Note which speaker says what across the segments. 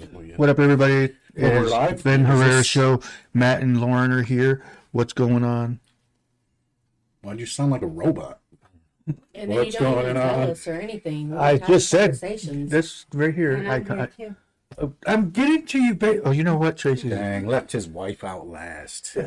Speaker 1: again.
Speaker 2: What up, everybody?
Speaker 1: Well, we're
Speaker 2: It's
Speaker 1: live.
Speaker 2: Ben
Speaker 1: Is
Speaker 2: Herrera
Speaker 1: this-
Speaker 2: Show. Matt and Lauren are here. What's going on?
Speaker 1: Why do you sound like a robot?
Speaker 3: And then you
Speaker 1: What's
Speaker 3: don't
Speaker 1: going
Speaker 3: even tell
Speaker 1: on?
Speaker 3: us or anything. We
Speaker 2: I
Speaker 3: have
Speaker 2: just said
Speaker 3: conversations.
Speaker 2: This right here. I,
Speaker 3: I'm here too.
Speaker 2: am getting to you, babe. Oh, you know what, Tracy?
Speaker 1: Dang, left his wife out last.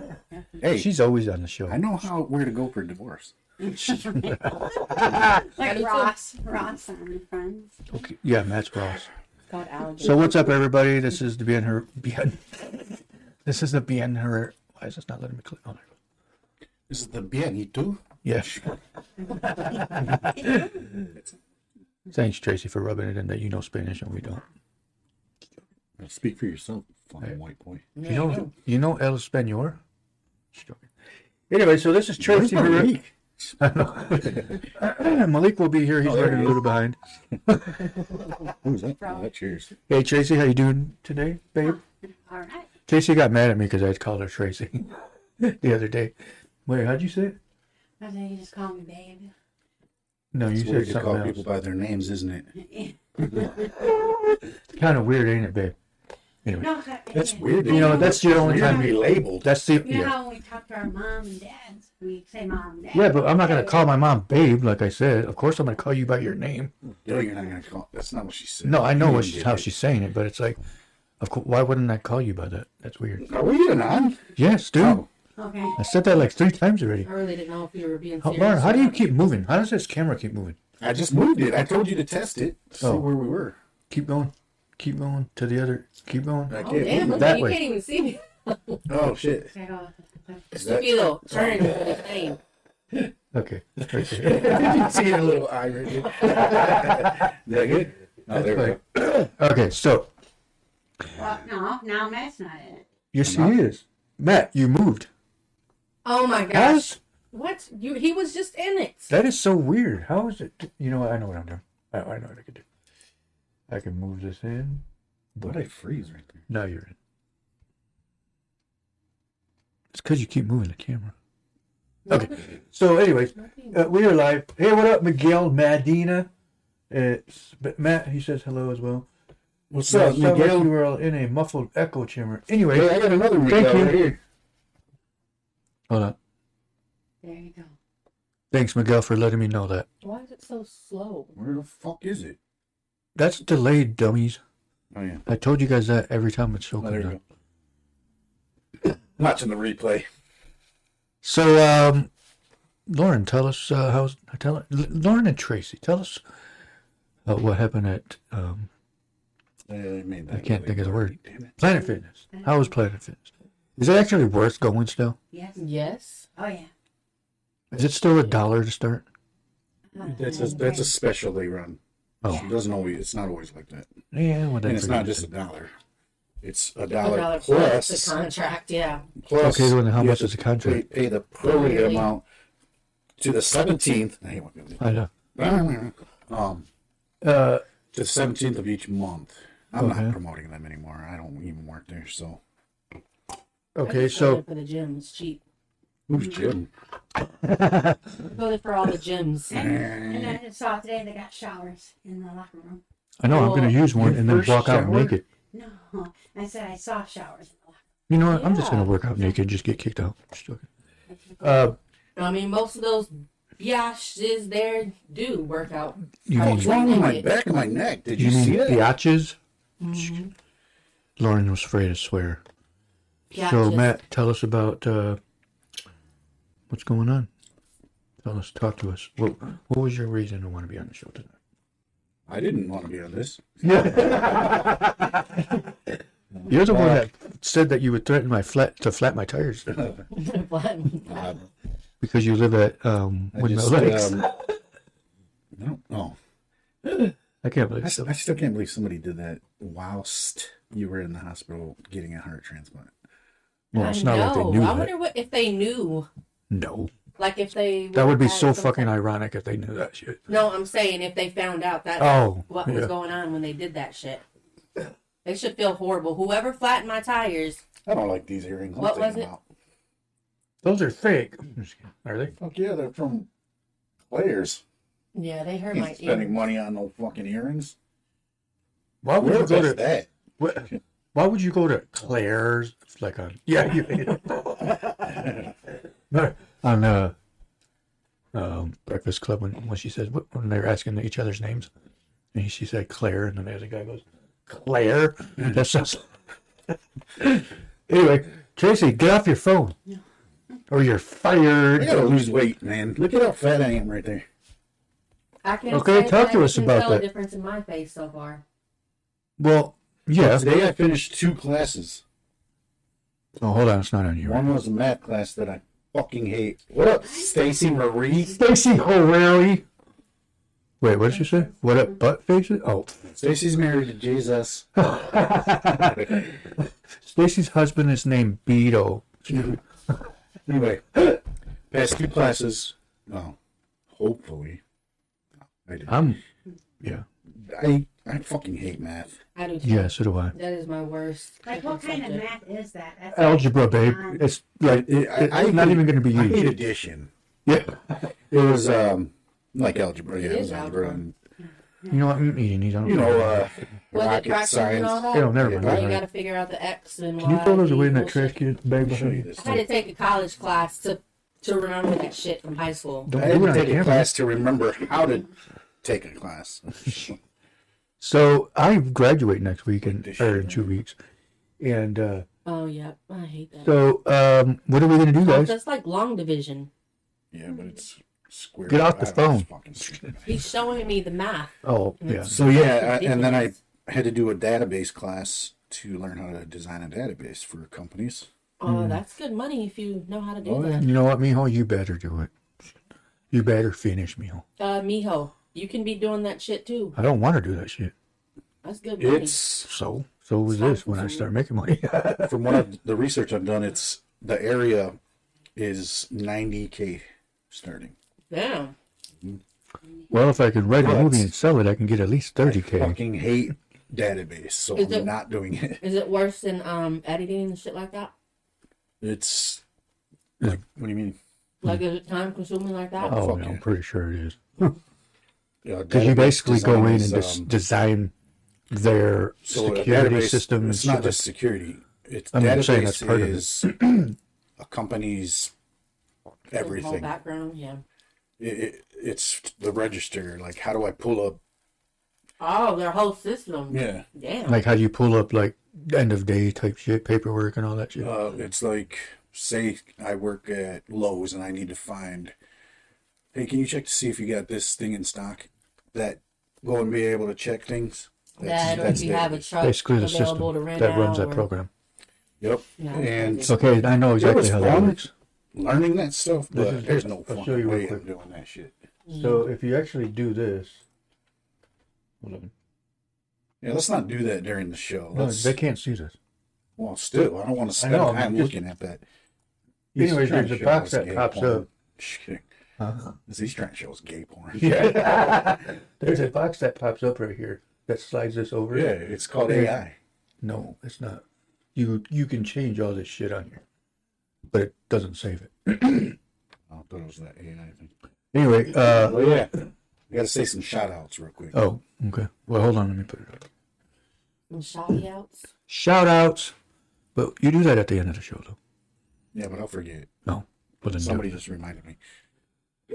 Speaker 1: Hey,
Speaker 2: She's always on the
Speaker 1: I
Speaker 2: show.
Speaker 1: know how where to go for divorce.
Speaker 4: Like
Speaker 3: Gotta
Speaker 4: Ross, Ross and Friends.
Speaker 2: Okay. Yeah, Matt's Ross.
Speaker 3: It's called allergy.
Speaker 2: So what's up, everybody? This is the Ben Her. Ben. This is the Ben Herrera. Why is this not letting me click on it?
Speaker 1: This is the Bienito.
Speaker 2: Yes. Thanks, Tracy, for rubbing it in that you know Spanish and we don't.
Speaker 1: Now Speak for yourself, fucking white boy.
Speaker 2: You know, you know El Español. Just joking. Anyway, so this is Tracy
Speaker 1: Where's
Speaker 2: Herrera.
Speaker 1: Monique?
Speaker 2: Malik will be here. He's running a little behind.
Speaker 1: Who's that? Oh, that's yours.
Speaker 2: Hey Tracy, how you doing today, babe?
Speaker 4: All right.
Speaker 2: Tracy got mad at me because I called her Tracy the other day. Wait, how'd you say it?
Speaker 4: I think you just call me babe.
Speaker 2: No,
Speaker 1: It's
Speaker 2: you
Speaker 1: weird
Speaker 2: said
Speaker 1: to call
Speaker 2: something
Speaker 1: people
Speaker 2: else.
Speaker 1: by their names, isn't it?
Speaker 2: Kind of weird, ain't it, babe? Anyway,
Speaker 4: No, that-
Speaker 1: That's
Speaker 4: yeah.
Speaker 1: weird.
Speaker 2: you know that's the only
Speaker 1: Weird to
Speaker 2: time
Speaker 1: be
Speaker 2: you.
Speaker 1: labeled.
Speaker 2: That's the
Speaker 4: You know
Speaker 2: yeah.
Speaker 4: how when we talk to our mom and dads, we say mom and dad.
Speaker 2: Yeah, but I'm not gonna call my mom babe, like I said. Of course, I'm gonna call you by your name.
Speaker 1: No, you're not gonna call. That's not what she said.
Speaker 2: No, I know
Speaker 1: You
Speaker 2: what
Speaker 1: did
Speaker 2: she's, how
Speaker 1: it.
Speaker 2: she's saying it, but it's like, of course, why wouldn't I call you by that? That's weird.
Speaker 1: Are we getting on?
Speaker 2: Yes, dude.
Speaker 1: Oh,
Speaker 4: Okay.
Speaker 2: I said that like three times already.
Speaker 3: I really didn't know if you were being
Speaker 2: How,
Speaker 3: serious.
Speaker 2: Lauren, how
Speaker 3: or
Speaker 2: do you
Speaker 3: not.
Speaker 2: keep moving? How does this camera keep moving?
Speaker 1: I just moved it. I told you to test it. to See
Speaker 2: Oh.
Speaker 1: where we were.
Speaker 2: Keep going. Keep going to the other. Keep going.
Speaker 1: I
Speaker 3: Oh, damn,
Speaker 1: can't move
Speaker 3: look,
Speaker 1: it.
Speaker 2: That
Speaker 3: you
Speaker 2: way.
Speaker 3: can't even see me.
Speaker 1: Oh shit.
Speaker 4: I go,
Speaker 1: Is that-
Speaker 3: Stupid little turn for the thing.
Speaker 2: Okay.
Speaker 1: Oh,
Speaker 2: Right there.
Speaker 1: See a little eye right there. Is that good? Oh, there we go.
Speaker 2: okay, so
Speaker 4: well, no, now Matt's not in it.
Speaker 2: yes, he is. Matt, you moved.
Speaker 3: Oh my gosh.
Speaker 2: Yes.
Speaker 3: What? You? He was just in it.
Speaker 2: That is so weird. How is it? You know what? I know what I'm doing. I, I know what I can do. I can move this in.
Speaker 1: What I freeze right there.
Speaker 2: Now you're in. It's because you keep moving the camera. Okay. So, anyways, uh, we are live. Hey, what up, Miguel Madina? It's but Matt. He says hello as well. Uh,
Speaker 1: What's
Speaker 2: So, it sounds like you were all in a muffled echo chamber. Anyway,
Speaker 1: Hey, I got another Miguel
Speaker 2: Thank you.
Speaker 1: right here.
Speaker 2: hold on.
Speaker 4: There you go.
Speaker 2: Thanks, Miguel, for letting me know that.
Speaker 3: Why is it so slow?
Speaker 1: Where the fuck is it?
Speaker 2: That's delayed, dummies.
Speaker 1: Oh yeah.
Speaker 2: I told you guys that every time it's so
Speaker 1: Oh, there you
Speaker 2: comes
Speaker 1: go.
Speaker 2: up.
Speaker 1: Watching the replay.
Speaker 2: So, um, Lauren, tell us uh, how's tell L- Lauren and Tracy tell us uh, what happened at um,
Speaker 1: I made that
Speaker 2: I can't think of the word
Speaker 1: Damn it.
Speaker 2: Planet Fitness. How was Planet Fitness? Is it actually worth going still?
Speaker 4: Yes.
Speaker 3: Yes.
Speaker 4: Oh, yeah.
Speaker 2: Is it still a dollar to start?
Speaker 1: That's a, that's a special they run.
Speaker 2: Oh.
Speaker 1: It doesn't always. It's not always like that.
Speaker 2: Yeah, well,
Speaker 1: And
Speaker 2: that's
Speaker 1: it's not just a dollar. It's a dollar,
Speaker 3: A dollar
Speaker 1: plus.
Speaker 3: plus the contract. Yeah.
Speaker 1: plus
Speaker 2: Okay, then how
Speaker 1: you
Speaker 2: much
Speaker 1: have
Speaker 2: is the
Speaker 1: to
Speaker 2: contract?
Speaker 1: Pay, pay the prorate
Speaker 3: Really?
Speaker 1: amount to the seventeenth.
Speaker 2: I know.
Speaker 1: Um,
Speaker 2: Uh,
Speaker 1: to the seventeenth of each month. I'm
Speaker 2: Okay.
Speaker 1: not promoting them anymore. I don't even work there. So
Speaker 2: okay,
Speaker 3: I just
Speaker 2: so
Speaker 3: voted for the gym, it's cheap.
Speaker 1: who's Jim?
Speaker 3: I voted for all the gyms.
Speaker 4: And, and I just saw today they got showers in the locker room.
Speaker 2: I know I'm
Speaker 3: Well,
Speaker 2: going to use one
Speaker 1: your
Speaker 2: and then
Speaker 1: first
Speaker 2: walk out
Speaker 1: shower?
Speaker 2: naked.
Speaker 4: No. I said I saw showers in the locker
Speaker 2: You know what? I'm just
Speaker 3: Yeah.
Speaker 2: going to work out naked, just get kicked out. Just joking. Uh,
Speaker 3: I mean, most of those biatches there do work out.
Speaker 2: you
Speaker 3: Oh,
Speaker 2: mean
Speaker 1: What's wrong with my back and my neck? Did
Speaker 2: You
Speaker 1: you,
Speaker 2: mean
Speaker 1: see that?
Speaker 2: biatches? Lauren was afraid to swear. So
Speaker 3: Biatches.
Speaker 2: Matt, tell us about uh, what's going on. Tell us, talk to us. What What was your reason to want to be on the show tonight?
Speaker 1: I didn't want to be on this.
Speaker 2: You're the one that said that you would threaten my flat to flat my tires
Speaker 3: But-
Speaker 1: Uh,
Speaker 2: because you live at um,
Speaker 1: I
Speaker 2: Windmill
Speaker 1: just,
Speaker 2: Lakes.
Speaker 1: um, I don't know.
Speaker 2: I can't believe
Speaker 1: I,
Speaker 2: it.
Speaker 1: s- I still can't believe somebody did that whilst you were in the hospital getting a heart transplant.
Speaker 2: Well, it's
Speaker 3: I
Speaker 2: not like they
Speaker 3: know.
Speaker 2: knew
Speaker 3: I
Speaker 2: that.
Speaker 3: wonder what if they knew,
Speaker 2: No,
Speaker 3: like if they
Speaker 2: that would be
Speaker 3: had
Speaker 2: so
Speaker 3: some-
Speaker 2: fucking ironic if they knew that shit.
Speaker 3: No, I'm saying if they found out that
Speaker 2: Oh,
Speaker 3: what
Speaker 2: yeah.
Speaker 3: was going on when they did that shit, they should feel horrible. Whoever flattened my tires,
Speaker 1: I don't like these earrings. I'm
Speaker 3: What was
Speaker 1: thinking
Speaker 3: it?
Speaker 1: about-
Speaker 2: Those are fake. I'm just kidding. Are they?
Speaker 1: Fuck yeah, they're from players.
Speaker 3: yeah, they hurt
Speaker 1: Ain't
Speaker 3: my ear.
Speaker 1: spending money on no fucking earrings.
Speaker 2: Why would
Speaker 1: Where
Speaker 2: you go
Speaker 1: was
Speaker 2: to?
Speaker 1: that?
Speaker 2: What, Why would you go to Claire's? It's like a yeah, you No, on uh, um, Breakfast Club when, when she said what- when they were asking each other's names, and she said Claire, and then the other guy goes Claire. That sounds. anyway, Tracy, get off your phone, or you're
Speaker 1: I
Speaker 2: fired.
Speaker 1: gotta lose weight, man. Look at how fat I am right there.
Speaker 3: I can't
Speaker 2: Okay,
Speaker 3: say
Speaker 2: talk
Speaker 3: I
Speaker 2: to us
Speaker 3: can
Speaker 2: about
Speaker 3: tell
Speaker 2: that.
Speaker 3: a difference in my face so far.
Speaker 2: Well, yeah.
Speaker 1: Today I finished two classes.
Speaker 2: Oh, hold on, it's not on you. right?
Speaker 1: One was a math class that I fucking hate. What up, Stacy Marie?
Speaker 2: Stacy Harari. Wait, what did you say? What up, butt faces? Oh,
Speaker 1: Stacy's married to Jesus.
Speaker 2: Stacy's husband is named Beto.
Speaker 1: Anyway, past two classes. Well, hopefully. I, did.
Speaker 2: I'm, yeah,
Speaker 1: I I fucking hate math.
Speaker 3: I do. too.
Speaker 2: yeah, so do I.
Speaker 3: That is my worst.
Speaker 4: Like, what kind of
Speaker 3: subject.
Speaker 4: math is that? That's
Speaker 2: Algebra, babe.
Speaker 4: Um,
Speaker 2: It's like
Speaker 1: I- I-
Speaker 2: it's
Speaker 1: I
Speaker 2: not
Speaker 1: hate-
Speaker 2: even going to be
Speaker 1: I hate
Speaker 2: used.
Speaker 1: addition.
Speaker 2: Yeah,
Speaker 1: It was um like algebra. Yeah,
Speaker 3: It
Speaker 1: it
Speaker 3: is
Speaker 1: was algebra.
Speaker 3: algebra.
Speaker 1: And,
Speaker 2: you know what? I'm eating these. I don't
Speaker 1: you know, uh,
Speaker 3: Was it
Speaker 1: rocket
Speaker 3: practice and all
Speaker 1: science.
Speaker 3: that?
Speaker 2: Yeah, never
Speaker 1: Yeah,
Speaker 2: mind.
Speaker 3: Well,
Speaker 2: never
Speaker 3: you
Speaker 2: mind.
Speaker 3: got to figure out the X and Y.
Speaker 2: Can you throw those away in that
Speaker 3: equals
Speaker 2: trash
Speaker 3: shit.
Speaker 2: can, babe?
Speaker 1: I'll show you
Speaker 2: behind you?
Speaker 1: this.
Speaker 3: I had to take a college class to to remember that shit from high school.
Speaker 2: Don't
Speaker 1: I had
Speaker 2: do it
Speaker 1: to
Speaker 2: on
Speaker 1: take a
Speaker 2: camera.
Speaker 1: class to remember how to take a class.
Speaker 2: So I graduate next week in, or in two weeks, and uh,
Speaker 3: Oh yeah, I hate that.
Speaker 2: so um, what are we going to do,
Speaker 3: Oh,
Speaker 2: guys?
Speaker 3: that's like long division.
Speaker 1: Yeah, but it's square.
Speaker 2: Get off the
Speaker 1: I don't know, it's
Speaker 2: phone.
Speaker 1: fucking stupid.
Speaker 3: He's showing me the math.
Speaker 2: Oh, yeah.
Speaker 1: So yeah, I, and then I had to do a database class to learn how to design a database for companies.
Speaker 3: Oh,
Speaker 2: Hmm.
Speaker 3: that's good money if you know how to do
Speaker 1: Oh, yeah.
Speaker 3: that.
Speaker 2: You know what, Mijo? You better do it. You better finish, Mijo.
Speaker 3: Uh, Miho, you can be doing that shit too.
Speaker 2: I don't want to do that shit.
Speaker 3: That's good money.
Speaker 1: It's
Speaker 2: So, so was this when I start making money.
Speaker 1: from what I've, the research I've done, it's the area is 90k starting.
Speaker 3: Damn.
Speaker 2: well, if I could write a
Speaker 1: What?
Speaker 2: movie and sell it, I can get at least thirty k.
Speaker 1: Fucking hate database, so
Speaker 3: Is
Speaker 1: I'm
Speaker 3: it-
Speaker 1: not doing it.
Speaker 3: Is it worse than um editing and shit like that?
Speaker 1: It's like, what do you mean?
Speaker 3: Like is it time consuming like that?
Speaker 2: Hmm. Oh,
Speaker 1: fuck
Speaker 2: no,
Speaker 1: yeah.
Speaker 2: I'm pretty sure it is.
Speaker 1: Yeah,
Speaker 2: Because you
Speaker 1: Uh, database
Speaker 2: basically go
Speaker 1: design
Speaker 2: in
Speaker 1: is,
Speaker 2: and just
Speaker 1: um,
Speaker 2: design their
Speaker 1: so a
Speaker 2: security
Speaker 1: database-
Speaker 2: system.
Speaker 1: It's
Speaker 2: and
Speaker 1: not
Speaker 2: shit like-
Speaker 1: just security. It's
Speaker 2: I'm
Speaker 1: database
Speaker 2: just saying that's part of it.
Speaker 1: is a company's
Speaker 3: The Whole
Speaker 1: everything.
Speaker 3: background, yeah.
Speaker 1: It, it, it's the register. Like, how do I pull up?
Speaker 3: Oh, their whole system.
Speaker 1: Yeah,
Speaker 3: Damn.
Speaker 2: like how do you pull up like end of day type shit, paperwork, and all that shit.
Speaker 1: uh, it's like say I work at Lowe's and I need to find. Hey, can you check to see if you got this thing in stock? That go and be able to check things.
Speaker 3: that or if you have a
Speaker 1: database.
Speaker 3: truck
Speaker 2: Basically, the
Speaker 3: available
Speaker 2: system
Speaker 3: to rent
Speaker 2: that runs
Speaker 3: out
Speaker 2: that
Speaker 3: or-
Speaker 2: program.
Speaker 1: Yep.
Speaker 3: Yeah.
Speaker 1: and so
Speaker 2: Okay, I know
Speaker 1: There was
Speaker 2: exactly how that
Speaker 1: one-
Speaker 2: works.
Speaker 1: learning that stuff, but
Speaker 2: is-
Speaker 1: there's no
Speaker 2: I'll
Speaker 1: fun
Speaker 2: show you real
Speaker 1: way
Speaker 2: quick.
Speaker 1: I'm doing that shit.
Speaker 2: So if you actually do this, hold on.
Speaker 1: Yeah, let's not do that during the show.
Speaker 2: No,
Speaker 1: Let's-
Speaker 2: they can't see this.
Speaker 1: Well, still, I don't want to spend
Speaker 2: know,
Speaker 1: time
Speaker 2: I'm just-
Speaker 1: looking at that. He's
Speaker 2: Anyways,
Speaker 1: trying to
Speaker 2: there's a
Speaker 1: show
Speaker 2: box
Speaker 1: us
Speaker 2: that
Speaker 1: gay
Speaker 2: pops
Speaker 1: porn. Uh-huh.
Speaker 2: up.
Speaker 1: Just kidding. Is He's trying to show us gay porn.
Speaker 2: Yeah. There's a box that pops up right here that slides this over.
Speaker 1: Yeah, it's called
Speaker 2: Yeah.
Speaker 1: AI.
Speaker 2: No, it's not. You you can change all this shit on here, but it doesn't save it. Oh,
Speaker 1: I thought it was that AI thing.
Speaker 2: Anyway, uh
Speaker 1: Oh, yeah. We got to say some shout outs real quick.
Speaker 2: oh, okay. Well, hold on, let me put it up.
Speaker 3: And shouty outs.
Speaker 2: Shout outs. But you do that at the end of the show though.
Speaker 1: Yeah, but I'll forget it.
Speaker 2: No. But then do
Speaker 1: Somebody
Speaker 2: it.
Speaker 1: just reminded me.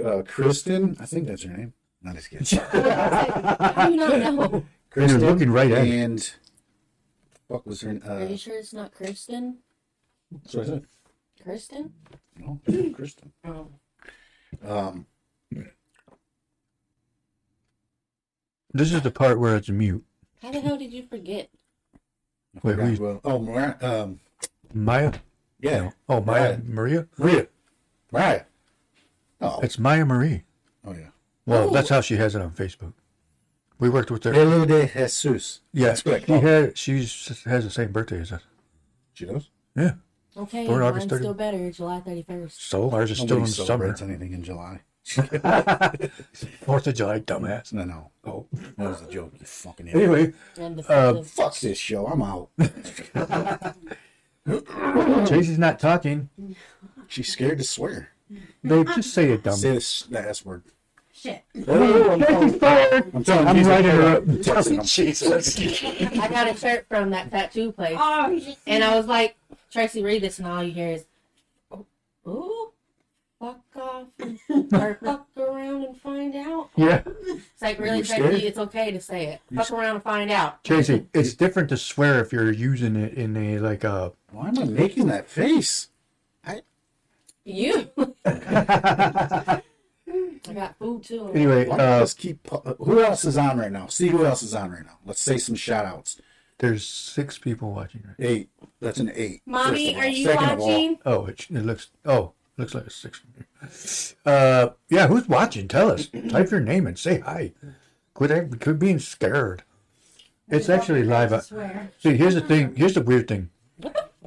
Speaker 1: Uh, Kristen, I think that's her name. Not as good.
Speaker 3: How do you not know?
Speaker 1: Kristen
Speaker 2: You're looking right at it.
Speaker 1: and what was her?
Speaker 3: Are you
Speaker 1: Uh,
Speaker 3: sure it's not Kristen?
Speaker 1: that's what I said.
Speaker 3: Kristen?
Speaker 1: No, it's not Kristen.
Speaker 3: Oh.
Speaker 1: Um,
Speaker 2: This is the part where it's mute.
Speaker 3: How the hell did you forget?
Speaker 1: I
Speaker 2: Wait,
Speaker 1: forgot
Speaker 2: who's-
Speaker 1: who el- oh, Mariah. Um,
Speaker 2: Maya?
Speaker 1: yeah,
Speaker 2: No. Oh, Maya
Speaker 1: Right.
Speaker 2: Maria?
Speaker 1: Maria. Mariah. Oh,
Speaker 2: It's Maya Marie.
Speaker 1: oh yeah.
Speaker 2: Well,
Speaker 3: Oh.
Speaker 2: that's how she has it on Facebook. We worked with her.
Speaker 1: Hello de Jesus.
Speaker 2: Yeah,
Speaker 1: That's correct.
Speaker 2: She had she's has the same birthday as us.
Speaker 1: She knows.
Speaker 2: Yeah.
Speaker 3: Okay,
Speaker 2: Born
Speaker 3: mine's
Speaker 2: August 30.
Speaker 3: still better, July 31st.
Speaker 2: So ours is still in
Speaker 1: Nobody
Speaker 2: summer.
Speaker 1: celebrates anything in July.
Speaker 2: Fourth of July, dumbass.
Speaker 1: No, no.
Speaker 2: Oh.
Speaker 1: That was a joke, you fucking idiot.
Speaker 2: Anyway,
Speaker 3: And the
Speaker 2: Uh,
Speaker 1: Fuck this show. I'm out.
Speaker 2: Tracy's not talking.
Speaker 1: She's scared to swear.
Speaker 2: Babe, just say it, dumb.
Speaker 1: Say this, that S word.
Speaker 4: Shit.
Speaker 2: Oh, Casey's fired.
Speaker 1: I'm telling
Speaker 2: I'm
Speaker 1: you,
Speaker 2: writing her up.
Speaker 1: I'm texting him.
Speaker 5: Jesus.
Speaker 3: I got a shirt from that tattoo place,
Speaker 4: Oh, you just
Speaker 3: and I was like, Tracy, read this, and all you hear is, "Ooh, fuck off, or fuck around and find out."
Speaker 2: Yeah,
Speaker 3: It's like really,
Speaker 1: You
Speaker 3: Tracy,
Speaker 1: scared?
Speaker 3: it's okay to say it. Fuck around and find out.
Speaker 2: Casey, it's different to swear if you're using it in a like uh, a.
Speaker 1: Why am I making that face?
Speaker 3: You. I got food too.
Speaker 2: Anyway,
Speaker 1: Why not
Speaker 2: uh,
Speaker 1: just keep. pu- uh, Who else is on right now? See who else is on right now. Let's say some shout outs.
Speaker 2: there's six people watching. Right?
Speaker 1: Eight. That's an eight.
Speaker 3: Mommy,
Speaker 1: first of all.
Speaker 3: are you
Speaker 1: Second of all,
Speaker 3: watching?
Speaker 2: Oh, it, it looks. Oh, looks like a six. Uh, yeah, who's watching? Tell us. Type your name and say hi. Quit, act- quit being scared. It's actually live.
Speaker 4: I
Speaker 2: uh,
Speaker 4: swear.
Speaker 2: See, here's the thing. Here's the weird thing.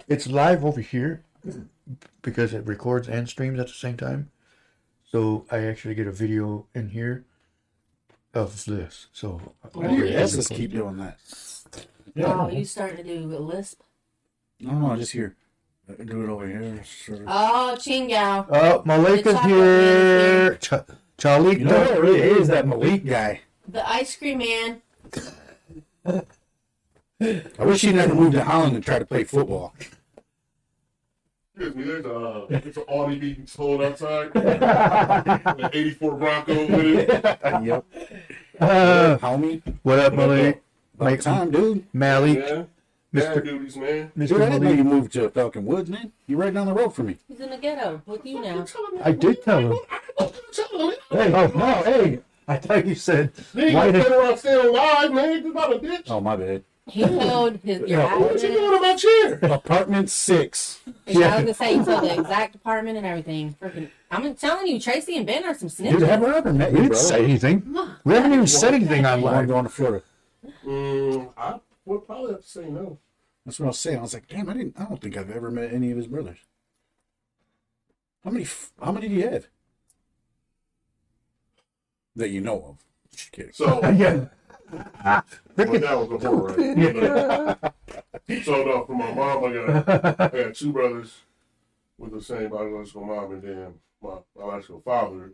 Speaker 2: It's live over here because it records and streams at the same time. So I actually get a video in here of this. So
Speaker 1: why do your asses keep doing that? Uh-huh.
Speaker 3: Oh, you starting to do a lisp?
Speaker 1: No, no, just here. Uh, Do it over here. Sort of-
Speaker 3: Oh, chingao.
Speaker 2: Oh,
Speaker 3: The
Speaker 2: Malika's
Speaker 3: chocolate
Speaker 2: here. Ch- Chalika.
Speaker 1: You know what it really is that Malik guy.
Speaker 3: The ice cream man.
Speaker 1: I wish he never moved to Holland and tried to play football.
Speaker 6: Excuse me, there's a it's an Audi being sold outside. An '84 Bronco with it.
Speaker 1: yep.
Speaker 2: Uh,
Speaker 1: Homie.
Speaker 2: what up, Malik?
Speaker 1: About
Speaker 2: Mike-
Speaker 1: time, dude.
Speaker 2: Malik.
Speaker 6: Yeah,
Speaker 2: Mr.
Speaker 6: bad duties, man.
Speaker 2: Mr.
Speaker 1: Dude, I didn't know
Speaker 2: Malik.
Speaker 1: you moved to Falcon Woods, man. You're right down the road from me.
Speaker 3: He's in the ghetto with you now.
Speaker 2: I did tell him. Hey, oh, no, hey. I thought you said. Why
Speaker 6: Nigga, why
Speaker 2: did-
Speaker 6: better off staying alive, man. Just about a bitch.
Speaker 1: Oh, my bad.
Speaker 3: He told his your
Speaker 6: What you
Speaker 3: outfit.
Speaker 6: doing in my chair?
Speaker 1: Apartment six.
Speaker 3: I was gonna say you told the exact apartment and everything. Freaking, I'm telling you, Tracy and Ben are some
Speaker 1: Dude,
Speaker 3: snitches.
Speaker 1: have I ever met
Speaker 2: We
Speaker 1: you,
Speaker 2: didn't
Speaker 1: bro?
Speaker 2: say anything. We haven't even said anything on
Speaker 1: I'm
Speaker 2: live.
Speaker 1: going to Florida.
Speaker 6: Mm, I would probably have to say no.
Speaker 1: That's what I was saying. I was like, damn, I didn't. I don't think I've ever met any of his brothers. How many? f- How many do you have? That you know of? Just kidding.
Speaker 6: So
Speaker 2: Yeah.
Speaker 6: well, that was before, right? So no, from my mom, I got I got two brothers with the same biological mom, and then my biological father.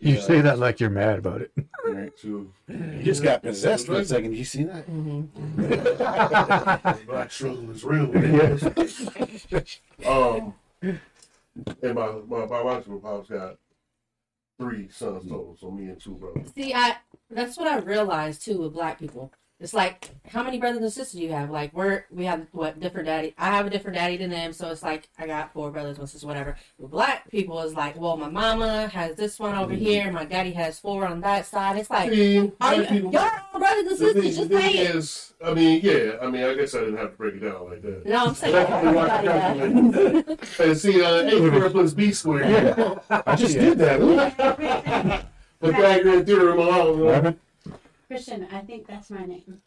Speaker 2: You say that like you're mad about it.
Speaker 6: married to
Speaker 1: You just got possessed for a second. Did you see that?
Speaker 3: Mm-hmm.
Speaker 6: Black struggle is real. man. um, and my my biological pops got three sons total, so me and two brothers.
Speaker 3: See, I that's what I realized too with black people. It's like how many brothers and sisters do you have? Like we're we have what different daddy. I have a different daddy than them, so it's like I got four brothers, one sister, whatever. With black people, it's like, well, my mama has this one over here, my daddy has four on that side. It's like,
Speaker 6: Mm-hmm. See,
Speaker 3: are
Speaker 6: black
Speaker 3: you,
Speaker 6: people-
Speaker 3: y'all are all brothers and
Speaker 6: the
Speaker 3: sisters?
Speaker 6: thing, the
Speaker 3: Just
Speaker 6: thing
Speaker 3: say it.
Speaker 6: is, I mean, yeah, I mean, I guess I didn't have to break it down like that.
Speaker 3: No, I'm saying everybody does.
Speaker 6: and see, uh, A squared plus B squared.
Speaker 1: I just did that.
Speaker 6: Pythagorean theorem alone.
Speaker 4: Christian, I think that's my name.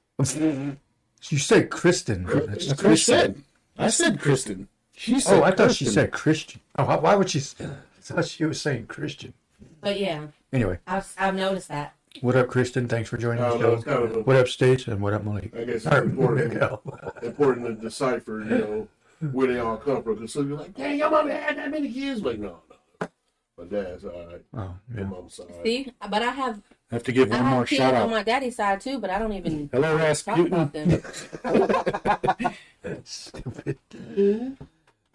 Speaker 2: You said Kristen.
Speaker 1: That's what I said. I said Kristen. She said
Speaker 2: Oh, I thought she
Speaker 1: Kristen.
Speaker 2: said Christian. Oh, why- why would she? s- I thought she was saying Christian.
Speaker 3: But yeah,
Speaker 2: Anyway,
Speaker 3: I've I've noticed that.
Speaker 2: what up, Kristen? Thanks for joining
Speaker 6: I
Speaker 2: the
Speaker 6: don't know, it's
Speaker 2: show.
Speaker 6: kind of
Speaker 2: What up, States? And what up, Malik?
Speaker 6: I guess it's
Speaker 2: Or
Speaker 6: important.
Speaker 2: Miguel. Oh,
Speaker 6: important to decipher, you know, where they all come from. Because some you're like, dang, your mama had that many kids. Like, no, no. My dad's all right.
Speaker 2: Oh,
Speaker 6: My
Speaker 2: yeah.
Speaker 6: mom's all right.
Speaker 3: See, but I have
Speaker 1: I have to give
Speaker 3: I
Speaker 1: one
Speaker 3: have
Speaker 1: more
Speaker 3: kids
Speaker 1: shout
Speaker 3: on
Speaker 1: out.
Speaker 3: my daddy's side too, but I don't even
Speaker 1: Hello,
Speaker 3: talk about
Speaker 1: Rasputin.
Speaker 3: them.
Speaker 2: Stupid. All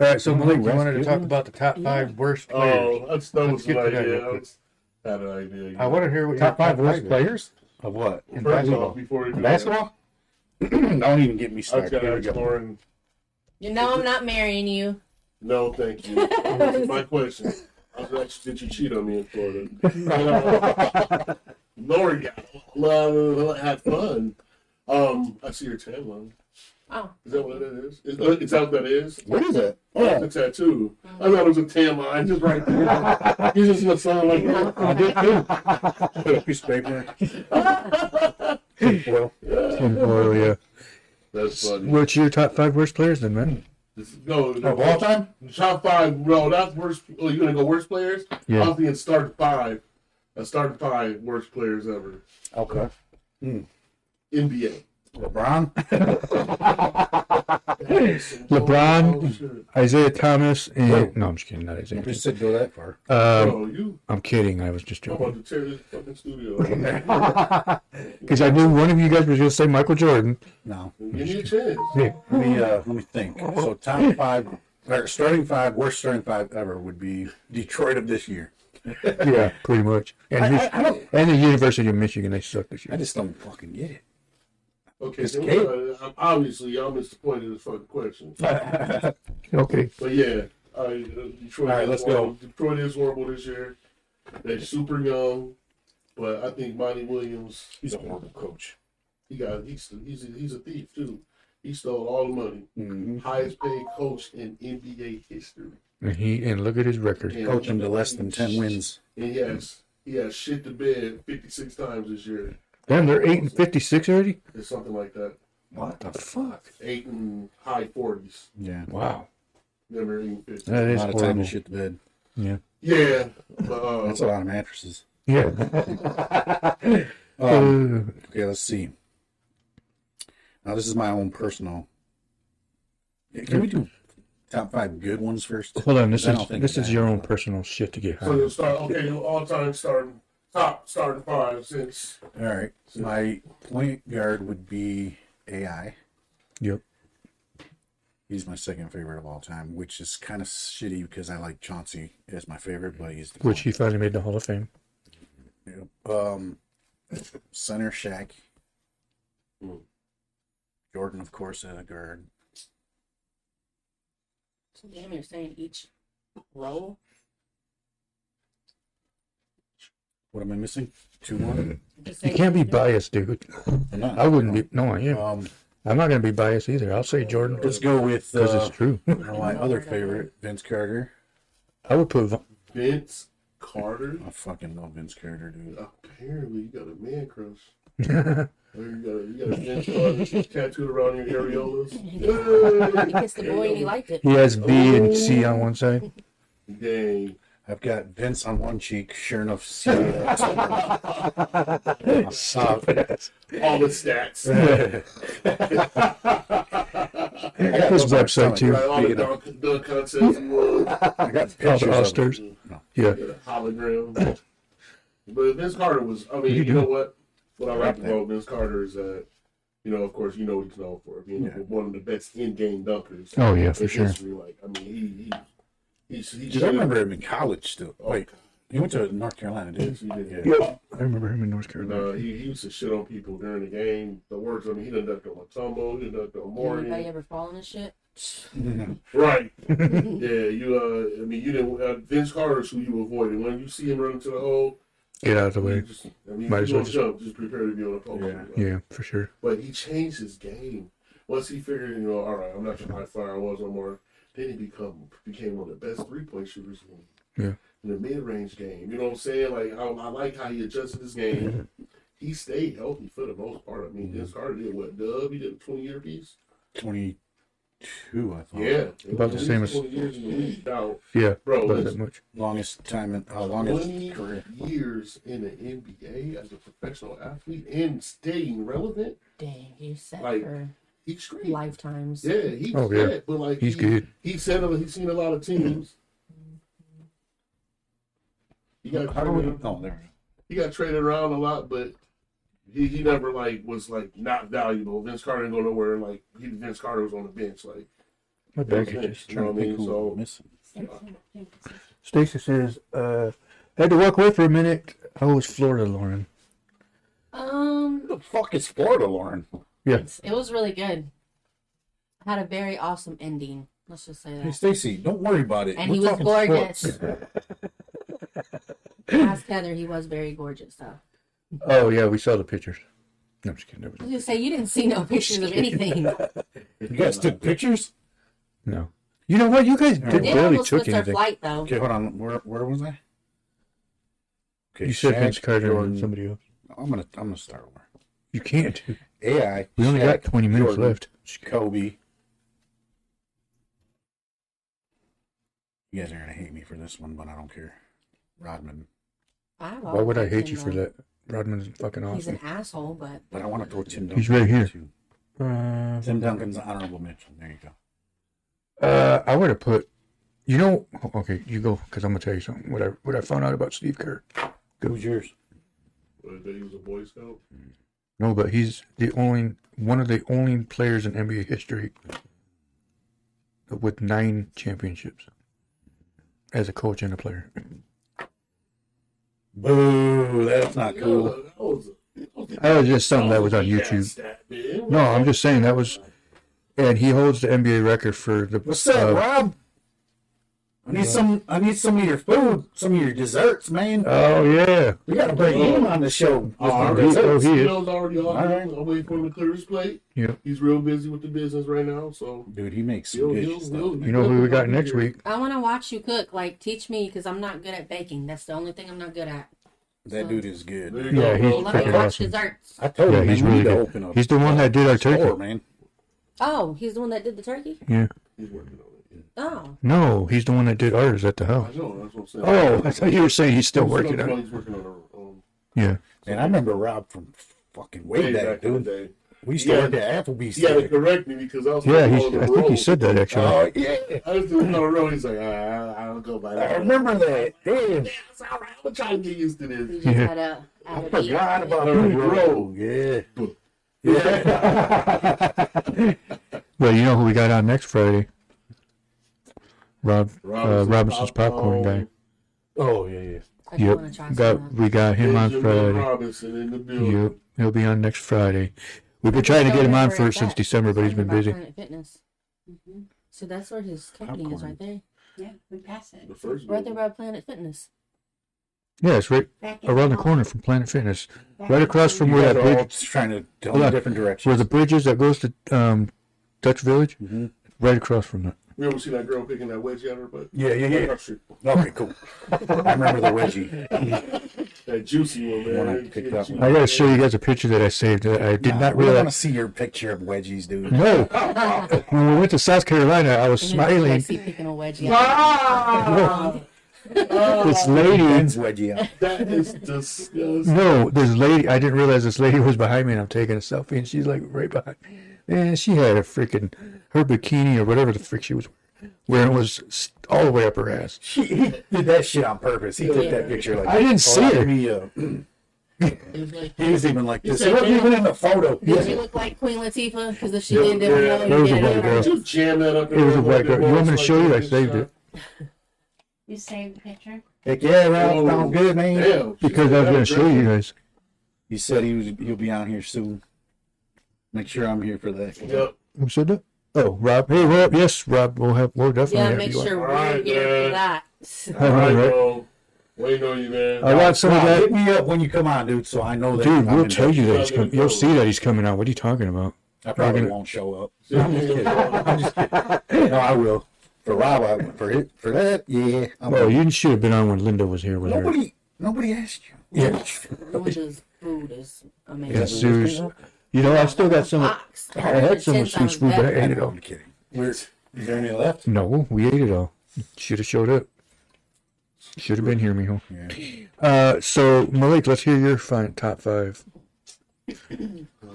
Speaker 2: right, so Malik, we wanted to talk
Speaker 1: Rasputin?
Speaker 2: about the top five worst players.
Speaker 6: Oh, that's, that
Speaker 2: Let's
Speaker 6: was an
Speaker 2: get to that
Speaker 6: idea.
Speaker 2: real
Speaker 6: I
Speaker 2: quick.
Speaker 6: was, had an idea.
Speaker 2: I want to hear what your
Speaker 1: Top five worst
Speaker 2: is.
Speaker 1: players of what?
Speaker 6: First
Speaker 2: basketball.
Speaker 6: off, before we do
Speaker 1: In
Speaker 6: that,
Speaker 1: basketball? don't even get me
Speaker 6: I was
Speaker 1: started.
Speaker 6: going to
Speaker 1: Here we go.
Speaker 6: explore and
Speaker 3: You know, I'm not marrying you.
Speaker 6: no, thank you. This is my question. I was actually, did you cheat on me in Florida? Uh, Lord, God, love, have fun. Um, I see your tagline.
Speaker 3: Oh,
Speaker 6: Is that what it is? Is, uh, is that what that is?
Speaker 1: What is it?
Speaker 6: Oh, it's a tattoo. I thought it was a tan line just right there. you just gonna sound like that.
Speaker 1: Piece of paper. Tinfoil.
Speaker 2: Oh, yeah.
Speaker 6: That's funny.
Speaker 2: What's your top five worst players then, man?
Speaker 6: This, no, no,
Speaker 1: Of all time?
Speaker 6: top five. No, not worst. Oh, you're gonna go worst players?
Speaker 2: Yeah.
Speaker 6: I was thinking start five. A start five worst players ever.
Speaker 1: Okay.
Speaker 6: NBA.
Speaker 1: LeBron?
Speaker 2: LeBron.
Speaker 6: Oh, shit. Oh,
Speaker 2: Isaiah Thomas and no, I'm just kidding. Not Isaiah.
Speaker 1: just said go that far.
Speaker 2: Um,
Speaker 6: Bro, you
Speaker 2: I'm kidding. I was just
Speaker 6: I'm
Speaker 1: Oh,
Speaker 2: joking.
Speaker 6: about to tear this fucking studio. up.
Speaker 2: Because I knew one of you guys was going to say Michael Jordan.
Speaker 1: No.
Speaker 6: Give me a chance.
Speaker 2: Yeah.
Speaker 1: Let me uh, let me think. So top five or starting five, worst starting five ever would be Detroit of this year.
Speaker 2: Yeah, pretty much. And,
Speaker 1: I-
Speaker 2: his-
Speaker 1: I- I don't-
Speaker 2: and the University of Michigan, they suck this
Speaker 1: I
Speaker 2: year.
Speaker 1: just don't fucking get it.
Speaker 6: Okay,
Speaker 1: It's
Speaker 6: so
Speaker 1: Kate.
Speaker 6: uh, obviously y'all missed the point of this fucking question.
Speaker 2: Okay.
Speaker 6: But yeah, all right, uh, Detroit.
Speaker 1: All right,
Speaker 6: is
Speaker 1: let's
Speaker 6: horrible. Detroit is horrible this year. They're super young, but I think Monty Williams.
Speaker 1: He's a horrible coach.
Speaker 6: He got he's he's a, he's a thief too. He stole all the money.
Speaker 1: Mm-hmm.
Speaker 6: Highest paid coach in NBA history.
Speaker 2: And he and look at his record.
Speaker 6: And
Speaker 1: Coach him to
Speaker 6: he-
Speaker 1: less than ten wins.
Speaker 6: And he has he has shit to bed fifty six times this year.
Speaker 2: Damn, they're eight and fifty-six already.
Speaker 6: It's something like that.
Speaker 2: What the fuck?
Speaker 6: Eight and high forties.
Speaker 1: Yeah.
Speaker 2: Wow,
Speaker 6: Never even fifty.
Speaker 2: that
Speaker 1: A
Speaker 2: is
Speaker 1: lot of time
Speaker 2: horrible.
Speaker 1: to shit the bed.
Speaker 2: Yeah,
Speaker 6: Yeah, but uh,
Speaker 1: That's a lot of mattresses.
Speaker 2: yeah.
Speaker 1: Um,
Speaker 2: Uh,
Speaker 1: okay, let's see. Now this is my own personal. Yeah, Can we do top five good ones first?
Speaker 2: hold on, this
Speaker 1: Then
Speaker 2: is
Speaker 1: I'll think
Speaker 2: this
Speaker 1: of
Speaker 2: is
Speaker 1: that.
Speaker 2: your own personal shit to get
Speaker 1: Oh,
Speaker 6: So
Speaker 2: high.
Speaker 6: you'll start okay, you'll all time starting top starting five since
Speaker 1: All right. My point guard would be AI.
Speaker 2: Yep.
Speaker 1: He's my second favorite of all time, which is kind of shitty because I like Chauncey as my favorite, but he's the
Speaker 2: Which he finally made the Hall of Fame.
Speaker 1: um center Shaq,
Speaker 6: Mm.
Speaker 1: Jordan of course at a guard.
Speaker 3: So damn, you're saying each role?
Speaker 1: What am I missing? Two more.
Speaker 3: Just
Speaker 2: You
Speaker 3: saying
Speaker 2: can't be
Speaker 3: each-
Speaker 2: biased, dude.
Speaker 1: I'm not.
Speaker 2: Mm-hmm. I wouldn't be. No, I am.
Speaker 1: Um,
Speaker 2: I'm not gonna be biased either. I'll say Jordan
Speaker 1: let's go with
Speaker 2: because
Speaker 1: uh,
Speaker 2: it's true.
Speaker 1: my other favorite, Vince Carter.
Speaker 2: I would put. Va-
Speaker 6: Vince Carter.
Speaker 1: I fucking love Vince Carter, dude.
Speaker 6: Apparently you got a man crush. Or you got a, you got a Vince Carter tattooed around your areolas.
Speaker 3: He kissed the boy and he liked it.
Speaker 2: He has B and C on one side.
Speaker 6: Dang.
Speaker 1: I've got Vince on one cheek. Sure enough, see uh,
Speaker 6: All the stats.
Speaker 2: His website too.
Speaker 6: Got all the dunk, dunk contests and all
Speaker 1: I got
Speaker 2: All
Speaker 1: pictures
Speaker 2: the
Speaker 1: of it.
Speaker 2: Osters. Yeah.
Speaker 6: the holograms. But Vince Carter was I mean, you, know what? What I like about Vince Carter is that you know, of course, you know what he's known for being
Speaker 1: Yeah.
Speaker 6: one of the best in-game dunkers.
Speaker 2: Oh yeah, for
Speaker 6: in
Speaker 2: sure.
Speaker 6: history. Like, I mean, he he he's, he
Speaker 1: Because I remember him in college still. Wait, he went to North Carolina, didn't
Speaker 6: Yes, he did.
Speaker 1: he?
Speaker 2: Yep. I remember him in North
Speaker 6: And,
Speaker 2: Carolina.
Speaker 6: uh, he, he used to shit on people during the game. The works. I mean, he done ducked on Matumbo. He done ducked on
Speaker 3: Anybody
Speaker 6: Morgan.
Speaker 3: ever fallen in shit?
Speaker 6: Right.
Speaker 4: Mm-hmm.
Speaker 6: yeah. You. Uh. I mean, you didn't. Uh, Vince Carter's who you avoided. When you see him running to the hole,
Speaker 2: Get out of the
Speaker 6: you
Speaker 2: way.
Speaker 6: just. I mean,
Speaker 2: Might
Speaker 6: if
Speaker 2: as
Speaker 6: you
Speaker 2: well
Speaker 6: don't
Speaker 2: just-
Speaker 6: jump. Just prepare to be on a post.
Speaker 1: Yeah.
Speaker 2: Yeah, for sure.
Speaker 6: But he changed his game. Once he figured, you know, all right, I'm not the high flyer I was no more. Then he become became one of the best three point shooters in,
Speaker 2: Yeah.
Speaker 6: in the mid range game. You know what I'm saying? Like I, I like how he adjusted his game. he stayed healthy for the most part. I
Speaker 2: Mm-hmm.
Speaker 6: mean, Vince Carter did what Dub? He did a 20 year piece.
Speaker 1: 22, I thought.
Speaker 6: yeah,
Speaker 2: Oh, About the same as-
Speaker 6: 20 years in the league.
Speaker 1: Mm-hmm.
Speaker 6: Now,
Speaker 2: Yeah,
Speaker 6: Bro,
Speaker 2: about
Speaker 6: that's-
Speaker 2: that much.
Speaker 1: Longest time in, uh, longest
Speaker 6: 20
Speaker 1: career.
Speaker 6: years in the NBA as a professional athlete and staying relevant.
Speaker 3: Dang, you set
Speaker 6: Like-
Speaker 3: for
Speaker 6: He's great.
Speaker 3: lifetimes.
Speaker 6: Yeah, he's
Speaker 2: Oh, yeah.
Speaker 6: good, but like
Speaker 2: He's
Speaker 6: he,
Speaker 2: good.
Speaker 6: He's seen a, he's seen a lot of teams. He got
Speaker 1: How do we?
Speaker 6: traded,
Speaker 1: Oh, there.
Speaker 6: he got traded around a lot, but he, he never like was like not valuable. Vince Carter didn't go nowhere. Like he, Vince Carter was on the bench. Like
Speaker 2: My
Speaker 6: back
Speaker 2: back
Speaker 6: is
Speaker 2: is just
Speaker 6: just
Speaker 1: we go. Trying to think who
Speaker 6: So-
Speaker 1: we're missing.
Speaker 2: Stacy says, uh, had to walk away for a minute. How was Oh, Florida, Lauren?
Speaker 3: Um,
Speaker 1: Who the fuck is Florida, Lauren?
Speaker 2: Yeah.
Speaker 3: it was really good. Had a very awesome ending. Let's just say
Speaker 1: Hey,
Speaker 3: that.
Speaker 1: Stacy, don't worry about it.
Speaker 3: And
Speaker 1: We're
Speaker 3: he was
Speaker 1: talking
Speaker 3: gorgeous.
Speaker 1: sports.
Speaker 3: Ask Heather, he was very gorgeous, though.
Speaker 2: Oh, yeah, we saw the pictures. No, I'm just kidding. that
Speaker 3: I
Speaker 2: was-
Speaker 3: was gonna say you didn't see no pictures of anything.
Speaker 1: You guys took pictures?
Speaker 2: No. You know what? You guys did,
Speaker 3: They
Speaker 2: barely
Speaker 3: almost
Speaker 2: took
Speaker 3: missed our
Speaker 2: anything.
Speaker 3: flight, though.
Speaker 1: Okay, hold on. Where where was I? Okay,
Speaker 2: You said
Speaker 1: Shaq,
Speaker 2: Vince Carter
Speaker 1: Jordan.
Speaker 2: and somebody else.
Speaker 1: I'm gonna I'm gonna start over.
Speaker 2: You can't.
Speaker 1: AI.
Speaker 2: We only got
Speaker 1: Shaq,
Speaker 2: 20 minutes
Speaker 1: Jordan,
Speaker 2: left.
Speaker 1: Kobe. You guys are gonna hate me for this one, but I don't care. Rodman,
Speaker 3: I've
Speaker 2: Why would I
Speaker 3: always
Speaker 2: hate
Speaker 3: liked
Speaker 2: you
Speaker 3: him,
Speaker 2: for
Speaker 3: though.
Speaker 2: that? Rodman's fucking
Speaker 3: He's an
Speaker 2: awesome.
Speaker 3: asshole, but
Speaker 1: but I want to throw Tim Duncan.
Speaker 2: He's right here.
Speaker 1: too.
Speaker 2: Uh,
Speaker 1: Tim Duncan's an honorable mention. There you go.
Speaker 2: uh, I would have put You know, okay, you go because I'm gonna tell you something. What I what I found out about Steve Kerr.
Speaker 1: Who's yours?
Speaker 6: Uh, that he was a Boy Scout.
Speaker 2: No, but he's the only one of the only players in NBA history with nine championships as a coach and a player.
Speaker 1: Boo! That's not
Speaker 6: Yeah,
Speaker 1: cool.
Speaker 6: that was a- that was a-
Speaker 2: That was just something that was on
Speaker 6: Yeah,
Speaker 2: YouTube.
Speaker 6: stat, man.
Speaker 2: No, I'm just saying that was, and he holds the NBA record for the.
Speaker 1: What's up,
Speaker 2: uh,
Speaker 1: Rob? I need some. I need some of your food, some of your desserts, man.
Speaker 2: Oh yeah,
Speaker 1: we gotta bring him on the show.
Speaker 6: Oh, I
Speaker 2: he-
Speaker 6: already said
Speaker 2: oh,
Speaker 6: it.
Speaker 2: he is.
Speaker 6: Bill's already on.
Speaker 1: Alright.
Speaker 6: I'm waiting for him to clear his plate.
Speaker 2: yeah.
Speaker 6: He's real busy with the business right now, so
Speaker 1: Dude, he makes some
Speaker 6: he'll,
Speaker 1: good
Speaker 6: he'll,
Speaker 1: stuff.
Speaker 6: he'll,
Speaker 2: You know who we got next week?
Speaker 3: I want to watch you cook. Like, teach me because I'm not good at baking. That's the only thing I'm not good at.
Speaker 1: That dude is good.
Speaker 6: There you
Speaker 2: Yeah,
Speaker 6: go,
Speaker 2: he's
Speaker 6: bro.
Speaker 3: Let me
Speaker 2: freaking
Speaker 3: watch
Speaker 2: Oh, awesome.
Speaker 3: desserts.
Speaker 1: I told
Speaker 2: Yeah,
Speaker 1: him
Speaker 2: he's
Speaker 1: man, we
Speaker 2: really
Speaker 1: need to
Speaker 2: good.
Speaker 1: open up.
Speaker 2: He's the one that did our
Speaker 1: store,
Speaker 2: turkey.
Speaker 1: man.
Speaker 3: Oh, he's the one that did the turkey.
Speaker 2: Yeah.
Speaker 6: He's working on it.
Speaker 3: Oh,
Speaker 2: No, he's the one that did ours at the
Speaker 6: I
Speaker 2: house.
Speaker 6: know. That's what I'm saying.
Speaker 2: Oh, I thought you were saying he's still working on it.
Speaker 6: He's working on it. Um,
Speaker 2: Yeah.
Speaker 1: And I remember Rob from fucking way
Speaker 6: way
Speaker 1: back,
Speaker 6: back in the
Speaker 1: dude.
Speaker 6: day.
Speaker 1: We used to
Speaker 6: Yeah.
Speaker 1: work at Applebee's.
Speaker 6: He had to
Speaker 1: together.
Speaker 6: correct me because I was.
Speaker 2: Yeah,
Speaker 6: thinking
Speaker 2: he,
Speaker 6: all the
Speaker 2: I think he
Speaker 6: roles.
Speaker 2: said that actually.
Speaker 1: Oh yeah,
Speaker 6: I was doing all the roles. He's like, "Ah, I, I don't go by that.
Speaker 1: I remember that. Damn,
Speaker 6: Yeah, it's all right. I'm trying to get used to
Speaker 3: you
Speaker 6: this.
Speaker 3: just
Speaker 2: Yeah.
Speaker 3: had a.
Speaker 1: I
Speaker 3: had a beat.
Speaker 1: forgot about
Speaker 6: Yeah.
Speaker 1: the road. Yeah. Yeah.
Speaker 2: Well, you know who we got on next Friday? Rob Robinson's,
Speaker 6: Robinson's
Speaker 2: uh, Robinson's popcorn,
Speaker 6: Popcorn.
Speaker 2: guy.
Speaker 1: oh yeah, yeah.
Speaker 3: I do want to try
Speaker 2: Yep, got
Speaker 3: some.
Speaker 2: we got him on
Speaker 6: Benjamin
Speaker 2: Friday.
Speaker 6: Robinson in the building.
Speaker 2: Yep, he'll be on next Friday. We've been trying to get him on for since December, but he's been busy.
Speaker 3: Planet Fitness.
Speaker 4: Mhm.
Speaker 3: So that's where his company is, right there.
Speaker 4: Yeah, we pass it.
Speaker 6: The first
Speaker 3: Right there
Speaker 6: building.
Speaker 3: by Planet Fitness.
Speaker 2: Yeah, it's right
Speaker 4: Back in
Speaker 2: around the
Speaker 4: hall-
Speaker 2: corner from Planet Fitness,
Speaker 4: back
Speaker 2: right
Speaker 4: in
Speaker 2: across
Speaker 4: hall.
Speaker 2: from
Speaker 1: You
Speaker 2: where
Speaker 1: guys
Speaker 2: that
Speaker 1: are all
Speaker 2: bridge,
Speaker 1: just trying to tell
Speaker 2: Hold
Speaker 1: them
Speaker 2: on.
Speaker 1: different
Speaker 2: where
Speaker 1: directions.
Speaker 2: the bridge is that goes to um, Dutch Village.
Speaker 1: Mhm.
Speaker 2: Right across from that.
Speaker 6: You ever see that girl picking that wedge at her butt?
Speaker 1: Yeah, yeah,
Speaker 6: Right
Speaker 1: yeah.
Speaker 6: across the street.
Speaker 1: Okay, cool. I remember the wedgie.
Speaker 6: That juicy one, man.
Speaker 1: When I
Speaker 6: She-
Speaker 1: picked up
Speaker 6: she-
Speaker 2: I gotta show you guys a picture that I saved. that I did not
Speaker 1: we don't want to
Speaker 2: realize.
Speaker 1: see your picture of wedgies, dude.
Speaker 2: No, when we went to South Carolina, I was
Speaker 3: And then
Speaker 2: smiling.
Speaker 3: Tracy picking a wedgie.
Speaker 6: Ah!
Speaker 2: This
Speaker 3: oh.
Speaker 2: lady
Speaker 1: Ben's wedgie out.
Speaker 6: that is disgusting.
Speaker 2: No, this lady. I didn't realize this lady was behind me, and I'm taking a selfie, and she's like right behind. Man, she had a freaking her bikini or whatever the frick she was wearing was s- all the way up her ass.
Speaker 1: He, he did that shit on purpose. He took that picture like
Speaker 2: I didn't see
Speaker 1: let
Speaker 2: it.
Speaker 1: Me, uh,
Speaker 6: It's like,
Speaker 1: he was even like this.
Speaker 6: said
Speaker 1: It wasn't
Speaker 6: Ben-
Speaker 1: even in the photo.
Speaker 3: Does she look like Queen Latifah? Because if she did, then we
Speaker 6: Yeah.
Speaker 3: know
Speaker 2: That
Speaker 3: you
Speaker 2: was a
Speaker 3: did
Speaker 2: white
Speaker 3: it.
Speaker 2: girl.
Speaker 6: Did you jam that up? in
Speaker 2: It was
Speaker 6: there
Speaker 2: a white
Speaker 6: like
Speaker 2: girl. You want me to
Speaker 6: that
Speaker 2: show you? I
Speaker 6: was
Speaker 2: saved
Speaker 6: like-
Speaker 2: it
Speaker 4: You saved the picture.
Speaker 1: Heck yeah, Ralph,
Speaker 6: Oh,
Speaker 1: sound good, man.
Speaker 6: Damn. she
Speaker 2: because
Speaker 6: said
Speaker 2: I was
Speaker 6: that
Speaker 2: going to show
Speaker 6: girl.
Speaker 2: you guys.
Speaker 1: He said he was. He'll be on here soon. Make sure I'm here for that.
Speaker 6: Yep.
Speaker 2: Who said that? Oh, Rob. Hey, Rob. Yes, Rob. We'll have. We'll definitely
Speaker 3: Yeah,
Speaker 2: have
Speaker 3: make
Speaker 2: you on.
Speaker 3: sure we're
Speaker 6: Alright,
Speaker 3: here for that.
Speaker 2: I
Speaker 6: All
Speaker 2: know,
Speaker 6: right, uh,
Speaker 2: right?
Speaker 6: bro. Waiting on you, man.
Speaker 2: I got some of
Speaker 1: Rob, hit
Speaker 2: that.
Speaker 1: me up when you come on, dude, so I know that.
Speaker 2: Dude,
Speaker 1: I'm
Speaker 2: we'll
Speaker 1: in
Speaker 2: tell you that he's
Speaker 6: Not
Speaker 2: coming.
Speaker 6: even
Speaker 2: You'll
Speaker 6: close.
Speaker 2: see that he's coming out. What are you talking about?
Speaker 1: I probably
Speaker 2: We're gonna-
Speaker 1: won't show up.
Speaker 6: Yeah.
Speaker 1: I'm just kidding. I'm just kidding. No, I will. For Rob, I will. For it, for that, yeah. I'm
Speaker 2: Oh,
Speaker 1: gonna-
Speaker 2: you should have been on when Linda was here with her.
Speaker 1: nobody, nobody asked you.
Speaker 2: Yeah.
Speaker 3: Luda's food is amazing.
Speaker 2: Yeah, Sue's. You know, I still got some.
Speaker 3: Ox.
Speaker 2: I had some of
Speaker 3: Since I was
Speaker 2: Sue's food, but I
Speaker 3: back.
Speaker 2: ate
Speaker 1: I
Speaker 2: it
Speaker 1: know,
Speaker 2: all.
Speaker 1: I'm kidding. We're, is there any left?
Speaker 2: No, we ate it all. Should have showed up. Should have been here, Mijo.
Speaker 1: Yeah.
Speaker 2: Uh, so Malik, let's hear your fine top five.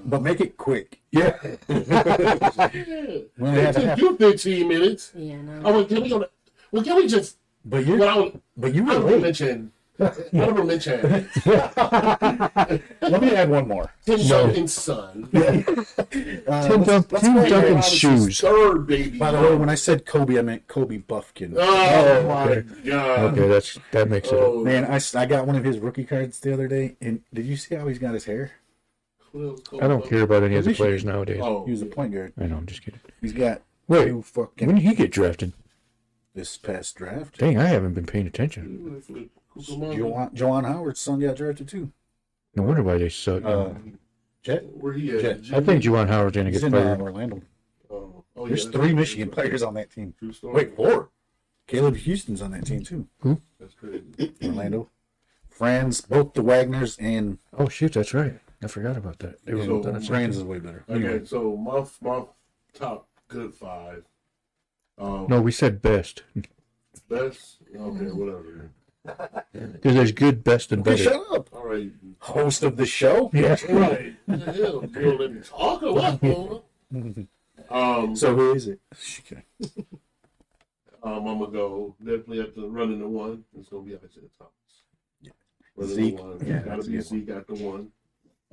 Speaker 1: But make it quick.
Speaker 2: Yeah.
Speaker 1: We only
Speaker 6: It
Speaker 1: have
Speaker 6: took
Speaker 1: half.
Speaker 6: you 15 minutes.
Speaker 3: Yeah,
Speaker 6: I
Speaker 3: no.
Speaker 6: went, can we go to, well, can we just,
Speaker 1: But
Speaker 6: well, I
Speaker 1: you,
Speaker 6: don't-
Speaker 1: but you
Speaker 6: I
Speaker 1: were
Speaker 6: don't know
Speaker 1: late.
Speaker 6: mention, I don't know mention,
Speaker 1: Let me add one more.
Speaker 6: Tim Duncan's son.
Speaker 1: Uh,
Speaker 2: Tim,
Speaker 1: let's-
Speaker 2: Dun-
Speaker 1: let's
Speaker 2: Tim
Speaker 1: go ahead.
Speaker 2: Duncan's
Speaker 6: Robinson's
Speaker 2: shoes.
Speaker 6: Third baby.
Speaker 1: By the way, when I said Kobe, I meant Kobe Buffkin.
Speaker 6: Oh, my
Speaker 2: okay.
Speaker 6: God.
Speaker 2: Okay, that's that makes it. Up.
Speaker 6: Oh,
Speaker 1: Man, I, s- I got one of his rookie cards the other day, and did you see how he's got his hair?
Speaker 2: I don't care about any
Speaker 1: At
Speaker 2: other
Speaker 1: least you
Speaker 2: players nowadays.
Speaker 6: Oh,
Speaker 1: He was a point guard.
Speaker 2: I know. I'm just kidding.
Speaker 1: He's got
Speaker 2: Wait,
Speaker 1: two fucking
Speaker 2: when did he get drafted?
Speaker 1: this past draft.
Speaker 2: Dang, I haven't been paying attention.
Speaker 1: Joan, Joan Howard's son got drafted too.
Speaker 2: No wonder why they suck.
Speaker 1: Uh, Jet.
Speaker 6: Where he at?
Speaker 1: Jet.
Speaker 2: I think Juwan Howard's gonna
Speaker 1: He's
Speaker 2: get
Speaker 1: in uh,
Speaker 2: fired.
Speaker 1: Orlando.
Speaker 6: Oh, oh,
Speaker 1: There's
Speaker 6: yeah,
Speaker 1: three
Speaker 6: that's-
Speaker 1: Michigan players on that team.
Speaker 6: True story.
Speaker 1: Wait, four. Caleb Houston's on that team too.
Speaker 6: That's crazy.
Speaker 1: Orlando. Franz, both the Wagners and
Speaker 2: Oh shit, that's right. I forgot about that. They were
Speaker 6: So,
Speaker 2: both on the same
Speaker 1: Franz is
Speaker 2: team.
Speaker 1: way better.
Speaker 6: Okay, so my my top good five. Um,
Speaker 2: No, we said best.
Speaker 6: best. Okay,
Speaker 1: Mm-hmm.
Speaker 6: whatever.
Speaker 2: Because there's good, best, and
Speaker 1: Okay,
Speaker 2: better.
Speaker 1: shut up.
Speaker 6: All right.
Speaker 1: Host of the show.
Speaker 2: Yeah.
Speaker 6: All right. What the hell? You don't let me talk or what? fool? um.
Speaker 1: So who is it? Okay.
Speaker 6: Um, I'm gonna go definitely have to run into one. It's gonna be Isaiah Thomas. Running
Speaker 1: Zeke.
Speaker 6: the one.
Speaker 1: Yeah,
Speaker 6: gotta
Speaker 1: that's a
Speaker 6: be
Speaker 1: good one.
Speaker 6: Zeke at the one.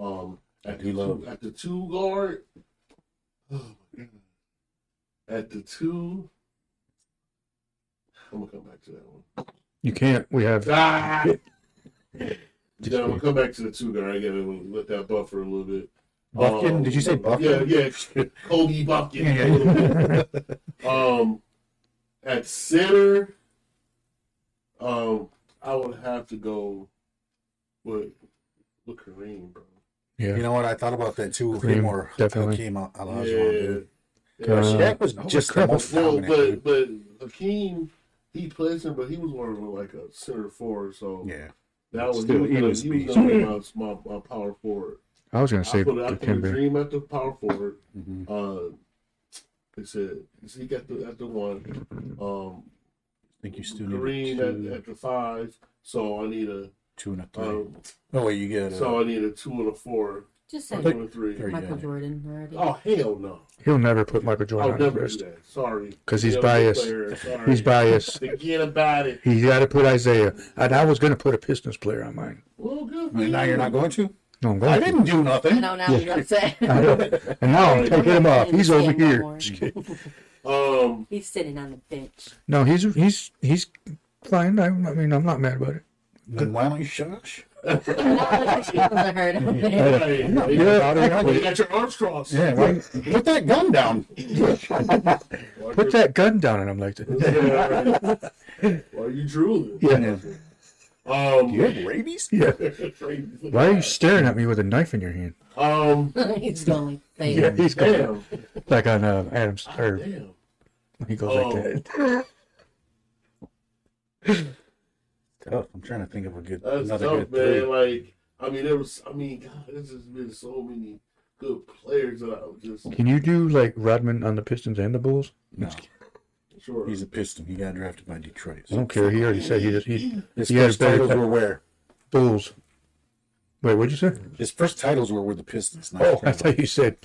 Speaker 6: Um,
Speaker 1: I
Speaker 6: at
Speaker 1: do
Speaker 6: the
Speaker 1: love-
Speaker 6: two, at the two guard. Oh my god. At the two. I'm gonna come back to that one.
Speaker 2: You can't. We have.
Speaker 6: Ah!
Speaker 2: Just
Speaker 6: Yeah, I'm gonna
Speaker 2: wait.
Speaker 6: come back to the two guard. I gotta let that buffer a little bit.
Speaker 1: Buffkin?
Speaker 6: Um,
Speaker 1: Did you say
Speaker 6: Yeah,
Speaker 1: Buffkin?
Speaker 6: yeah, Kobe Buffkin.
Speaker 2: Yeah, yeah.
Speaker 6: Um, at center, um, I would have to go with with Kareem, bro.
Speaker 2: yeah.
Speaker 1: You know what? I thought about that too.
Speaker 2: Kareem,
Speaker 1: Him
Speaker 2: definitely.
Speaker 1: Came out. I
Speaker 6: yeah,
Speaker 1: love dude.
Speaker 2: Uh,
Speaker 1: Shaq was
Speaker 2: holy
Speaker 1: just the
Speaker 2: crap.
Speaker 1: most
Speaker 6: well,
Speaker 1: dominant. dude.
Speaker 6: but but Hakeem, he plays him, but he was one of the, like a center forward, so
Speaker 1: Yeah.
Speaker 6: that was
Speaker 1: Still,
Speaker 6: he
Speaker 1: he
Speaker 6: was,
Speaker 1: was
Speaker 6: gonna- he
Speaker 1: beast.
Speaker 6: was gonna be my, my, my power forward.
Speaker 2: I was gonna
Speaker 6: I
Speaker 2: say
Speaker 6: put, I
Speaker 2: the
Speaker 6: put a
Speaker 2: Kimber.
Speaker 6: dream at the power forward.
Speaker 1: Mhm.
Speaker 6: Uh, they said he got the at the one. Um,
Speaker 1: I think you still need
Speaker 6: Kareem
Speaker 1: a two,
Speaker 6: at, at the five. So I need a
Speaker 1: two and a three.
Speaker 6: um,
Speaker 1: oh wait, you get a
Speaker 6: So I need a two and a four,
Speaker 3: Just
Speaker 6: a
Speaker 3: say
Speaker 6: two and a three.
Speaker 1: There you
Speaker 3: Michael
Speaker 1: go.
Speaker 3: Jordan already.
Speaker 6: Oh hell no!
Speaker 2: He'll never put Michael Jordan
Speaker 6: I'll
Speaker 2: on his
Speaker 6: never do
Speaker 2: list
Speaker 6: that. Sorry,
Speaker 2: because he's
Speaker 6: Yeah,
Speaker 2: biased.
Speaker 6: player, sorry.
Speaker 2: He's biased.
Speaker 6: Forget about it.
Speaker 2: He got to put Isaiah. And I was going to put a Pistons player on mine.
Speaker 6: Well, good. for
Speaker 1: Wait, now
Speaker 6: you.
Speaker 1: you're not going to?
Speaker 2: No, I'm
Speaker 1: I
Speaker 2: glad.
Speaker 1: didn't do nothing.
Speaker 3: No, now he's upset.
Speaker 2: I don't- and now I'm taking him off. He's over
Speaker 3: No
Speaker 2: here.
Speaker 3: more.
Speaker 2: Just kidding.
Speaker 6: Um,
Speaker 3: he's sitting on the bench.
Speaker 2: No, he's he's he's fine. I, I mean, I'm not mad about it.
Speaker 1: Then why don't you shush?
Speaker 3: He's
Speaker 6: hey, hey,
Speaker 2: Yeah,
Speaker 6: you
Speaker 2: exactly.
Speaker 6: got your arms crossed.
Speaker 1: Yeah, why, put that gun down.
Speaker 6: Why
Speaker 2: Put
Speaker 6: you-
Speaker 2: that gun down, and I'm like,
Speaker 6: Yeah, right. Why are you drooling?
Speaker 2: yeah,
Speaker 6: Um,
Speaker 1: You have rabies?
Speaker 2: yeah.
Speaker 6: crazy.
Speaker 2: Why are you staring at me with a knife in your hand?
Speaker 6: Um,
Speaker 3: going. Thank
Speaker 2: Yeah,
Speaker 3: you.
Speaker 2: he's going
Speaker 6: damn,
Speaker 2: like on uh, Adams or
Speaker 6: damn.
Speaker 2: he goes
Speaker 6: Oh.
Speaker 2: like that.
Speaker 1: Tough. I'm trying to think of a good
Speaker 6: That's
Speaker 1: another
Speaker 6: tough, man.
Speaker 1: good three.
Speaker 6: Like, I mean, there was. I mean, God, there's just been so many good players that I was just
Speaker 2: Can you do like Rodman on the Pistons and the Bulls?
Speaker 1: No,
Speaker 6: sure.
Speaker 1: he's a piston. He got drafted by Detroit.
Speaker 2: I don't care. He already said he just he
Speaker 1: His
Speaker 2: He had
Speaker 1: first
Speaker 2: a better
Speaker 1: titles
Speaker 2: cut.
Speaker 1: were where?
Speaker 2: Bulls. Wait, what'd you say?
Speaker 1: His first titles were with the Pistons. Not
Speaker 2: Oh, I
Speaker 1: Detroit.
Speaker 2: thought you said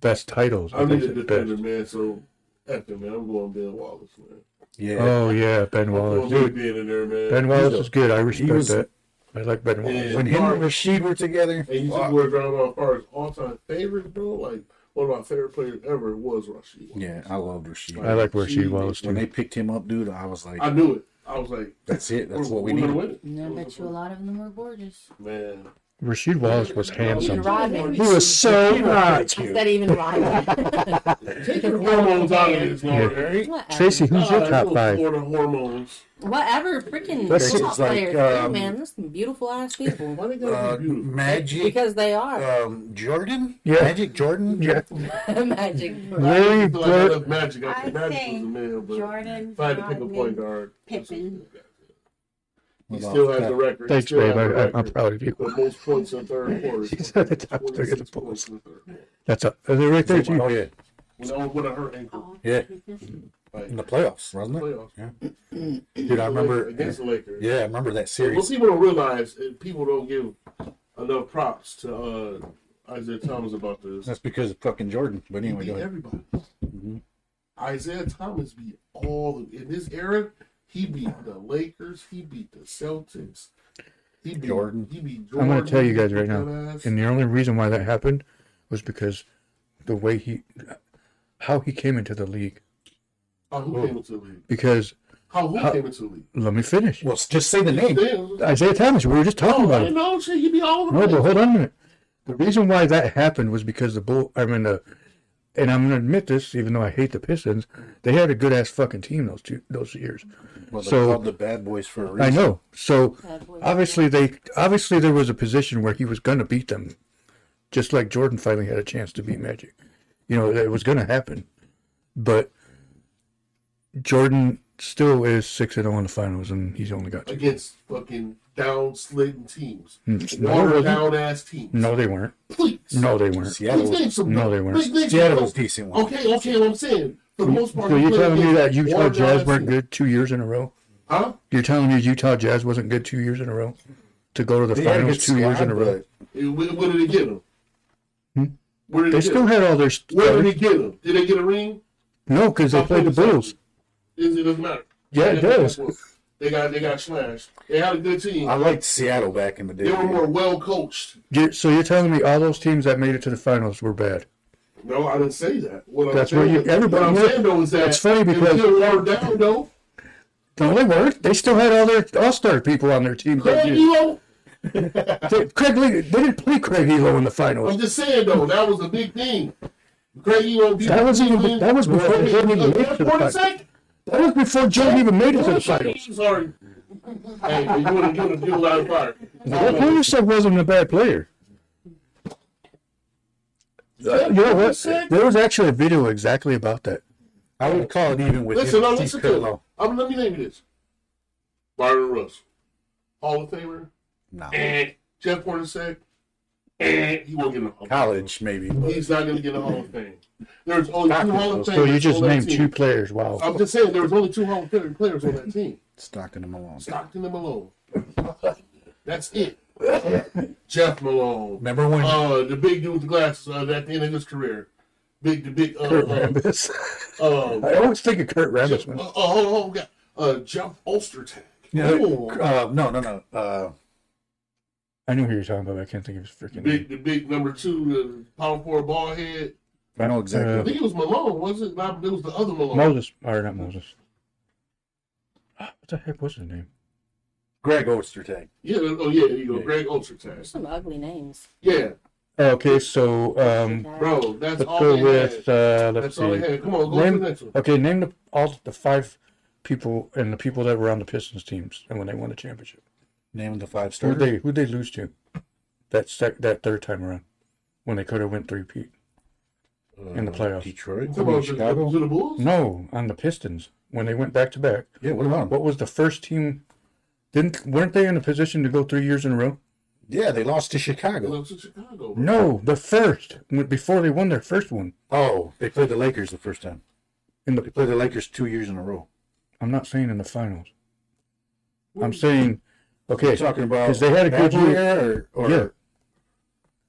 Speaker 2: best titles. I
Speaker 6: I need
Speaker 2: think
Speaker 6: a
Speaker 2: it's best.
Speaker 6: defender, man. So, after man, I'm going Ben Wallace, man.
Speaker 1: yeah.
Speaker 2: Oh yeah, Ben
Speaker 6: I'm
Speaker 2: Wallace. Dude,
Speaker 6: going Ben in there, man.
Speaker 2: Ben Wallace
Speaker 1: a-
Speaker 2: is good. I respect
Speaker 1: was-
Speaker 2: that. I like Ben Wallace.
Speaker 6: Yeah.
Speaker 1: when him and Rasheed were together,
Speaker 6: and you
Speaker 1: fuck.
Speaker 6: took word down as far as all time favorites, bro. Like one of my favorite players ever was Rasheed. Wallace.
Speaker 1: yeah, I loved Rasheed.
Speaker 2: I like where she
Speaker 6: Rasheed,
Speaker 2: Wallace
Speaker 1: when
Speaker 2: too.
Speaker 1: they picked him up, dude, I was like,
Speaker 6: I knew it. I was like,
Speaker 1: that's it. That's
Speaker 6: we're-
Speaker 1: what we
Speaker 6: we're gonna
Speaker 1: need.
Speaker 6: win it.
Speaker 3: And I bet you a
Speaker 6: It was-
Speaker 3: lot of them were gorgeous.
Speaker 6: man.
Speaker 2: Rasheed Wallace was
Speaker 3: Even
Speaker 2: handsome.
Speaker 3: Rodman.
Speaker 2: He was so hot.
Speaker 3: Is that even Rodman?
Speaker 6: Take your hormones out of this, Lord
Speaker 2: Yeah.
Speaker 6: Harry.
Speaker 3: Whatever.
Speaker 2: Tracy, who's your
Speaker 6: Ah,
Speaker 2: top
Speaker 6: little
Speaker 2: five?
Speaker 6: Florida hormones.
Speaker 3: Whatever. Freaking
Speaker 2: That's
Speaker 3: football
Speaker 1: just like,
Speaker 3: players.
Speaker 1: um,
Speaker 3: too, man, there's some beautiful ass people.
Speaker 6: Why they gotta
Speaker 1: Uh,
Speaker 6: be beautiful?
Speaker 1: Magic
Speaker 3: Because they are.
Speaker 1: um, Jordan?
Speaker 2: Yeah.
Speaker 1: Magic Jordan?
Speaker 2: Yeah,
Speaker 3: Magic.
Speaker 2: Larry
Speaker 6: I feel like I
Speaker 2: Bird.
Speaker 6: left Magic. I
Speaker 4: I
Speaker 6: think Magic was
Speaker 4: think
Speaker 6: the man, but
Speaker 4: Jordan,
Speaker 6: if I had to pick a point
Speaker 4: Rodman,
Speaker 6: guard,
Speaker 4: Pippen.
Speaker 6: he
Speaker 1: What about
Speaker 6: still has
Speaker 1: that?
Speaker 6: the record. He
Speaker 2: Thanks,
Speaker 6: still
Speaker 2: babe.
Speaker 6: has the
Speaker 2: I, I, I'm
Speaker 6: record.
Speaker 2: proud of you.
Speaker 6: The most points in third quarter.
Speaker 2: He's at the top three of the
Speaker 6: 26 points in third quarter.
Speaker 2: That's up. Are they right there,
Speaker 1: Oh,
Speaker 2: too?
Speaker 1: yeah.
Speaker 6: When I when I hurt
Speaker 4: Oh.
Speaker 6: ankle,
Speaker 1: Yeah.
Speaker 6: like,
Speaker 1: In the playoffs, wasn't it?
Speaker 6: playoffs.
Speaker 1: Dude, I remember.
Speaker 6: against the Lakers.
Speaker 1: Yeah, I remember that
Speaker 6: Well,
Speaker 1: series.
Speaker 6: people don't realize, and people don't give enough props to uh, Isaiah Thomas about this.
Speaker 1: That's because of fucking Jordan. But
Speaker 6: He
Speaker 1: anyway,
Speaker 6: beat
Speaker 1: go ahead.
Speaker 6: everybody. Isaiah Thomas beat all in this era. He beat the Lakers. He beat the Celtics. He beat
Speaker 1: Jordan.
Speaker 6: He beat
Speaker 2: I'm
Speaker 6: Jordan.
Speaker 2: going to tell you guys
Speaker 6: He
Speaker 2: right
Speaker 6: beat
Speaker 2: now.
Speaker 6: that ass.
Speaker 2: And the only reason why that happened was because the way he, how he came into the league.
Speaker 6: How Oh, who came into the league?
Speaker 2: Because
Speaker 6: How who
Speaker 2: How-
Speaker 6: came into the league?
Speaker 2: let me finish.
Speaker 1: Well, just say the name.
Speaker 6: Damn.
Speaker 2: Isaiah Thomas, we were just talking
Speaker 6: Oh,
Speaker 2: about
Speaker 6: I
Speaker 2: him.
Speaker 6: know. Shit, you be all over
Speaker 2: No,
Speaker 6: the
Speaker 2: but
Speaker 6: place.
Speaker 2: hold on a minute. The reason why that happened was because the bull. I mean, the, and I'm gonna admit this, even though I hate the Pistons, they had a good ass fucking team those two those years.
Speaker 1: Well, they're
Speaker 2: So-
Speaker 1: called the Bad Boys for a
Speaker 2: I
Speaker 1: reason.
Speaker 2: know. So
Speaker 3: Bad boy.
Speaker 2: obviously they obviously there was a position where he was gonna beat them, just like Jordan finally had a chance to beat Magic. You know, it was gonna happen, but Jordan still is six and zero in the finals, and he's only got two.
Speaker 6: against fucking down slidden teams,
Speaker 2: Hmm. No,
Speaker 6: watered
Speaker 2: they weren't.
Speaker 6: down ass teams.
Speaker 2: no, they weren't.
Speaker 6: please.
Speaker 2: No, they weren't.
Speaker 6: Please
Speaker 1: Seattle.
Speaker 6: name some.
Speaker 2: No, they weren't.
Speaker 6: Please name some-
Speaker 1: Seattle was decent one.
Speaker 6: Okay, okay, what I'm saying. For the most part,
Speaker 2: So
Speaker 6: he
Speaker 2: you're
Speaker 6: played
Speaker 2: telling me
Speaker 6: against
Speaker 2: that Utah
Speaker 6: watered down
Speaker 2: Jazz
Speaker 6: ass
Speaker 2: weren't
Speaker 6: teams.
Speaker 2: good two years in a row?
Speaker 6: Huh?
Speaker 2: You're telling me Utah Jazz wasn't good two years in a row to go to the
Speaker 1: They had a
Speaker 2: finals
Speaker 1: good
Speaker 2: two years
Speaker 1: squad,
Speaker 2: in a row?
Speaker 1: but
Speaker 6: It- Where, where did they get him?
Speaker 2: Hmm?
Speaker 6: Where did
Speaker 2: They
Speaker 6: they, get
Speaker 2: still
Speaker 6: him?
Speaker 2: had all their
Speaker 6: Where did
Speaker 2: stars.
Speaker 6: they get him? Did they get a ring?
Speaker 2: No, because they
Speaker 6: Stop
Speaker 2: played the
Speaker 6: playing
Speaker 2: Bulls.
Speaker 6: something. It, it doesn't matter.
Speaker 2: Yeah, it
Speaker 6: They got
Speaker 2: does.
Speaker 6: backwards. They got they got smashed. They had a good team.
Speaker 1: I liked Seattle back in the day.
Speaker 6: They were more well coached.
Speaker 2: You're, so you're telling me all those teams that made it to the finals were bad?
Speaker 6: No, I didn't say that. What I'm
Speaker 2: That's
Speaker 6: saying,
Speaker 2: where you- everybody-
Speaker 6: What I'm saying though is that
Speaker 2: It's funny
Speaker 6: if
Speaker 2: because-
Speaker 6: you were down though.
Speaker 2: No, they weren't. They still had all their All Star people on their team.
Speaker 6: Craig
Speaker 2: That year.
Speaker 6: Elo-
Speaker 2: They, Craig Lee, they didn't play Craig Elo in the
Speaker 6: I'm
Speaker 2: finals.
Speaker 6: just saying though, that was a big thing. Craig Elo beat
Speaker 2: That was even- that was before they even made it to the
Speaker 6: Forty
Speaker 2: finals.
Speaker 6: second.
Speaker 2: That was before Jordan even made it to the finals.
Speaker 6: Sorry. hey, you want to do a lot of fire?
Speaker 2: Well, Rusev wasn't a bad player. Uh, you know what? There was actually a video exactly about that.
Speaker 1: I would call it even with
Speaker 6: Listen,
Speaker 1: him,
Speaker 6: no,
Speaker 1: Steve
Speaker 6: listen to it.
Speaker 1: Kirklow.
Speaker 6: I'm let me name you this. Byron Russell, Hall of Famer,
Speaker 1: No.
Speaker 6: and Jeff Hornacek, and he won't get in the Hall. of
Speaker 1: College, maybe.
Speaker 6: Fame. He's not going to get in the Hall of Fame. There's only two Hall of Famers.
Speaker 2: So you just
Speaker 6: on that
Speaker 2: named
Speaker 6: team.
Speaker 2: two players. Wow.
Speaker 6: I'm just saying there was only two Hall of Fame players on that team.
Speaker 1: Stockton and Malone.
Speaker 6: Stockton and Malone. That's it. Jeff Malone.
Speaker 1: Remember when?
Speaker 6: Uh, the big dude with the glasses uh, at the end of his career. Big, the big, uh,
Speaker 2: Kurt
Speaker 6: uh,
Speaker 2: Rambis.
Speaker 6: uh,
Speaker 2: I always think of Kurt Rambis.
Speaker 6: Uh,
Speaker 2: Man.
Speaker 6: uh, hold on, hold on. Uh, Jeff Ulstertag.
Speaker 1: Yeah,
Speaker 6: Ooh.
Speaker 1: uh, no, no, no. Uh,
Speaker 2: I knew who you were talking about. but I can't think of his freaking name.
Speaker 6: Big, the big number two, the power forward ball head.
Speaker 1: I know exactly.
Speaker 6: I think it was Malone, was it? Not, it was the other Malone.
Speaker 2: Moses, or not Moses. Ah, What the heck was his name?
Speaker 1: Greg Ostertag.
Speaker 6: Yeah, oh yeah, there you go. Greg Ulstertag.
Speaker 3: Some ugly names.
Speaker 6: Yeah,
Speaker 2: Okay, so um,
Speaker 6: bro, that's
Speaker 2: let's
Speaker 6: all
Speaker 2: go
Speaker 6: they
Speaker 2: with
Speaker 6: had.
Speaker 2: uh, let's
Speaker 6: That's all they
Speaker 2: see.
Speaker 6: had. Come on, go to the
Speaker 2: Name,
Speaker 6: next one.
Speaker 2: okay, name the all the five people and the people that were on the Pistons teams and when they won the championship.
Speaker 1: Name of the five
Speaker 2: Who
Speaker 1: starters.
Speaker 2: they who they lose to? That sec, that third time around, when they could have went three peat. in the playoffs.
Speaker 1: Uh, Detroit. I
Speaker 6: Come
Speaker 1: mean,
Speaker 6: on, to,
Speaker 1: Chicago.
Speaker 6: to the Bulls.
Speaker 2: No, on the Pistons when they went back to back.
Speaker 1: Yeah, what about them?
Speaker 2: What was the first team? Didn't weren't they in a position to go three years in a row?
Speaker 1: Yeah, they lost to
Speaker 6: They
Speaker 1: Chicago.
Speaker 6: went to Chicago. bro.
Speaker 2: No, the first when- before they won their first one.
Speaker 1: Oh, they played the Lakers the first time.
Speaker 2: In
Speaker 1: They
Speaker 2: the
Speaker 1: played the Lakers two years in a row.
Speaker 2: I'm not saying in the finals. I'm saying, okay,
Speaker 1: You're talking about
Speaker 2: because they had a
Speaker 1: that
Speaker 2: good year.
Speaker 1: year, or, or
Speaker 2: Yeah,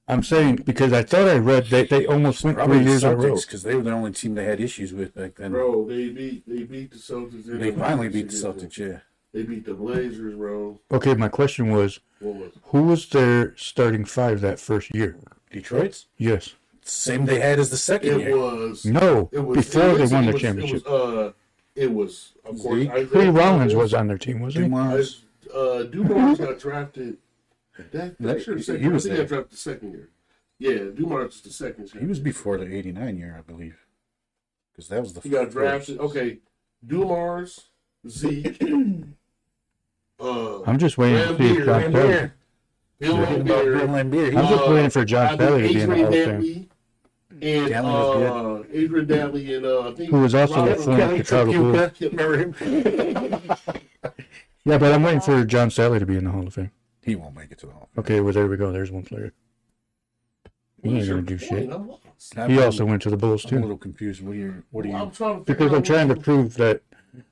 Speaker 2: I'm saying because I thought I read they they almost went
Speaker 1: probably
Speaker 2: three
Speaker 1: the
Speaker 2: years in a row.
Speaker 1: Celtics because they were the only team they had issues with back then.
Speaker 6: Bro, they beat they beat the Celtics. in
Speaker 1: they
Speaker 6: the
Speaker 1: finally beat the
Speaker 6: season.
Speaker 1: Celtics. Yeah,
Speaker 6: They beat the Blazers, bro.
Speaker 2: Okay, my question was,
Speaker 6: What was it?
Speaker 2: who was their starting five that first year?
Speaker 1: Detroit's
Speaker 2: Yes,
Speaker 1: same they had as the second
Speaker 6: It
Speaker 1: year.
Speaker 6: was
Speaker 2: no,
Speaker 6: It was
Speaker 2: before
Speaker 6: it was-
Speaker 2: they won
Speaker 6: it
Speaker 2: their
Speaker 6: was-
Speaker 2: championship.
Speaker 6: It was, uh, it was of course.
Speaker 1: Zeke?
Speaker 6: Isaiah
Speaker 2: Lee Rollins
Speaker 6: Thomas.
Speaker 2: was on their team, wasn't he?
Speaker 1: Dumas,
Speaker 6: Uh, Dumars got drafted. That, that
Speaker 1: That-
Speaker 6: sure,
Speaker 1: he
Speaker 6: second,
Speaker 1: was
Speaker 6: I think he got
Speaker 1: there.
Speaker 6: drafted the second year. Yeah, Dumars was the second year.
Speaker 1: he was before the '89 year, I believe, because that was the
Speaker 6: He got
Speaker 1: first.
Speaker 6: drafted. Okay, Dumars, Zeke, uh,
Speaker 2: I'm just waiting to see if
Speaker 6: Lambeer,
Speaker 2: John Terry.
Speaker 6: Bill
Speaker 1: Forgetting about Bill
Speaker 6: Lambert,
Speaker 1: Laimbeer. He
Speaker 2: I'm just
Speaker 6: Uh,
Speaker 2: waiting for
Speaker 6: I
Speaker 2: John
Speaker 6: think
Speaker 2: Terry to be in the
Speaker 6: Adrian
Speaker 2: Hall of Fame,
Speaker 6: Dantley, and
Speaker 1: Dantley was
Speaker 6: uh, Adrian Dantley and uh, I think
Speaker 2: who was also the
Speaker 6: Robert-
Speaker 2: former Chicago Bulls.
Speaker 1: Remember him?
Speaker 2: Yeah, but I'm waiting for John Sally to be in the Hall of Fame.
Speaker 1: he won't make it to the Hall.
Speaker 2: Okay, well there we go. There's one player. He ain't gonna do shit.
Speaker 6: I lost.
Speaker 2: He also went to the Bulls
Speaker 1: I'm a
Speaker 2: too.
Speaker 1: little confused. What are you? What are
Speaker 6: I'm
Speaker 1: you?
Speaker 6: trying to figure
Speaker 2: Because I'm
Speaker 6: out
Speaker 2: trying to
Speaker 6: what-
Speaker 2: prove that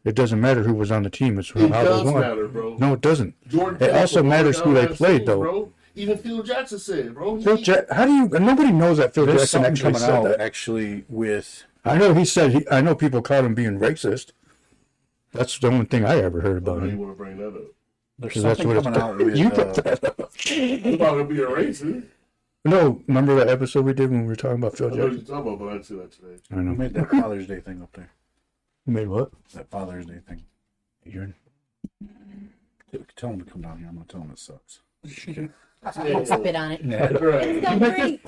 Speaker 2: it doesn't matter who was on the team; it's
Speaker 6: It
Speaker 2: how
Speaker 6: does
Speaker 2: they won.
Speaker 6: matter, bro.
Speaker 2: No, it doesn't.
Speaker 6: Jordan
Speaker 2: It also
Speaker 6: Peterson,
Speaker 2: matters who
Speaker 6: Jordan
Speaker 2: they played,
Speaker 6: Peterson,
Speaker 2: though.
Speaker 6: Bro. Even Phil Jackson said, bro. He,
Speaker 2: Phil Jack, how do you? Nobody knows that Phil
Speaker 1: There's
Speaker 2: Jackson
Speaker 1: something
Speaker 2: actually
Speaker 1: coming
Speaker 2: said
Speaker 1: out
Speaker 2: that.
Speaker 1: actually with
Speaker 2: I know he said. He, I know people called him being racist. That's the only thing I ever heard
Speaker 6: I
Speaker 2: about
Speaker 6: don't even
Speaker 2: him.
Speaker 6: want to bring that up.
Speaker 1: there's
Speaker 2: 'Cause that's
Speaker 1: something
Speaker 2: what it's
Speaker 1: coming out with
Speaker 2: you
Speaker 1: uh,
Speaker 2: put that up.
Speaker 6: It's about to be a racist.
Speaker 2: No, remember that episode we did when we were talking about Phil
Speaker 6: I know what you're
Speaker 2: Jackson?
Speaker 6: talking about, but I didn't see that today.
Speaker 2: I
Speaker 1: who
Speaker 2: know.
Speaker 1: made uh, that Father's Day thing up there.
Speaker 2: You made what?
Speaker 1: That Father's Day thing.
Speaker 2: You're
Speaker 1: Tell him to come down here. I'm gonna tell him it sucks.
Speaker 3: Spit on it.
Speaker 1: Yeah.
Speaker 6: Right.
Speaker 3: Don't drink.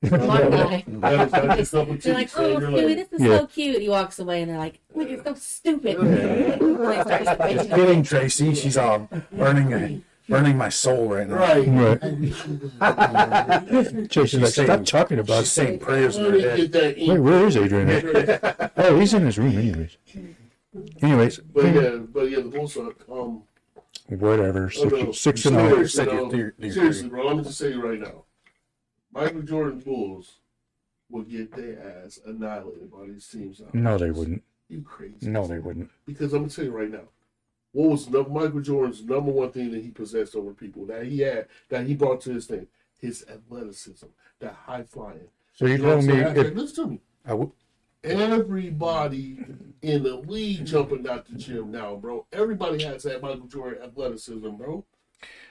Speaker 3: One guy.
Speaker 6: That is, that is something
Speaker 3: They're like, oh,
Speaker 6: you're
Speaker 3: Stewie, this is
Speaker 2: Yeah.
Speaker 3: so cute. He walks away and they're like, look, you're so stupid. Like, starts
Speaker 1: It's
Speaker 3: bitching.
Speaker 1: fitting, Tracy. She's um, burning, burning my soul right now.
Speaker 6: right.
Speaker 2: right. Jason, like, stop
Speaker 1: saying-
Speaker 2: talking about.
Speaker 1: She's saying prayers in
Speaker 6: Where
Speaker 1: her
Speaker 6: did you
Speaker 1: head.
Speaker 6: get that
Speaker 2: Wait,
Speaker 6: ink?
Speaker 2: where is Adrian? at? Oh, he's in his room, anyways. Anyways,
Speaker 6: But yeah, but yeah, the Bulls suck. Um,
Speaker 2: whatever. Six,
Speaker 6: no.
Speaker 2: six and oh. all.
Speaker 6: seriously,
Speaker 1: said your
Speaker 6: though,
Speaker 1: theory- your
Speaker 6: seriously,
Speaker 1: theory.
Speaker 6: bro, let me just tell you right now. Michael Jordan Bulls will get their ass annihilated by these teams. out.
Speaker 2: No, they wouldn't.
Speaker 6: You crazy.
Speaker 2: No, they wouldn't.
Speaker 6: Because I'm gonna tell you right now, what was num- Michael Jordan's number one thing that he possessed over people that he had that he brought to his thing? His athleticism, that high flying.
Speaker 2: So you're
Speaker 6: You know what
Speaker 2: telling
Speaker 6: I'm
Speaker 2: me
Speaker 6: saying?
Speaker 2: if
Speaker 6: Listen to me.
Speaker 2: I w-
Speaker 6: Everybody in the league jumping out the gym now, bro. Everybody has that Michael Jordan athleticism, bro.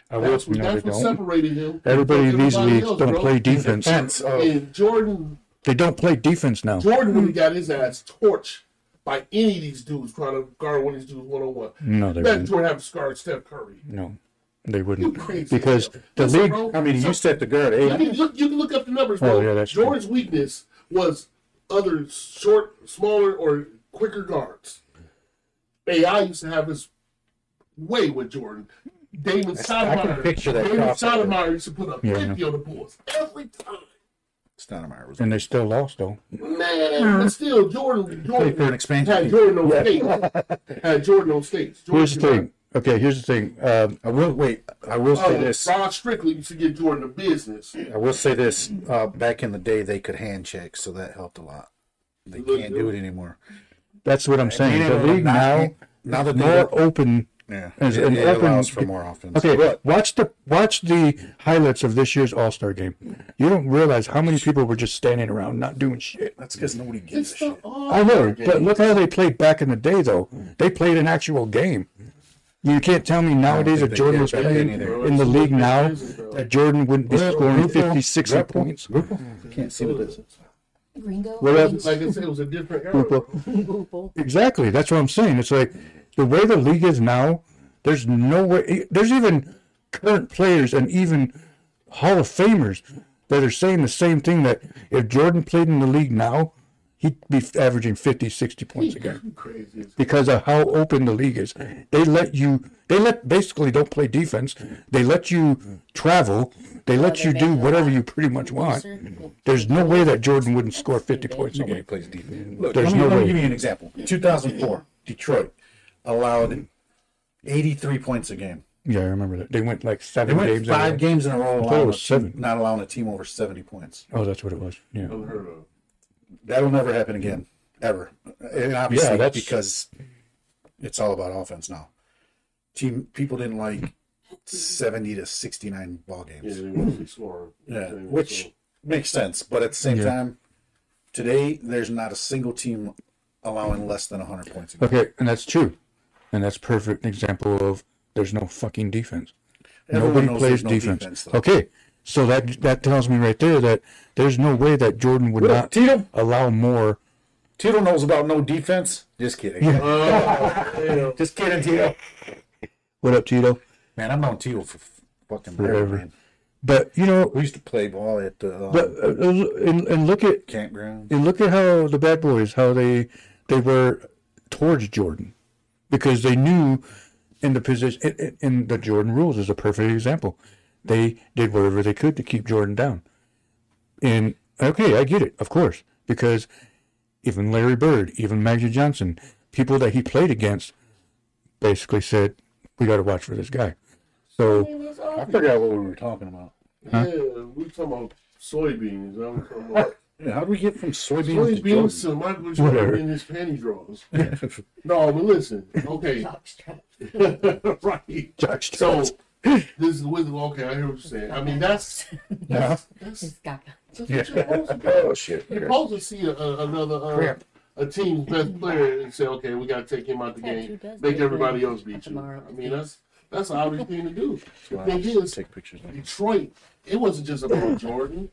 Speaker 2: I will.
Speaker 6: That's,
Speaker 2: No, they
Speaker 6: that's what
Speaker 2: don't.
Speaker 6: separated him. from
Speaker 2: Everybody in these
Speaker 6: everybody
Speaker 2: leagues
Speaker 6: else,
Speaker 2: don't
Speaker 6: bro.
Speaker 2: play
Speaker 1: Mm-hmm.
Speaker 2: uh, defense.
Speaker 1: Defense. Oh,
Speaker 6: And Jordan,
Speaker 2: They don't play defense now.
Speaker 6: Jordan really got his ass torched by any of these dudes trying to guard one of these dudes one on one.
Speaker 2: No, they
Speaker 6: Imagine
Speaker 2: wouldn't.
Speaker 6: Jordan having scarred Steph Curry.
Speaker 2: No, they
Speaker 6: You
Speaker 2: wouldn't.
Speaker 6: crazy?
Speaker 2: Because the
Speaker 6: Listen,
Speaker 2: league.
Speaker 6: bro,
Speaker 1: I mean, he
Speaker 6: so-
Speaker 1: used to have to guard
Speaker 6: you
Speaker 1: eight.
Speaker 6: can look. You can look up the numbers.
Speaker 2: Oh,
Speaker 6: Bro.
Speaker 2: yeah, that's true.
Speaker 6: Jordan's weakness was other short, smaller, or quicker guards. AI used to have his way with Jordan. Damon Sotomayor.
Speaker 1: picture that
Speaker 6: Damon
Speaker 1: crossover.
Speaker 6: Sotomayor used to put up
Speaker 2: Yeah, I know.
Speaker 6: 50 on the Bulls every time.
Speaker 1: Stoudemire was
Speaker 2: And they still lost, though.
Speaker 6: Man, but still, Jordan,
Speaker 1: played for an
Speaker 6: Jordan
Speaker 1: expansion.
Speaker 6: had
Speaker 1: team.
Speaker 6: Jordan on stage. Had Jordan on stage. Jordan
Speaker 2: Here's the
Speaker 6: could
Speaker 2: thing. Okay, here's the thing. Um,
Speaker 1: I will wait. I will
Speaker 6: not-
Speaker 1: say
Speaker 6: Oh,
Speaker 1: this.
Speaker 6: Rod Strickland used to give Jordan a business.
Speaker 1: I will say this. Uh, back in the day, they could hand check, so that helped a lot. They
Speaker 6: Look,
Speaker 1: can't do it anymore.
Speaker 2: that's what I'm saying. The league now
Speaker 1: now that
Speaker 2: is
Speaker 1: they
Speaker 2: more
Speaker 1: don't-
Speaker 2: open.
Speaker 1: yeah,
Speaker 2: is
Speaker 1: it,
Speaker 2: an
Speaker 1: it
Speaker 2: open-
Speaker 1: allows for more offense.
Speaker 2: Okay, watch the watch the highlights of this year's All Star game. You don't realize how many people were just standing around not doing shit.
Speaker 1: that's because nobody gives
Speaker 6: It's
Speaker 1: a
Speaker 6: the
Speaker 1: shit.
Speaker 2: I know, but look how they played back in the day, though.
Speaker 1: Mm.
Speaker 2: They played an actual game. You can't tell me nowadays
Speaker 1: think
Speaker 2: if
Speaker 1: they
Speaker 2: Jordan
Speaker 1: did
Speaker 2: was
Speaker 1: back then
Speaker 2: playing
Speaker 1: either.
Speaker 2: in the league now
Speaker 6: It's crazy, bro.
Speaker 2: that Jordan wouldn't be scoring 56
Speaker 1: Grupo-
Speaker 2: points.
Speaker 1: Can't see what it is.
Speaker 7: Gringo.
Speaker 2: Well, that's-
Speaker 6: Like I said, it was a different era.
Speaker 2: Grupo.
Speaker 6: bro.
Speaker 2: Exactly. That's what I'm saying. It's like the way the league is now, there's no way. e, There's even current players and even Hall of Famers that are saying the same thing that if Jordan played in the league now, he'd be averaging 50, 60 points a game
Speaker 6: You Crazy. as-
Speaker 2: because of how open the league is. They let you, they let basically don't play defense. They let you travel. They let
Speaker 3: they
Speaker 2: you
Speaker 3: make
Speaker 2: do
Speaker 3: it a
Speaker 2: whatever
Speaker 3: lot
Speaker 2: you pretty much want.
Speaker 3: Closer.
Speaker 2: There's no way that Jordan wouldn't score 50 points a
Speaker 1: Nobody
Speaker 2: game.
Speaker 1: plays defense. Look,
Speaker 2: There's
Speaker 1: let me,
Speaker 2: no
Speaker 1: let me
Speaker 2: way.
Speaker 1: give you an example. 2004, Detroit allowed 83 points a game.
Speaker 2: Yeah, I remember that. They went like
Speaker 1: They
Speaker 2: seven
Speaker 1: went
Speaker 2: games. in a row.
Speaker 1: five games in a row,
Speaker 2: thought it
Speaker 1: allowing
Speaker 2: was
Speaker 1: a team-
Speaker 2: seven.
Speaker 1: not allowing a team over 70 points.
Speaker 2: Oh, that's what it was. Yeah.
Speaker 6: Unheard of.
Speaker 1: That'll never happen again, ever. And obviously,
Speaker 2: Yeah, that's-
Speaker 1: because it's all about offense now. Team people didn't like 70 to 69 ball
Speaker 6: Yeah,
Speaker 1: games.
Speaker 6: they were really scoring.
Speaker 1: Yeah,
Speaker 6: They were
Speaker 1: which
Speaker 6: scoring.
Speaker 1: makes sense, but at the same
Speaker 2: Yeah.
Speaker 1: time, today there's not a single team allowing less than 100 points. A game.
Speaker 2: Okay, and that's true. And that's perfect example of there's no fucking defense.
Speaker 1: Everyone
Speaker 2: Nobody
Speaker 1: knows
Speaker 2: plays
Speaker 1: there's no
Speaker 2: defense.
Speaker 1: defense, though.
Speaker 2: okay. So that that tells me right there that there's no way that Jordan would
Speaker 1: Well,
Speaker 2: not
Speaker 1: Tito,
Speaker 2: allow more.
Speaker 1: Tito knows about no defense. Just kidding.
Speaker 6: Damn.
Speaker 1: Just kidding, Tito.
Speaker 2: What up, Tito?
Speaker 1: Man, I've known Tito for fucking
Speaker 2: Forever.
Speaker 1: forever. Man.
Speaker 2: But you know,
Speaker 1: We used to play ball at the uh,
Speaker 2: but uh, uh, and, and look at
Speaker 1: campground.
Speaker 2: and look at how the bad boys how they they were towards Jordan because they knew in the position in- in, in the Jordan rules is a perfect example. They did whatever they could to keep Jordan down. And okay, I get it, of course, because even Larry Bird, even Magic Johnson, people that he played against, basically said, "We got to watch for this guy." So
Speaker 1: I forgot what we were talking about.
Speaker 6: Yeah, we talking about soybeans. I'm talking about
Speaker 1: Yeah, how do we get from soybeans to Jordan?
Speaker 6: soybeans to Michael
Speaker 2: Whatever.
Speaker 6: Jordan in his panty drawers. No, but listen. Okay. right. So this is with okay. I hear what you're saying. I mean that's that's, that's, that's what you're supposed to do.
Speaker 1: oh shit!
Speaker 6: You're supposed to see a, a, another uh, a team's best player and say, okay, we got to take him out the game, make everybody else beat you. I mean, that's that's an obvious thing to do. The thing is,
Speaker 1: Take pictures. of it.
Speaker 6: Detroit, it wasn't just about Jordan.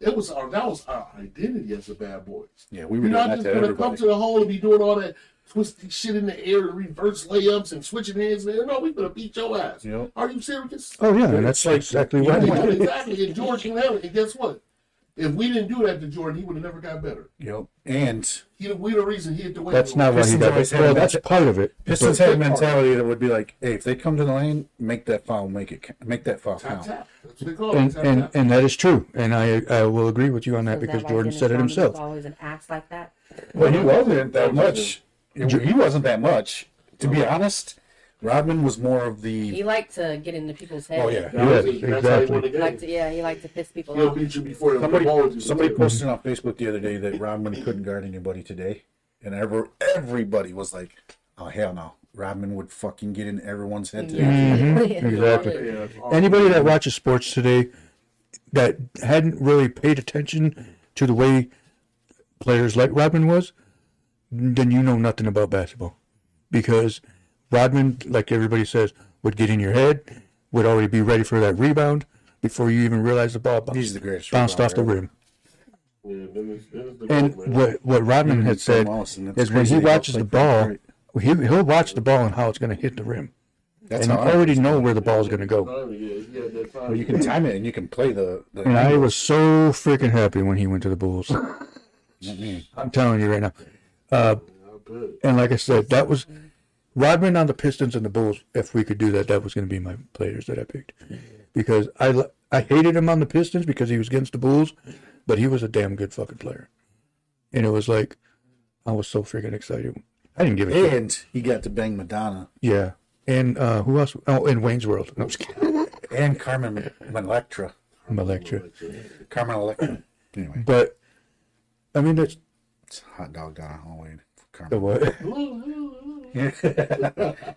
Speaker 6: It was our that was our identity as the bad boys.
Speaker 1: Yeah, we were doing
Speaker 6: You're not
Speaker 1: that
Speaker 6: just
Speaker 1: to
Speaker 6: gonna come
Speaker 1: everybody.
Speaker 6: to the hole and be doing all that twisty shit in the air and reverse layups and switching hands. Man, no, we gonna beat your ass.
Speaker 1: Yep.
Speaker 6: Are you serious?
Speaker 2: oh yeah,
Speaker 1: It's
Speaker 2: that's
Speaker 1: like-
Speaker 2: exactly
Speaker 1: you
Speaker 2: what.
Speaker 1: know,
Speaker 6: Yeah, exactly. And Jordan can have it. And guess what? If we didn't do that to Jordan, he would have never got better.
Speaker 1: Yep. And
Speaker 6: He the we the reason he hit the way.
Speaker 2: That's
Speaker 6: he
Speaker 2: not why he
Speaker 1: Pistons
Speaker 2: got.
Speaker 1: always had
Speaker 2: Well,
Speaker 1: a
Speaker 2: that's
Speaker 1: match-
Speaker 2: part of it.
Speaker 1: Pistons
Speaker 2: but-
Speaker 1: had a mentality that would be like, hey, if they come to the lane, make that foul, make it, make that foul
Speaker 6: Tap
Speaker 1: count.
Speaker 6: tap. That's what they call it.
Speaker 2: and
Speaker 6: Tap,
Speaker 2: and,
Speaker 6: tap.
Speaker 2: and that is true, and I I will agree with you on that
Speaker 3: Is
Speaker 2: because
Speaker 3: why
Speaker 2: Jordan
Speaker 3: Dennis
Speaker 2: said it
Speaker 3: Rodman was
Speaker 2: himself.
Speaker 3: Always an axe like that.
Speaker 1: Well, he wasn't that
Speaker 6: That
Speaker 1: much.
Speaker 6: was
Speaker 1: He wasn't that much. To be honest, Rodman was more of the.
Speaker 3: He liked to get into people's heads.
Speaker 1: Oh yeah.
Speaker 6: That was it.
Speaker 2: Yes,
Speaker 6: That's how he won the
Speaker 2: exactly.
Speaker 3: He liked to,
Speaker 6: game.
Speaker 3: yeah, he liked to piss people
Speaker 6: He'll
Speaker 3: off.
Speaker 6: beat you before the ball
Speaker 1: Somebody
Speaker 6: was
Speaker 1: somebody
Speaker 6: even-
Speaker 1: posted on Facebook the other day that Rodman couldn't guard anybody today, and ever everybody was like, "Oh hell no, Rodman would fucking get in everyone's head today."
Speaker 2: Mm-hmm. Exactly.
Speaker 6: Yeah, that's awesome.
Speaker 2: Anybody that watches sports today that hadn't really paid attention to the way players like Rodman was then you know nothing about basketball. Because Rodman, like everybody says, would get in your head, would already be ready for that rebound before you even realize the ball bou-
Speaker 1: He's the greatest.
Speaker 2: bounced off the
Speaker 1: rebounder
Speaker 2: rim.
Speaker 6: Yeah, then it's, then it's the
Speaker 2: And
Speaker 6: gold, man.
Speaker 2: what what Rodman
Speaker 1: Tom
Speaker 2: had said
Speaker 1: Allison, that's
Speaker 2: is when
Speaker 1: crazy.
Speaker 2: he
Speaker 1: They both
Speaker 2: watches the
Speaker 1: played for
Speaker 2: ball,
Speaker 1: Detroit.
Speaker 2: he, he'll watch the ball and how it's going to hit the rim.
Speaker 1: ever. That's
Speaker 2: and you
Speaker 1: how I
Speaker 2: already know where the ball's going to go.
Speaker 6: Time, yeah, yeah, that time.
Speaker 1: Well, you can time it and you can play the. the
Speaker 2: And I was so freaking happy when he went to the Bulls.
Speaker 1: Mhm.
Speaker 2: I'm telling you right now.
Speaker 6: I bet.
Speaker 2: And like I said, that was Rodman on the Pistons and the Bulls. If we could do that, that was going to be my players that I picked because I l- I hated him on the Pistons because he was against the Bulls, but he was a damn good fucking player. And it was like I was so freaking excited. I didn't give a shit.
Speaker 1: And he got to bang Madonna
Speaker 2: Yeah. And uh, who else? Oh, and Wayne's World. No, I'm just kidding.
Speaker 1: and Carmen Electra.
Speaker 2: I'm a lecturer.
Speaker 1: Carmen Electra. Anyway,
Speaker 2: But I mean, that's
Speaker 1: it's hot dog down a hallway. for
Speaker 2: the
Speaker 1: Carmen.
Speaker 2: what.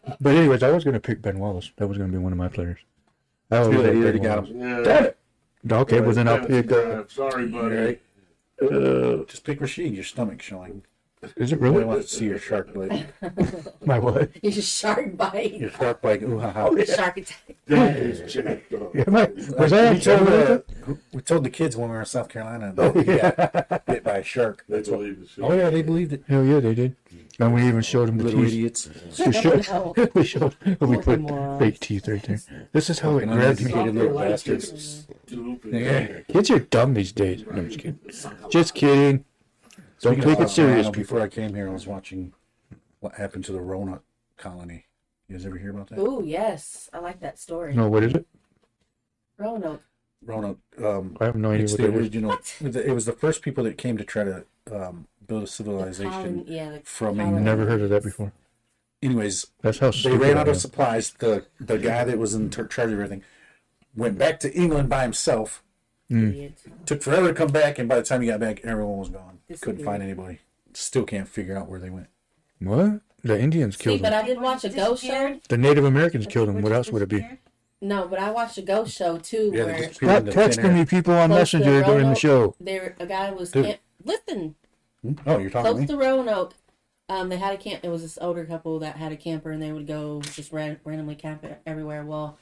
Speaker 2: but anyways, I was going to pick Ben Wallace. That was going to be one of my players. I always
Speaker 1: Really,
Speaker 2: had
Speaker 1: you
Speaker 2: Ben
Speaker 1: already got
Speaker 2: Wallace.
Speaker 1: him.
Speaker 6: Yeah.
Speaker 2: Damn it. Okay, well then I'll
Speaker 6: Fantasy
Speaker 2: pick. Uh,
Speaker 6: draft. Sorry, buddy.
Speaker 1: Right?
Speaker 2: uh,
Speaker 1: Just pick Rashid. Your stomach showing.
Speaker 2: is it
Speaker 1: I
Speaker 2: really
Speaker 1: want to see your shark bite.
Speaker 2: my what?
Speaker 3: It's a shark bite.
Speaker 1: Your shark bite. Ooh, ha,
Speaker 2: Oh,
Speaker 1: ha.
Speaker 3: Shark attack.
Speaker 6: That is jacked up.
Speaker 2: Am I, was I
Speaker 1: we, told
Speaker 2: actually?
Speaker 1: the, we told the kids when we were in South Carolina that we got bit by a shark.
Speaker 6: They believe the shit.
Speaker 1: Oh yeah, they believed it.
Speaker 2: Hell yeah, they did. And we even showed them the
Speaker 1: Little
Speaker 2: teeth.
Speaker 1: idiots.
Speaker 2: We showed,
Speaker 3: No.
Speaker 2: we showed, we put
Speaker 3: Morons.
Speaker 2: fake teeth right there. This is how it
Speaker 1: And
Speaker 2: grabbed me.
Speaker 1: uneducated little bastards.
Speaker 6: Stupid.
Speaker 1: Yeah.
Speaker 2: Kids are dumb these days. No, I'm just kidding. Just kidding. Don't take it serious, people.
Speaker 1: Before I came here, I was watching what happened to the Rona colony. You guys ever hear about that?
Speaker 3: Ooh, yes. I like that story.
Speaker 2: No, what is it?
Speaker 3: Roanoke.
Speaker 1: Rona. Um,
Speaker 2: I have no idea
Speaker 1: it's
Speaker 2: what
Speaker 1: the
Speaker 2: that is.
Speaker 1: original. It was the first people that came to try to um, build a civilization.
Speaker 3: Colony- yeah, the
Speaker 1: from a
Speaker 3: colony.
Speaker 2: Never heard of that before.
Speaker 1: Anyways,
Speaker 2: That's how
Speaker 1: they
Speaker 2: stupid
Speaker 1: ran
Speaker 2: I
Speaker 1: out of
Speaker 2: am.
Speaker 1: supplies. The the guy that was in ter- charge of everything went back to England by himself.
Speaker 2: Hmm.
Speaker 3: Idiot.
Speaker 1: Took forever to come back, and by the time he got back, everyone was gone.
Speaker 3: This
Speaker 1: Couldn't
Speaker 3: is-
Speaker 1: find anybody. Still can't figure out where they went.
Speaker 2: What? The Indians
Speaker 3: See,
Speaker 2: killed
Speaker 3: but
Speaker 2: them.
Speaker 3: I did watch a ghost show.
Speaker 2: The Native Americans killed them. What else would it be?
Speaker 3: No, but I watched a ghost show too,
Speaker 1: Yeah, they
Speaker 3: where
Speaker 1: disappeared
Speaker 2: Stop
Speaker 1: into thin
Speaker 2: texting me
Speaker 1: air.
Speaker 2: people on
Speaker 3: Close to
Speaker 2: Messenger during the
Speaker 3: Roanoke.
Speaker 2: show.
Speaker 3: there a guy was
Speaker 1: Dude.
Speaker 3: camp- listen
Speaker 1: Oh, you're talking to
Speaker 3: close
Speaker 1: me.
Speaker 3: to Roanoke. Um, they had a camp. It was this older couple that had a camper, and they would go just ran- randomly camp e-, everywhere. Well,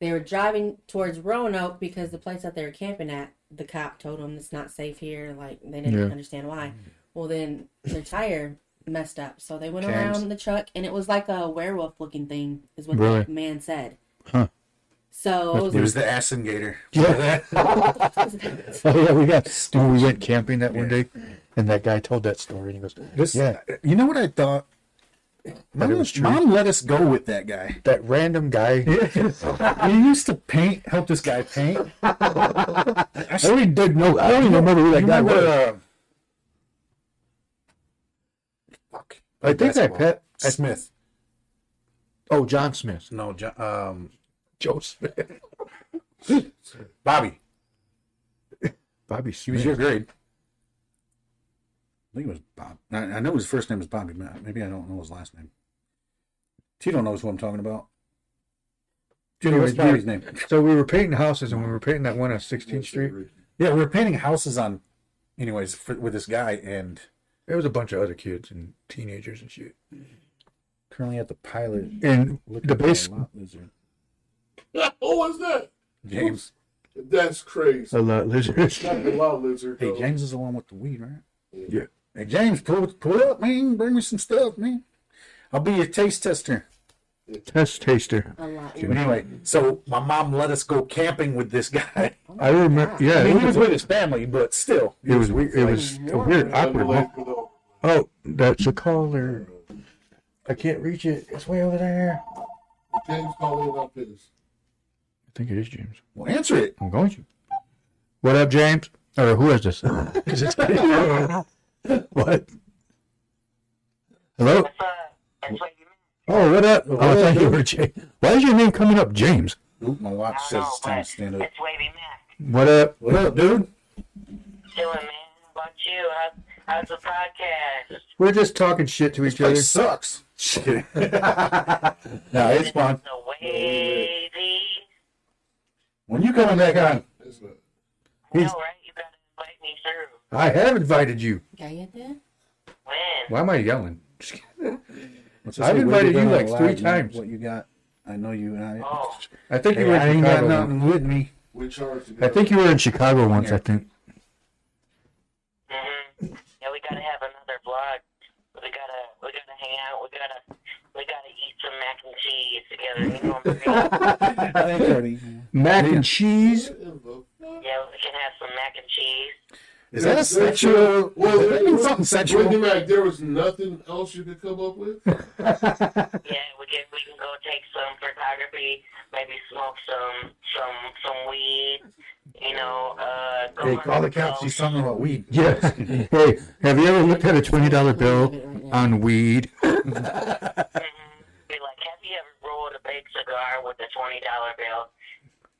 Speaker 3: they were driving towards Roanoke because the place that they were camping at, the cop told them it's not safe here. Like they didn't
Speaker 2: Yeah.
Speaker 3: understand why. Well, then their tire messed up, so they went
Speaker 1: Terrence.
Speaker 3: around the truck, and it was like a werewolf looking thing, is what
Speaker 2: Really?
Speaker 3: the man said.
Speaker 2: Huh.
Speaker 3: So it was
Speaker 1: It was the Assen Gator.
Speaker 2: Yeah. oh yeah, we got. When we went camping that one
Speaker 1: Yeah.
Speaker 2: day, and that guy told that story, and he goes,
Speaker 1: This,
Speaker 2: "Yeah,
Speaker 1: You know what I thought?
Speaker 2: it
Speaker 1: Mom,
Speaker 2: was true.
Speaker 1: Mom let us go with that guy.
Speaker 2: that random guy."
Speaker 1: he used to paint, help this guy paint.
Speaker 2: I don't even did know. I don't even remember who that
Speaker 1: You
Speaker 2: guy
Speaker 1: remember,
Speaker 2: was.
Speaker 1: uh, fuck.
Speaker 2: I think I
Speaker 1: Basketball.
Speaker 2: pet. I-
Speaker 1: Smith.
Speaker 2: oh, John Smith.
Speaker 1: No, Jo- um,
Speaker 2: Joe Smith.
Speaker 1: Bobby.
Speaker 2: Bobby
Speaker 1: He
Speaker 2: Smith.
Speaker 1: was your grade. I think it was Bob. I, I know his first name is Bobby. Ma- Maybe I don't know his last name. Tito knows who I'm talking about. Tito, what's
Speaker 2: Anyway,
Speaker 1: Bobby's name?
Speaker 2: So we were painting houses, and we were painting that one on 16th Street.
Speaker 1: Yeah, we were painting houses on, anyways, for, with this guy, and
Speaker 2: It was a bunch of other kids and teenagers and shit.
Speaker 1: currently at the pilot.
Speaker 2: And
Speaker 1: looking
Speaker 2: the
Speaker 1: for a
Speaker 2: base.
Speaker 1: lot lizard.
Speaker 6: Who was Oh, that?
Speaker 1: James.
Speaker 6: That's crazy.
Speaker 2: A lot lizards.
Speaker 6: Not the law lizard.
Speaker 1: Hey,
Speaker 6: though.
Speaker 1: James is the one with the weed, right?
Speaker 2: Yeah.
Speaker 1: Hey, James, pull pull up, man. Bring me some stuff, man. I'll be your taste tester.
Speaker 2: Test taster.
Speaker 3: a lot.
Speaker 1: Anyway, so my mom let us go camping with this guy.
Speaker 2: I remember.
Speaker 1: I
Speaker 2: Yeah. it
Speaker 1: mean, he
Speaker 2: was
Speaker 1: was with his family, but still.
Speaker 2: It was weird. It was a weird, awkward. mo-
Speaker 6: Unbelievable.
Speaker 2: Oh, that's a caller. I can't reach it. It's way over there. I
Speaker 6: James calling up his.
Speaker 2: think it is James.
Speaker 1: Well, answer it.
Speaker 2: I'm going to. What up, James? Or who is this? 'Cause it's- what? Hello. Oh, what up? Oh, I thought you were James. Why is your name coming up, James?
Speaker 1: Oop, my watch says it's time to stand up.
Speaker 8: It's Wavy Mac.
Speaker 2: What up?
Speaker 1: What up, dude?
Speaker 8: Doing, man. How about you? How, how's the podcast?
Speaker 2: We're just talking shit to each other.
Speaker 1: Place sucks. Just kidding. no, it's fun.
Speaker 8: The Wavy.
Speaker 1: When you coming back on?
Speaker 6: It's not-
Speaker 8: No,
Speaker 2: He's-
Speaker 8: right? You gotta invite me through.
Speaker 2: I have invited you.
Speaker 3: Can I get that?
Speaker 8: When?
Speaker 2: Why am I yelling? Just kidding.
Speaker 1: What's it
Speaker 2: I've
Speaker 1: say? What
Speaker 2: invited
Speaker 1: got
Speaker 2: you
Speaker 1: on
Speaker 2: like
Speaker 1: the
Speaker 2: three
Speaker 1: live? You-
Speaker 2: times.
Speaker 1: What you got? I know you and I.
Speaker 8: Oh,
Speaker 2: I think you
Speaker 1: Hey,
Speaker 2: were
Speaker 1: I
Speaker 2: in
Speaker 1: ain't got
Speaker 2: Chicago. once.
Speaker 1: nothing with me.
Speaker 6: We charge to
Speaker 2: I
Speaker 6: go.
Speaker 2: think you were in Chicago once. I
Speaker 1: Here.
Speaker 2: think.
Speaker 8: hmm yeah, we gotta have another vlog. We gotta, we gotta hang out. We gotta, we gotta eat some mac and cheese together. You know what I'm saying?
Speaker 1: Thanks, Cody.
Speaker 2: Mac and cheese.
Speaker 8: yeah, we can have some mac and cheese.
Speaker 1: Is that a
Speaker 6: That's-
Speaker 1: sexual?
Speaker 6: Well,
Speaker 1: Does that mean
Speaker 6: there-
Speaker 1: something sexual?
Speaker 6: Wendy Mac, there was nothing else you could come up with.
Speaker 8: Yeah, we can, we can go take some photography. Maybe smoke some, some, some weed. You know, uh, go
Speaker 1: Hey,
Speaker 8: on
Speaker 1: call the
Speaker 8: a
Speaker 1: cops.
Speaker 8: boat.
Speaker 1: He's talking about weed.
Speaker 2: Yes. hey, have you ever looked at a twenty dollar bill on weed?
Speaker 8: Mhm. Be like, have you ever rolled a big cigar with a twenty dollar bill?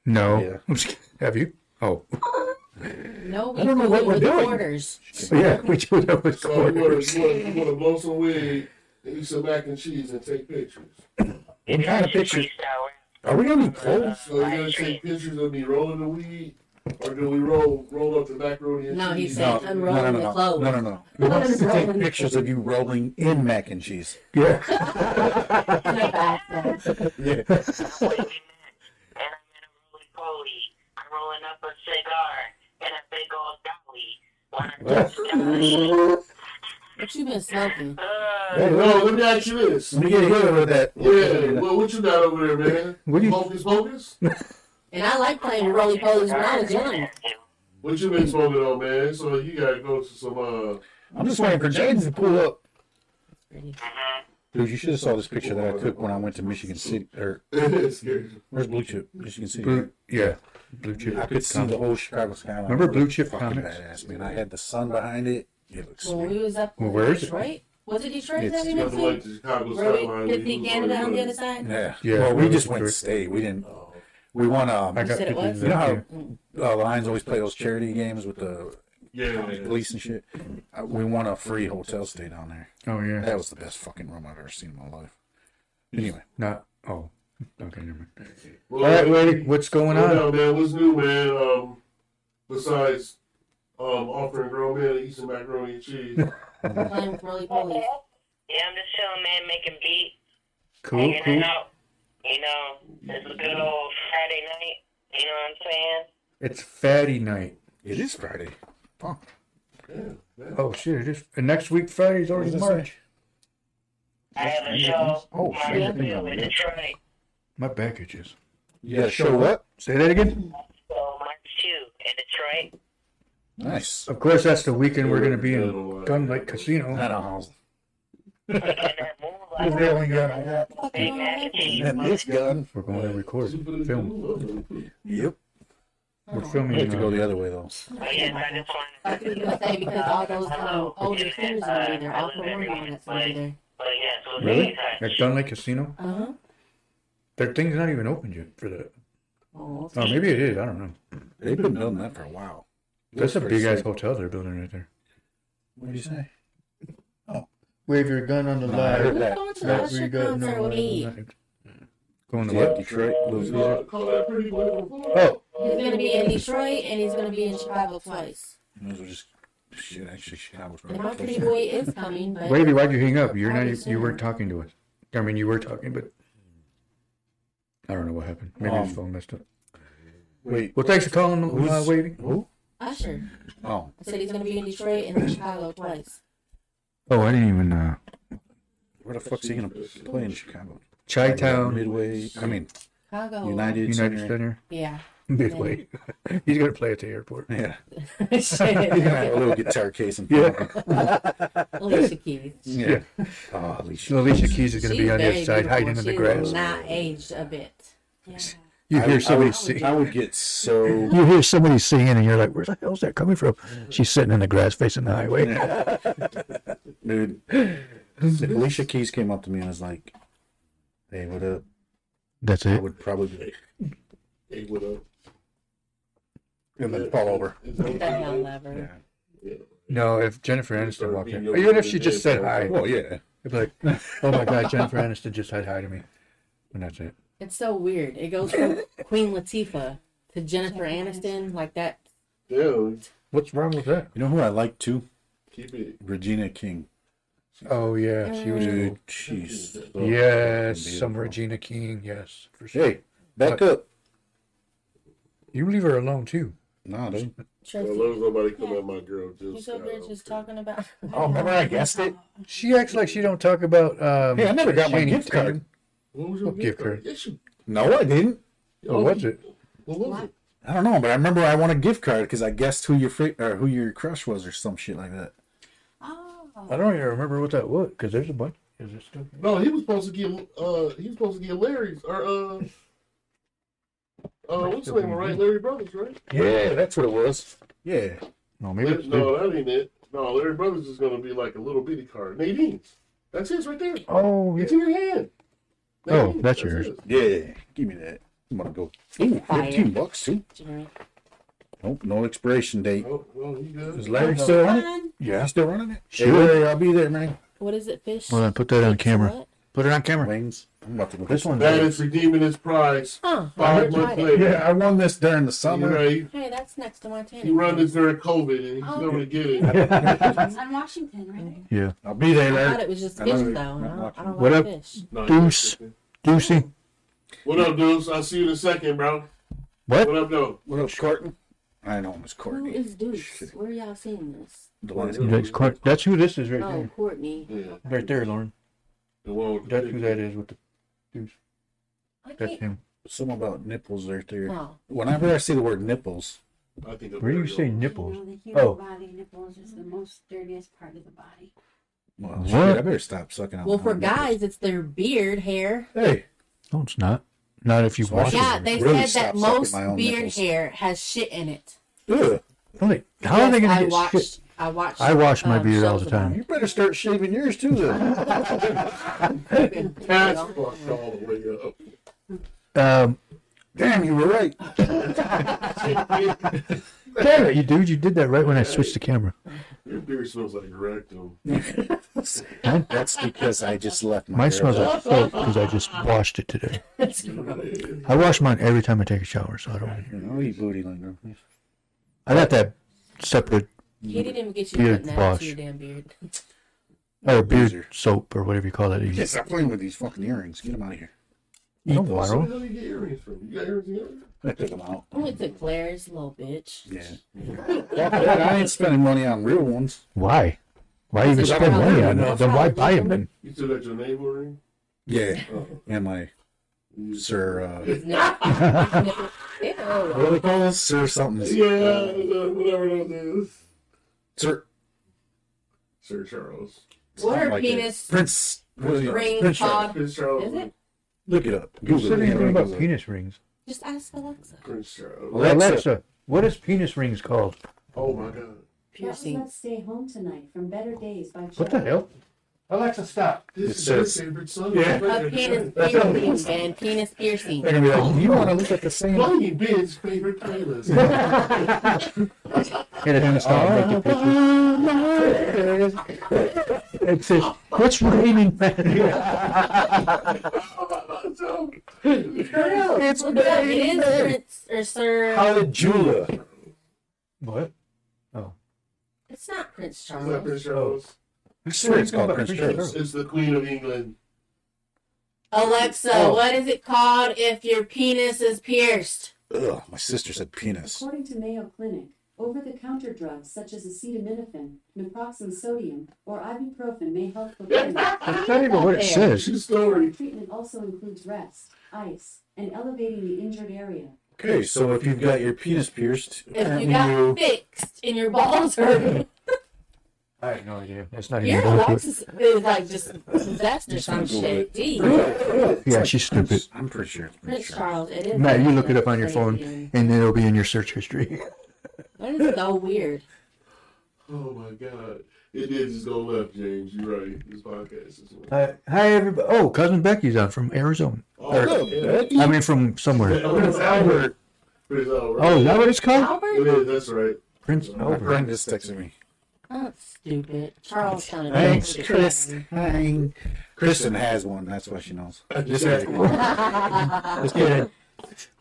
Speaker 2: No.
Speaker 1: Yeah.
Speaker 2: I'm just kidding. Have you? Oh.
Speaker 3: No, we
Speaker 2: don't know what
Speaker 3: do
Speaker 2: we're
Speaker 3: with
Speaker 2: doing.
Speaker 3: quarters.
Speaker 2: yeah, we do that with
Speaker 6: So you want
Speaker 2: quarters.
Speaker 6: to you want to blow some weed and eat some mac and cheese and take pictures.
Speaker 1: What kind of pictures? Are we
Speaker 8: Uh,
Speaker 1: gonna be cold?
Speaker 6: So you're gonna take pictures of me rolling the weed, or do we roll roll up the macaroni and
Speaker 3: No, he
Speaker 6: cheese?
Speaker 3: said unroll
Speaker 1: no,
Speaker 3: the
Speaker 1: no, no,
Speaker 3: clothes.
Speaker 1: no, no, no. We want us to take pictures of you rolling in mac and cheese.
Speaker 2: Yeah.
Speaker 1: Yeah.
Speaker 8: I'm waving it, and I'm in a roly poly. I'm rolling up a cigar and a big old dolly. When I touch the dolly,
Speaker 3: What you been smoking?
Speaker 8: uh,
Speaker 6: Hey, no, let me ask you this.
Speaker 1: Let me get hit with that.
Speaker 6: Yeah, well, what you got over there, man?
Speaker 2: What do you-
Speaker 6: Hocus pocus?
Speaker 3: And I like playing with roly polies when I was young.
Speaker 6: What you been smoking on, man? So you gotta go to some. uh
Speaker 1: I'm just waiting for James to pull up.
Speaker 8: mhm.
Speaker 1: Dude, you should have saw this picture that I took when I went to Michigan City. Or
Speaker 6: it's scary.
Speaker 1: where's Blue Chip? Michigan City.
Speaker 2: Blue, yeah. Blue chip.
Speaker 1: I could see the whole Chicago skyline.
Speaker 2: Remember Blue Chip
Speaker 1: Fucking
Speaker 2: Comics?
Speaker 1: badass, man. I had the sun behind it. It looks.
Speaker 3: When we was up
Speaker 2: Well,
Speaker 3: in
Speaker 2: where is it?
Speaker 3: Detroit. Was it Detroit
Speaker 1: It's
Speaker 3: that we
Speaker 6: You
Speaker 3: went
Speaker 6: have to like
Speaker 3: to?
Speaker 6: the Chicago
Speaker 3: Where
Speaker 6: skyline.
Speaker 3: we
Speaker 6: when
Speaker 3: could see
Speaker 6: you was
Speaker 3: Canada on the
Speaker 6: already-
Speaker 3: other side?
Speaker 1: Yeah.
Speaker 2: Yeah,
Speaker 1: Well, we
Speaker 2: that
Speaker 1: just
Speaker 2: was
Speaker 1: went
Speaker 2: great.
Speaker 1: stay. We didn't. We won. Um,
Speaker 2: I
Speaker 3: You
Speaker 2: got
Speaker 3: said it
Speaker 2: pictures of
Speaker 3: was?
Speaker 1: you know
Speaker 2: that,
Speaker 1: how
Speaker 2: too.
Speaker 1: uh, Lions always play those charity games with the
Speaker 6: Yeah, yeah.
Speaker 1: police and shit. I, we won a free hotel stay down there.
Speaker 2: Oh yeah.
Speaker 1: That was the best fucking room I've ever seen in my life. Anyway,
Speaker 2: Not. Oh. Okay. Never mind.
Speaker 6: Well,
Speaker 2: All right, lady. What's going
Speaker 6: Well,
Speaker 2: on?
Speaker 6: no, man, what's new, man? Um, besides um, offering grown men to eat some macaroni and cheese.
Speaker 3: Playing with roly polies.
Speaker 8: Yeah, I'm just chilling, man, making beats.
Speaker 2: Cool.
Speaker 8: hanging
Speaker 2: Cool.
Speaker 8: out. You know, it's a good old Friday night. You know what I'm saying?
Speaker 2: It's fatty night.
Speaker 1: it is Friday. Fuck.
Speaker 2: Oh shit! It is. And next week Friday's already
Speaker 1: What does it
Speaker 2: March.
Speaker 8: I have a show.
Speaker 1: Oh,
Speaker 8: my
Speaker 1: shit.
Speaker 8: reveal in Detroit.
Speaker 2: My back itches.
Speaker 1: You gotta show what?
Speaker 2: Say that again.
Speaker 8: So March 2 in Detroit.
Speaker 1: Nice.
Speaker 2: Of course, that's the weekend we're gonna be in Gun Lake
Speaker 1: I don't
Speaker 2: Casino.
Speaker 1: know.
Speaker 8: We're gonna move
Speaker 1: This
Speaker 8: like
Speaker 1: really gun I got.
Speaker 8: a big mac and cheese.
Speaker 1: And this gun.
Speaker 2: We're going to record, film.
Speaker 1: Yep.
Speaker 2: We're
Speaker 1: We
Speaker 2: filming.
Speaker 1: have to go
Speaker 2: Uh,
Speaker 1: the other way though.
Speaker 8: But yes, I just
Speaker 3: I
Speaker 8: wanted
Speaker 3: was
Speaker 8: to.
Speaker 3: gonna say because all those um, older singers are gonna be there. All the
Speaker 8: I live
Speaker 3: women
Speaker 8: in
Speaker 3: that's gonna be there.
Speaker 8: But yes, we'll be in
Speaker 2: really? At
Speaker 8: touch.
Speaker 2: Gun Lake Casino?
Speaker 3: Uh huh.
Speaker 2: Their thing's not even opened yet for that.
Speaker 3: Oh,
Speaker 2: Oh, maybe it is. I don't know.
Speaker 1: They've been doing that for a while.
Speaker 2: That's a big ass hotel they're building right there.
Speaker 1: What do you say?
Speaker 9: Wave your gun on the
Speaker 1: I
Speaker 2: Oh,
Speaker 9: live.
Speaker 1: heard
Speaker 3: we
Speaker 1: that.
Speaker 3: going to the
Speaker 9: That's where you
Speaker 3: Usher
Speaker 9: go.
Speaker 3: concert
Speaker 9: No,
Speaker 3: with me.
Speaker 2: Going to
Speaker 1: Yeah,
Speaker 2: what?
Speaker 1: Detroit, Louisiana.
Speaker 6: Call that pretty boy on the floor.
Speaker 2: Oh,
Speaker 3: He's gonna be in Detroit and he's gonna be in Chicago twice.
Speaker 1: Might as well just shit. Actually, Chicago's
Speaker 3: And my
Speaker 1: probably
Speaker 3: pretty
Speaker 1: closer.
Speaker 3: boy is coming, but
Speaker 2: Wavy, why'd you hang up? You're
Speaker 3: I
Speaker 2: not. e-,
Speaker 3: was
Speaker 2: You weren't
Speaker 3: saying-
Speaker 2: talking to us. I mean, you were talking, but I don't know what happened. Maybe his
Speaker 1: Um,
Speaker 2: phone messed up.
Speaker 1: Wait,
Speaker 2: Well, thanks for calling, uh,
Speaker 1: who's-
Speaker 2: Wavy.
Speaker 1: who?
Speaker 3: Usher.
Speaker 1: Oh,
Speaker 3: I said he's gonna be in Detroit and in Chicago twice.
Speaker 2: Oh, I didn't even. Uh,
Speaker 1: where the fuck's he gonna play in Chicago?
Speaker 2: Chi Town,
Speaker 1: Midway. I mean,
Speaker 3: Chicago.
Speaker 1: United.
Speaker 2: United
Speaker 1: Center.
Speaker 2: Center,
Speaker 3: Yeah.
Speaker 2: Midway. He's gonna play at the airport.
Speaker 1: Yeah, he's gonna have a
Speaker 3: Shit.
Speaker 1: little guitar case and
Speaker 2: Yeah.
Speaker 3: Alicia Keys.
Speaker 1: yeah. Oh, Alicia.
Speaker 2: Alicia Keys is gonna
Speaker 3: She's
Speaker 2: be on the
Speaker 3: very
Speaker 2: other side,
Speaker 3: beautiful.
Speaker 2: hiding in the
Speaker 3: She's
Speaker 2: grass.
Speaker 3: Not aged a bit.
Speaker 2: You
Speaker 1: I,
Speaker 2: hear
Speaker 1: I
Speaker 2: somebody
Speaker 1: would-
Speaker 2: sing.
Speaker 1: I would get so.
Speaker 2: You hear somebody singing, and you're like, "Where the hell's that coming from?" She's sitting in the grass, facing the highway.
Speaker 1: Dude, Alicia Keys came up to me and was like, "Hey, what up?"
Speaker 2: That's
Speaker 1: I
Speaker 2: it.
Speaker 1: would probably be,
Speaker 6: Hey, what up?
Speaker 1: and then fall over.
Speaker 6: Is that what
Speaker 3: That
Speaker 6: you
Speaker 3: young
Speaker 6: do?
Speaker 3: lover.
Speaker 1: Yeah.
Speaker 2: No, if Jennifer Aniston walked in, even if she just said hi,
Speaker 1: Well, yeah.
Speaker 2: I'd be like, "Oh my God, Jennifer Aniston just said hi to me," and that's it.
Speaker 3: It's so weird. It goes from Queen Latifah to Jennifer Aniston, like that.
Speaker 6: Damn,
Speaker 2: What's wrong with that?
Speaker 1: You know who I like too?
Speaker 6: keep it.
Speaker 1: Regina King.
Speaker 2: Oh yeah, she was.
Speaker 1: Dude, jeez.
Speaker 2: cool. Yes, some Regina King. Yes, for sure.
Speaker 5: Hey, back up.
Speaker 2: You leave her alone too.
Speaker 1: Nah, dude.
Speaker 6: As
Speaker 3: Trophy.
Speaker 6: long as nobody come at my girl,
Speaker 3: He's
Speaker 6: just.
Speaker 3: so weird just talking about.
Speaker 1: Oh, remember I guessed it?
Speaker 2: She acts like she don't talk about. Um,
Speaker 5: Hey, I never got my
Speaker 2: Channing
Speaker 5: gift card.
Speaker 6: What was your
Speaker 2: Give her.
Speaker 6: Yes, you.
Speaker 1: No, I didn't.
Speaker 2: Tatum. What was it?
Speaker 6: What was it?
Speaker 1: I don't know, but I remember I won a gift card because I guessed who your fri- or who your crush was or some shit like that.
Speaker 2: I don't even remember what that was because there's a bunch. Is it still?
Speaker 6: No, he was supposed to get. Uh, he was supposed to get Larry's or uh. Uh, what's his name? Right, Larry Brothers, right?
Speaker 1: Yeah, that's what it was. Yeah.
Speaker 2: No, maybe it's still.
Speaker 6: no, that ain't it. No, Larry Brothers is gonna be like a little bitty card. Nadine's. That's his right there.
Speaker 2: Oh, yeah.
Speaker 6: It's in your hand.
Speaker 2: Oh,
Speaker 6: Nadine's,
Speaker 2: that's yours.
Speaker 6: his.
Speaker 1: Yeah. Give me that. I'm gonna go. Ooh,
Speaker 3: Fire.
Speaker 1: 15 bucks too.
Speaker 3: Jeremy.
Speaker 1: Nope, no expiration date.
Speaker 6: Oh, well, you good.
Speaker 1: Is Larry still on it?
Speaker 3: Fun.
Speaker 1: Yeah, still running it.
Speaker 2: Sure.
Speaker 1: Hey, Larry, I'll be there, man.
Speaker 3: What is it, fish?
Speaker 2: Hold on, put that on camera.
Speaker 3: What?
Speaker 2: Put it on camera.
Speaker 1: Wings. I'm about to look
Speaker 2: This
Speaker 1: at
Speaker 2: one's
Speaker 6: That is redeeming his prize.
Speaker 3: Huh.
Speaker 6: Five
Speaker 3: I
Speaker 6: months
Speaker 3: tried it.
Speaker 6: later.
Speaker 1: Yeah, I won this during the
Speaker 6: You
Speaker 1: summer.
Speaker 6: know, he,
Speaker 3: Hey, that's next to Montana.
Speaker 6: he run this during COVID and he's
Speaker 4: Oh.
Speaker 6: gonna get it.
Speaker 4: on Washington, right?
Speaker 2: Yeah.
Speaker 1: I'll be there,
Speaker 3: I thought
Speaker 1: Larry.
Speaker 3: it was just
Speaker 1: I
Speaker 3: fish,
Speaker 1: know
Speaker 3: though.
Speaker 1: you're not
Speaker 3: I don't, I
Speaker 1: watching.
Speaker 3: don't
Speaker 5: What
Speaker 3: like
Speaker 5: up?
Speaker 3: fish.
Speaker 6: No,
Speaker 5: Deuce. Deucey.
Speaker 6: What up, dudes? I'll see you in a second, bro.
Speaker 5: What?
Speaker 6: What up, though?
Speaker 1: What up, Courtney? I know Miss
Speaker 3: Who
Speaker 1: Courtney.
Speaker 3: is Deuce? Where y'all seeing this?
Speaker 1: The one that's
Speaker 2: That's, Court- that's who this is right
Speaker 3: Oh,
Speaker 2: there.
Speaker 3: Courtney.
Speaker 6: Yeah.
Speaker 2: Right there, Lauren.
Speaker 6: The one with the
Speaker 2: That's who
Speaker 6: picture.
Speaker 2: that is with the. Deuce. That's
Speaker 4: Okay.
Speaker 2: him.
Speaker 1: something about nipples right there.
Speaker 3: Oh.
Speaker 1: Whenever I see the word nipples,
Speaker 6: I think
Speaker 2: Where do you say nipples?
Speaker 6: nipples?
Speaker 4: You know, the human
Speaker 2: Oh.
Speaker 4: body nipples is the most dirtiest part of the body.
Speaker 1: well,
Speaker 2: What?
Speaker 1: shit, I better stop sucking on
Speaker 3: Well,
Speaker 1: my
Speaker 3: for
Speaker 1: nipples.
Speaker 3: guys, it's their beard hair.
Speaker 1: Hey,
Speaker 2: No, it's not. Not if you
Speaker 1: So
Speaker 2: watch
Speaker 1: I
Speaker 3: Yeah,
Speaker 2: it.
Speaker 1: should
Speaker 3: they
Speaker 1: really
Speaker 3: said
Speaker 1: stop
Speaker 3: that
Speaker 1: sucking
Speaker 3: most
Speaker 1: my own
Speaker 3: beard
Speaker 1: nipples.
Speaker 3: hair has shit in it.
Speaker 1: ugh,
Speaker 2: Don't they- How are they
Speaker 3: Yes,
Speaker 2: going
Speaker 3: I
Speaker 2: to get
Speaker 3: watched,
Speaker 2: shit?
Speaker 3: I watched.
Speaker 2: I wash my
Speaker 3: um,
Speaker 2: beard all
Speaker 3: shows
Speaker 2: the time.
Speaker 1: you better start shaving yours too, then.
Speaker 3: about it.
Speaker 6: That's fucked all the way up.
Speaker 2: Um,
Speaker 1: Damn, you were right.
Speaker 2: damn it, you dude! You did that right when I switched the camera.
Speaker 6: Your beard smells like your rectum.
Speaker 1: That's because I just left my.
Speaker 2: Mine
Speaker 1: hair
Speaker 2: smells
Speaker 1: up.
Speaker 2: like soap because I just washed it today. I wash mine every time I take a shower, so I don't.
Speaker 1: You know, you booty linger.
Speaker 2: I got that separate
Speaker 3: He didn't even get you
Speaker 2: Beard
Speaker 3: putting that
Speaker 2: wash.
Speaker 3: to your damn beard.
Speaker 2: or beard
Speaker 1: Loser.
Speaker 2: soap or whatever you call that.
Speaker 1: Yeah, stop playing with these fucking earrings. Get them out of here.
Speaker 2: Eat
Speaker 6: Where the
Speaker 2: viral.
Speaker 6: hell do you get earrings from? You got earrings together?
Speaker 1: I took them out.
Speaker 3: I went to Claire's, little bitch.
Speaker 1: Yeah. Fuck that, I ain't spending money on real ones.
Speaker 2: Why? Why even
Speaker 3: That's
Speaker 2: spend
Speaker 3: how-
Speaker 2: money on it?
Speaker 3: that's
Speaker 2: Then
Speaker 3: how
Speaker 2: why
Speaker 3: I
Speaker 2: buy
Speaker 3: look.
Speaker 2: them then?
Speaker 6: You still got your navel ring?
Speaker 1: Yeah.
Speaker 6: Oh.
Speaker 1: Uh-huh. And my
Speaker 6: You-
Speaker 1: sir, uh,
Speaker 3: His nipple- his nipple- Ew.
Speaker 1: what do they call this? Sir something.
Speaker 6: Yeah, uh, whatever that is.
Speaker 1: Sir.
Speaker 6: Sir Charles.
Speaker 3: Water
Speaker 1: something like that.
Speaker 3: penis
Speaker 1: Prince. what is it?
Speaker 3: ring
Speaker 1: Prince Charles.
Speaker 3: pod.
Speaker 6: Prince Charles.
Speaker 3: Is it?
Speaker 1: Look it up.
Speaker 2: You
Speaker 1: Google
Speaker 2: said
Speaker 1: it.
Speaker 2: anything
Speaker 1: Look
Speaker 2: about
Speaker 1: it up.
Speaker 2: penis rings?
Speaker 3: Just ask Alexa.
Speaker 6: Prince Charles.
Speaker 1: Alexa.
Speaker 2: Alexa, what is penis rings called?
Speaker 6: Oh my god.
Speaker 4: That was
Speaker 3: Piercing.
Speaker 4: Let's Stay Home Tonight from Better Days by
Speaker 2: What the
Speaker 4: Joe.
Speaker 2: hell? Alexa, stop.
Speaker 6: This
Speaker 1: It
Speaker 6: is
Speaker 1: says-
Speaker 6: your favorite son.
Speaker 1: Yeah.
Speaker 3: A penis piercing, man. Penis piercing.
Speaker 1: They're gonna be like, you want to look at the same?
Speaker 6: Blondie Ben's favorite playlist.
Speaker 2: Hit it and stop. and make your picture. It says, what's raining man?
Speaker 6: so,
Speaker 1: It's
Speaker 3: Look it up. It is Prince or Sir.
Speaker 1: Pilot Jula.
Speaker 2: What?
Speaker 3: It's not Prince
Speaker 6: is that
Speaker 3: Charles.
Speaker 6: Prince Charles?
Speaker 1: I swear it's called Prince
Speaker 2: Appreciate
Speaker 1: Charles.
Speaker 6: It's the Queen of England.
Speaker 3: Alexa,
Speaker 1: Oh.
Speaker 3: what is it called if your penis is pierced?
Speaker 1: Ugh, my sister said penis.
Speaker 4: According to Mayo Clinic, over-the-counter drugs such as acetaminophen, naproxen sodium, or ibuprofen may help prevent
Speaker 2: That's not even what it says.
Speaker 6: True story.
Speaker 4: Treatment also includes rest, ice, and elevating the injured area.
Speaker 1: Okay, so if you've got your penis pierced,
Speaker 3: If you
Speaker 1: apparently
Speaker 3: got
Speaker 1: you.
Speaker 3: fixed and your balls hurt,
Speaker 2: I have no idea. That's not
Speaker 3: your
Speaker 2: even what it
Speaker 3: Alexa is like just possessed or some
Speaker 1: Google
Speaker 3: shit.
Speaker 1: it.
Speaker 3: Gee.
Speaker 2: Yeah, she's stupid.
Speaker 1: I'm pretty sure it's Prince
Speaker 3: Prince
Speaker 1: Charles.
Speaker 3: Charles, it is.
Speaker 2: Matt, you look it up on your
Speaker 3: Crazy.
Speaker 2: phone and it'll be in your search history.
Speaker 3: That is so weird.
Speaker 6: Oh my god. It did just go left, James. You're right. This podcast is.
Speaker 2: Uh, hi, everybody. Oh, cousin Becky's on from Arizona.
Speaker 6: Oh,
Speaker 2: Or-
Speaker 6: yeah.
Speaker 2: I mean, from somewhere.
Speaker 6: Prince Albert. Prince Albert.
Speaker 2: Oh, is that what it's called?
Speaker 6: It
Speaker 3: Albert?
Speaker 6: is, that's right.
Speaker 2: Prince
Speaker 1: My
Speaker 2: Albert.
Speaker 1: friend just texted me.
Speaker 3: That's stupid. Charles sounded
Speaker 1: Thanks,
Speaker 3: really
Speaker 1: Chris.
Speaker 3: stupid.
Speaker 1: Hi. Kristen has one. That's why she knows.
Speaker 6: Just
Speaker 1: Just kidding.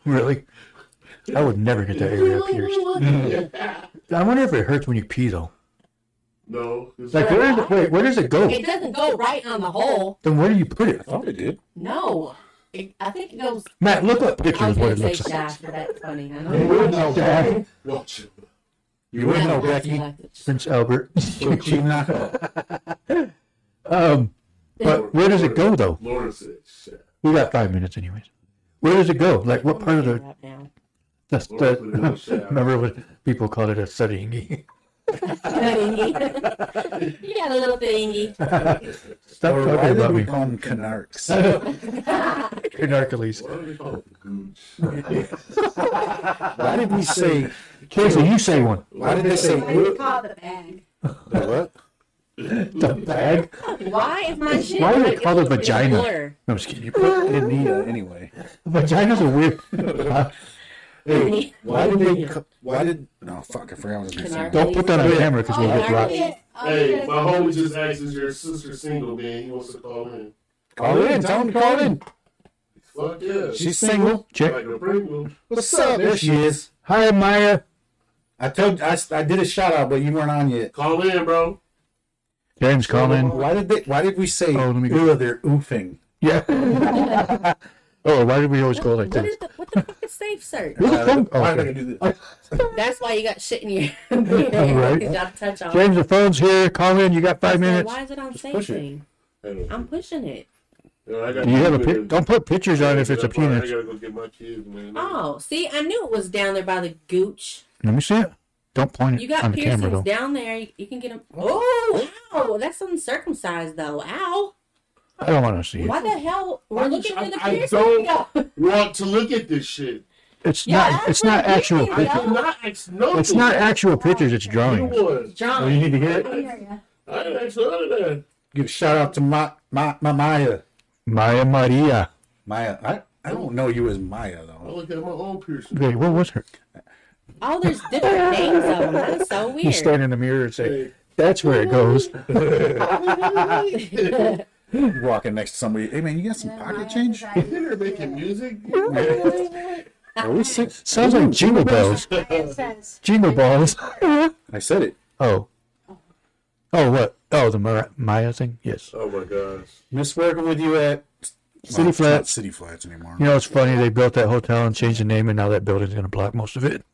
Speaker 2: Really? I would never get that area pierced.
Speaker 6: yeah.
Speaker 2: I wonder if it hurts when you pee, though.
Speaker 6: No. it's-
Speaker 2: Like where is it? Wait, where does it go?
Speaker 3: It doesn't go right on the hole.
Speaker 2: Then where do you put
Speaker 1: I
Speaker 2: it?
Speaker 1: thought it Oh, did.
Speaker 3: No. It, I think it goes.
Speaker 2: Matt, look up
Speaker 3: I
Speaker 2: pictures
Speaker 3: was
Speaker 2: of what it
Speaker 3: gonna say
Speaker 2: looks like.
Speaker 3: shaft, but that's funny. I
Speaker 2: You
Speaker 3: know.
Speaker 2: wouldn't know, Becky.
Speaker 6: Watch it.
Speaker 2: You wouldn't know,
Speaker 3: Yeah,
Speaker 2: Becky.
Speaker 3: that's-
Speaker 2: Prince Albert.
Speaker 1: So cheap knockoff.
Speaker 2: Um, but where does it go though?
Speaker 6: Laura said, shit.
Speaker 2: We got five minutes, anyways. Where does it go? Like what part of the?
Speaker 3: Right now.
Speaker 2: That's
Speaker 6: Laura put it in the
Speaker 2: the
Speaker 6: shaft.
Speaker 2: remember what people called it a studying.
Speaker 3: Thingy. you got a little thingy.
Speaker 2: Stop
Speaker 1: Or why
Speaker 2: talking
Speaker 1: did
Speaker 2: about
Speaker 1: we
Speaker 2: me.
Speaker 1: call them canarks?
Speaker 2: Narcolepsy.
Speaker 6: Why do they call it gooch?
Speaker 1: Why did we say?
Speaker 2: Casey, you say one.
Speaker 1: Why did they say?
Speaker 4: Why do you call it the bag?
Speaker 1: What?
Speaker 2: The bag.
Speaker 3: Why is my shit?
Speaker 2: Why do they
Speaker 3: like-
Speaker 2: call it
Speaker 3: it's a
Speaker 2: vagina?
Speaker 3: blur?
Speaker 2: No, I'm just kidding.
Speaker 1: Anita, anyway.
Speaker 2: Vaginas are weird.
Speaker 3: Hey,
Speaker 1: Why did they? co- Why did? No, fuck! I forgot what I was going to say.
Speaker 2: Don't put that on camera because
Speaker 4: Oh,
Speaker 2: we'll get
Speaker 3: Narc
Speaker 2: rocked.
Speaker 3: is-
Speaker 6: Hey, my homie just asked, is your sister single, man? He wants to call in.
Speaker 1: Call in. Tell them to call in.
Speaker 6: Fuck yeah.
Speaker 1: She's single.
Speaker 2: Check.
Speaker 6: like a Pringle.
Speaker 1: What's up? There she is.
Speaker 2: Hi, Maya.
Speaker 1: I told. I, I did a shout out, but you weren't on yet.
Speaker 6: Call in, bro.
Speaker 2: James Collin.
Speaker 1: Why did they? Why did we say?
Speaker 2: Oh, let me go.
Speaker 1: Ooh, they're oofing.
Speaker 2: Yeah. oh, why did we always go like
Speaker 3: What
Speaker 2: this?
Speaker 3: is the what the fuck is safe search?
Speaker 2: Where's it come?
Speaker 1: Uh, Why
Speaker 2: Oh,
Speaker 1: did I
Speaker 2: okay.
Speaker 1: do this?
Speaker 3: That's why you got shit in your.
Speaker 2: Right.
Speaker 3: You gotta touch on. it.
Speaker 2: James, the phone's here. Call in. You got five
Speaker 3: So
Speaker 2: minutes.
Speaker 3: Why is it on safe
Speaker 1: push it.
Speaker 3: thing?
Speaker 6: I don't know.
Speaker 3: I'm pushing it.
Speaker 6: Yo, I got
Speaker 2: Do you have a
Speaker 6: two
Speaker 2: pic?
Speaker 6: kids.
Speaker 2: Don't put pictures on if it's a
Speaker 6: That's why I
Speaker 2: penis.
Speaker 6: gotta go get my kids, man.
Speaker 3: Oh, see, I knew it was down there by the gooch.
Speaker 2: Let me see it. Don't point
Speaker 3: You
Speaker 2: it on
Speaker 3: got
Speaker 2: the camera
Speaker 3: piercings
Speaker 2: though.
Speaker 3: down there. You, you can get them. Oh, ow! That's uncircumcised though. Ow!
Speaker 2: I don't want to see it.
Speaker 3: Why the hell? We're
Speaker 6: I'm
Speaker 3: looking
Speaker 6: tr-
Speaker 3: for the
Speaker 6: I- I
Speaker 3: piercings.
Speaker 6: don't-
Speaker 3: though.
Speaker 6: Want to look at this shit?
Speaker 2: It's
Speaker 3: Yeah,
Speaker 2: not.
Speaker 3: that's
Speaker 2: It's not
Speaker 3: what I'm
Speaker 2: actual.
Speaker 3: thinking,
Speaker 6: I
Speaker 2: pic-
Speaker 3: Yeah.
Speaker 6: did not ask nothing.
Speaker 2: It's not actual pictures. It's
Speaker 6: You
Speaker 2: drawings.
Speaker 6: was.
Speaker 3: John.
Speaker 2: Oh, you need to hear
Speaker 4: I
Speaker 2: it.
Speaker 4: hear ya.
Speaker 6: I didn't ask none of that.
Speaker 1: Give a shout out to my my, my Maya.
Speaker 2: Maya Maria.
Speaker 1: Maya. I, I don't know you as Maya
Speaker 6: I
Speaker 1: though.
Speaker 6: look at my own piercing.
Speaker 2: Wait, what was her?
Speaker 3: Oh, there's different names of them. That's so
Speaker 2: You
Speaker 3: weird.
Speaker 2: stand in the mirror and say, "That's where it goes."
Speaker 1: You walking next to somebody. Hey man, you got some pocket change?
Speaker 4: Cause I-
Speaker 6: You're making music.
Speaker 1: Are we six?
Speaker 2: Sounds like jingle bells.
Speaker 4: It says,
Speaker 2: Jingle balls.
Speaker 1: I said it.
Speaker 2: oh. Oh, what? Oh, the Mar- Maya thing. Yes.
Speaker 6: Oh my gosh.
Speaker 1: Miss working with you at
Speaker 2: City
Speaker 1: Well, it's not
Speaker 2: Flats.
Speaker 1: City Flats anymore.
Speaker 2: You know, it's funny. They built that hotel and changed the name, and now that building's going to block most of it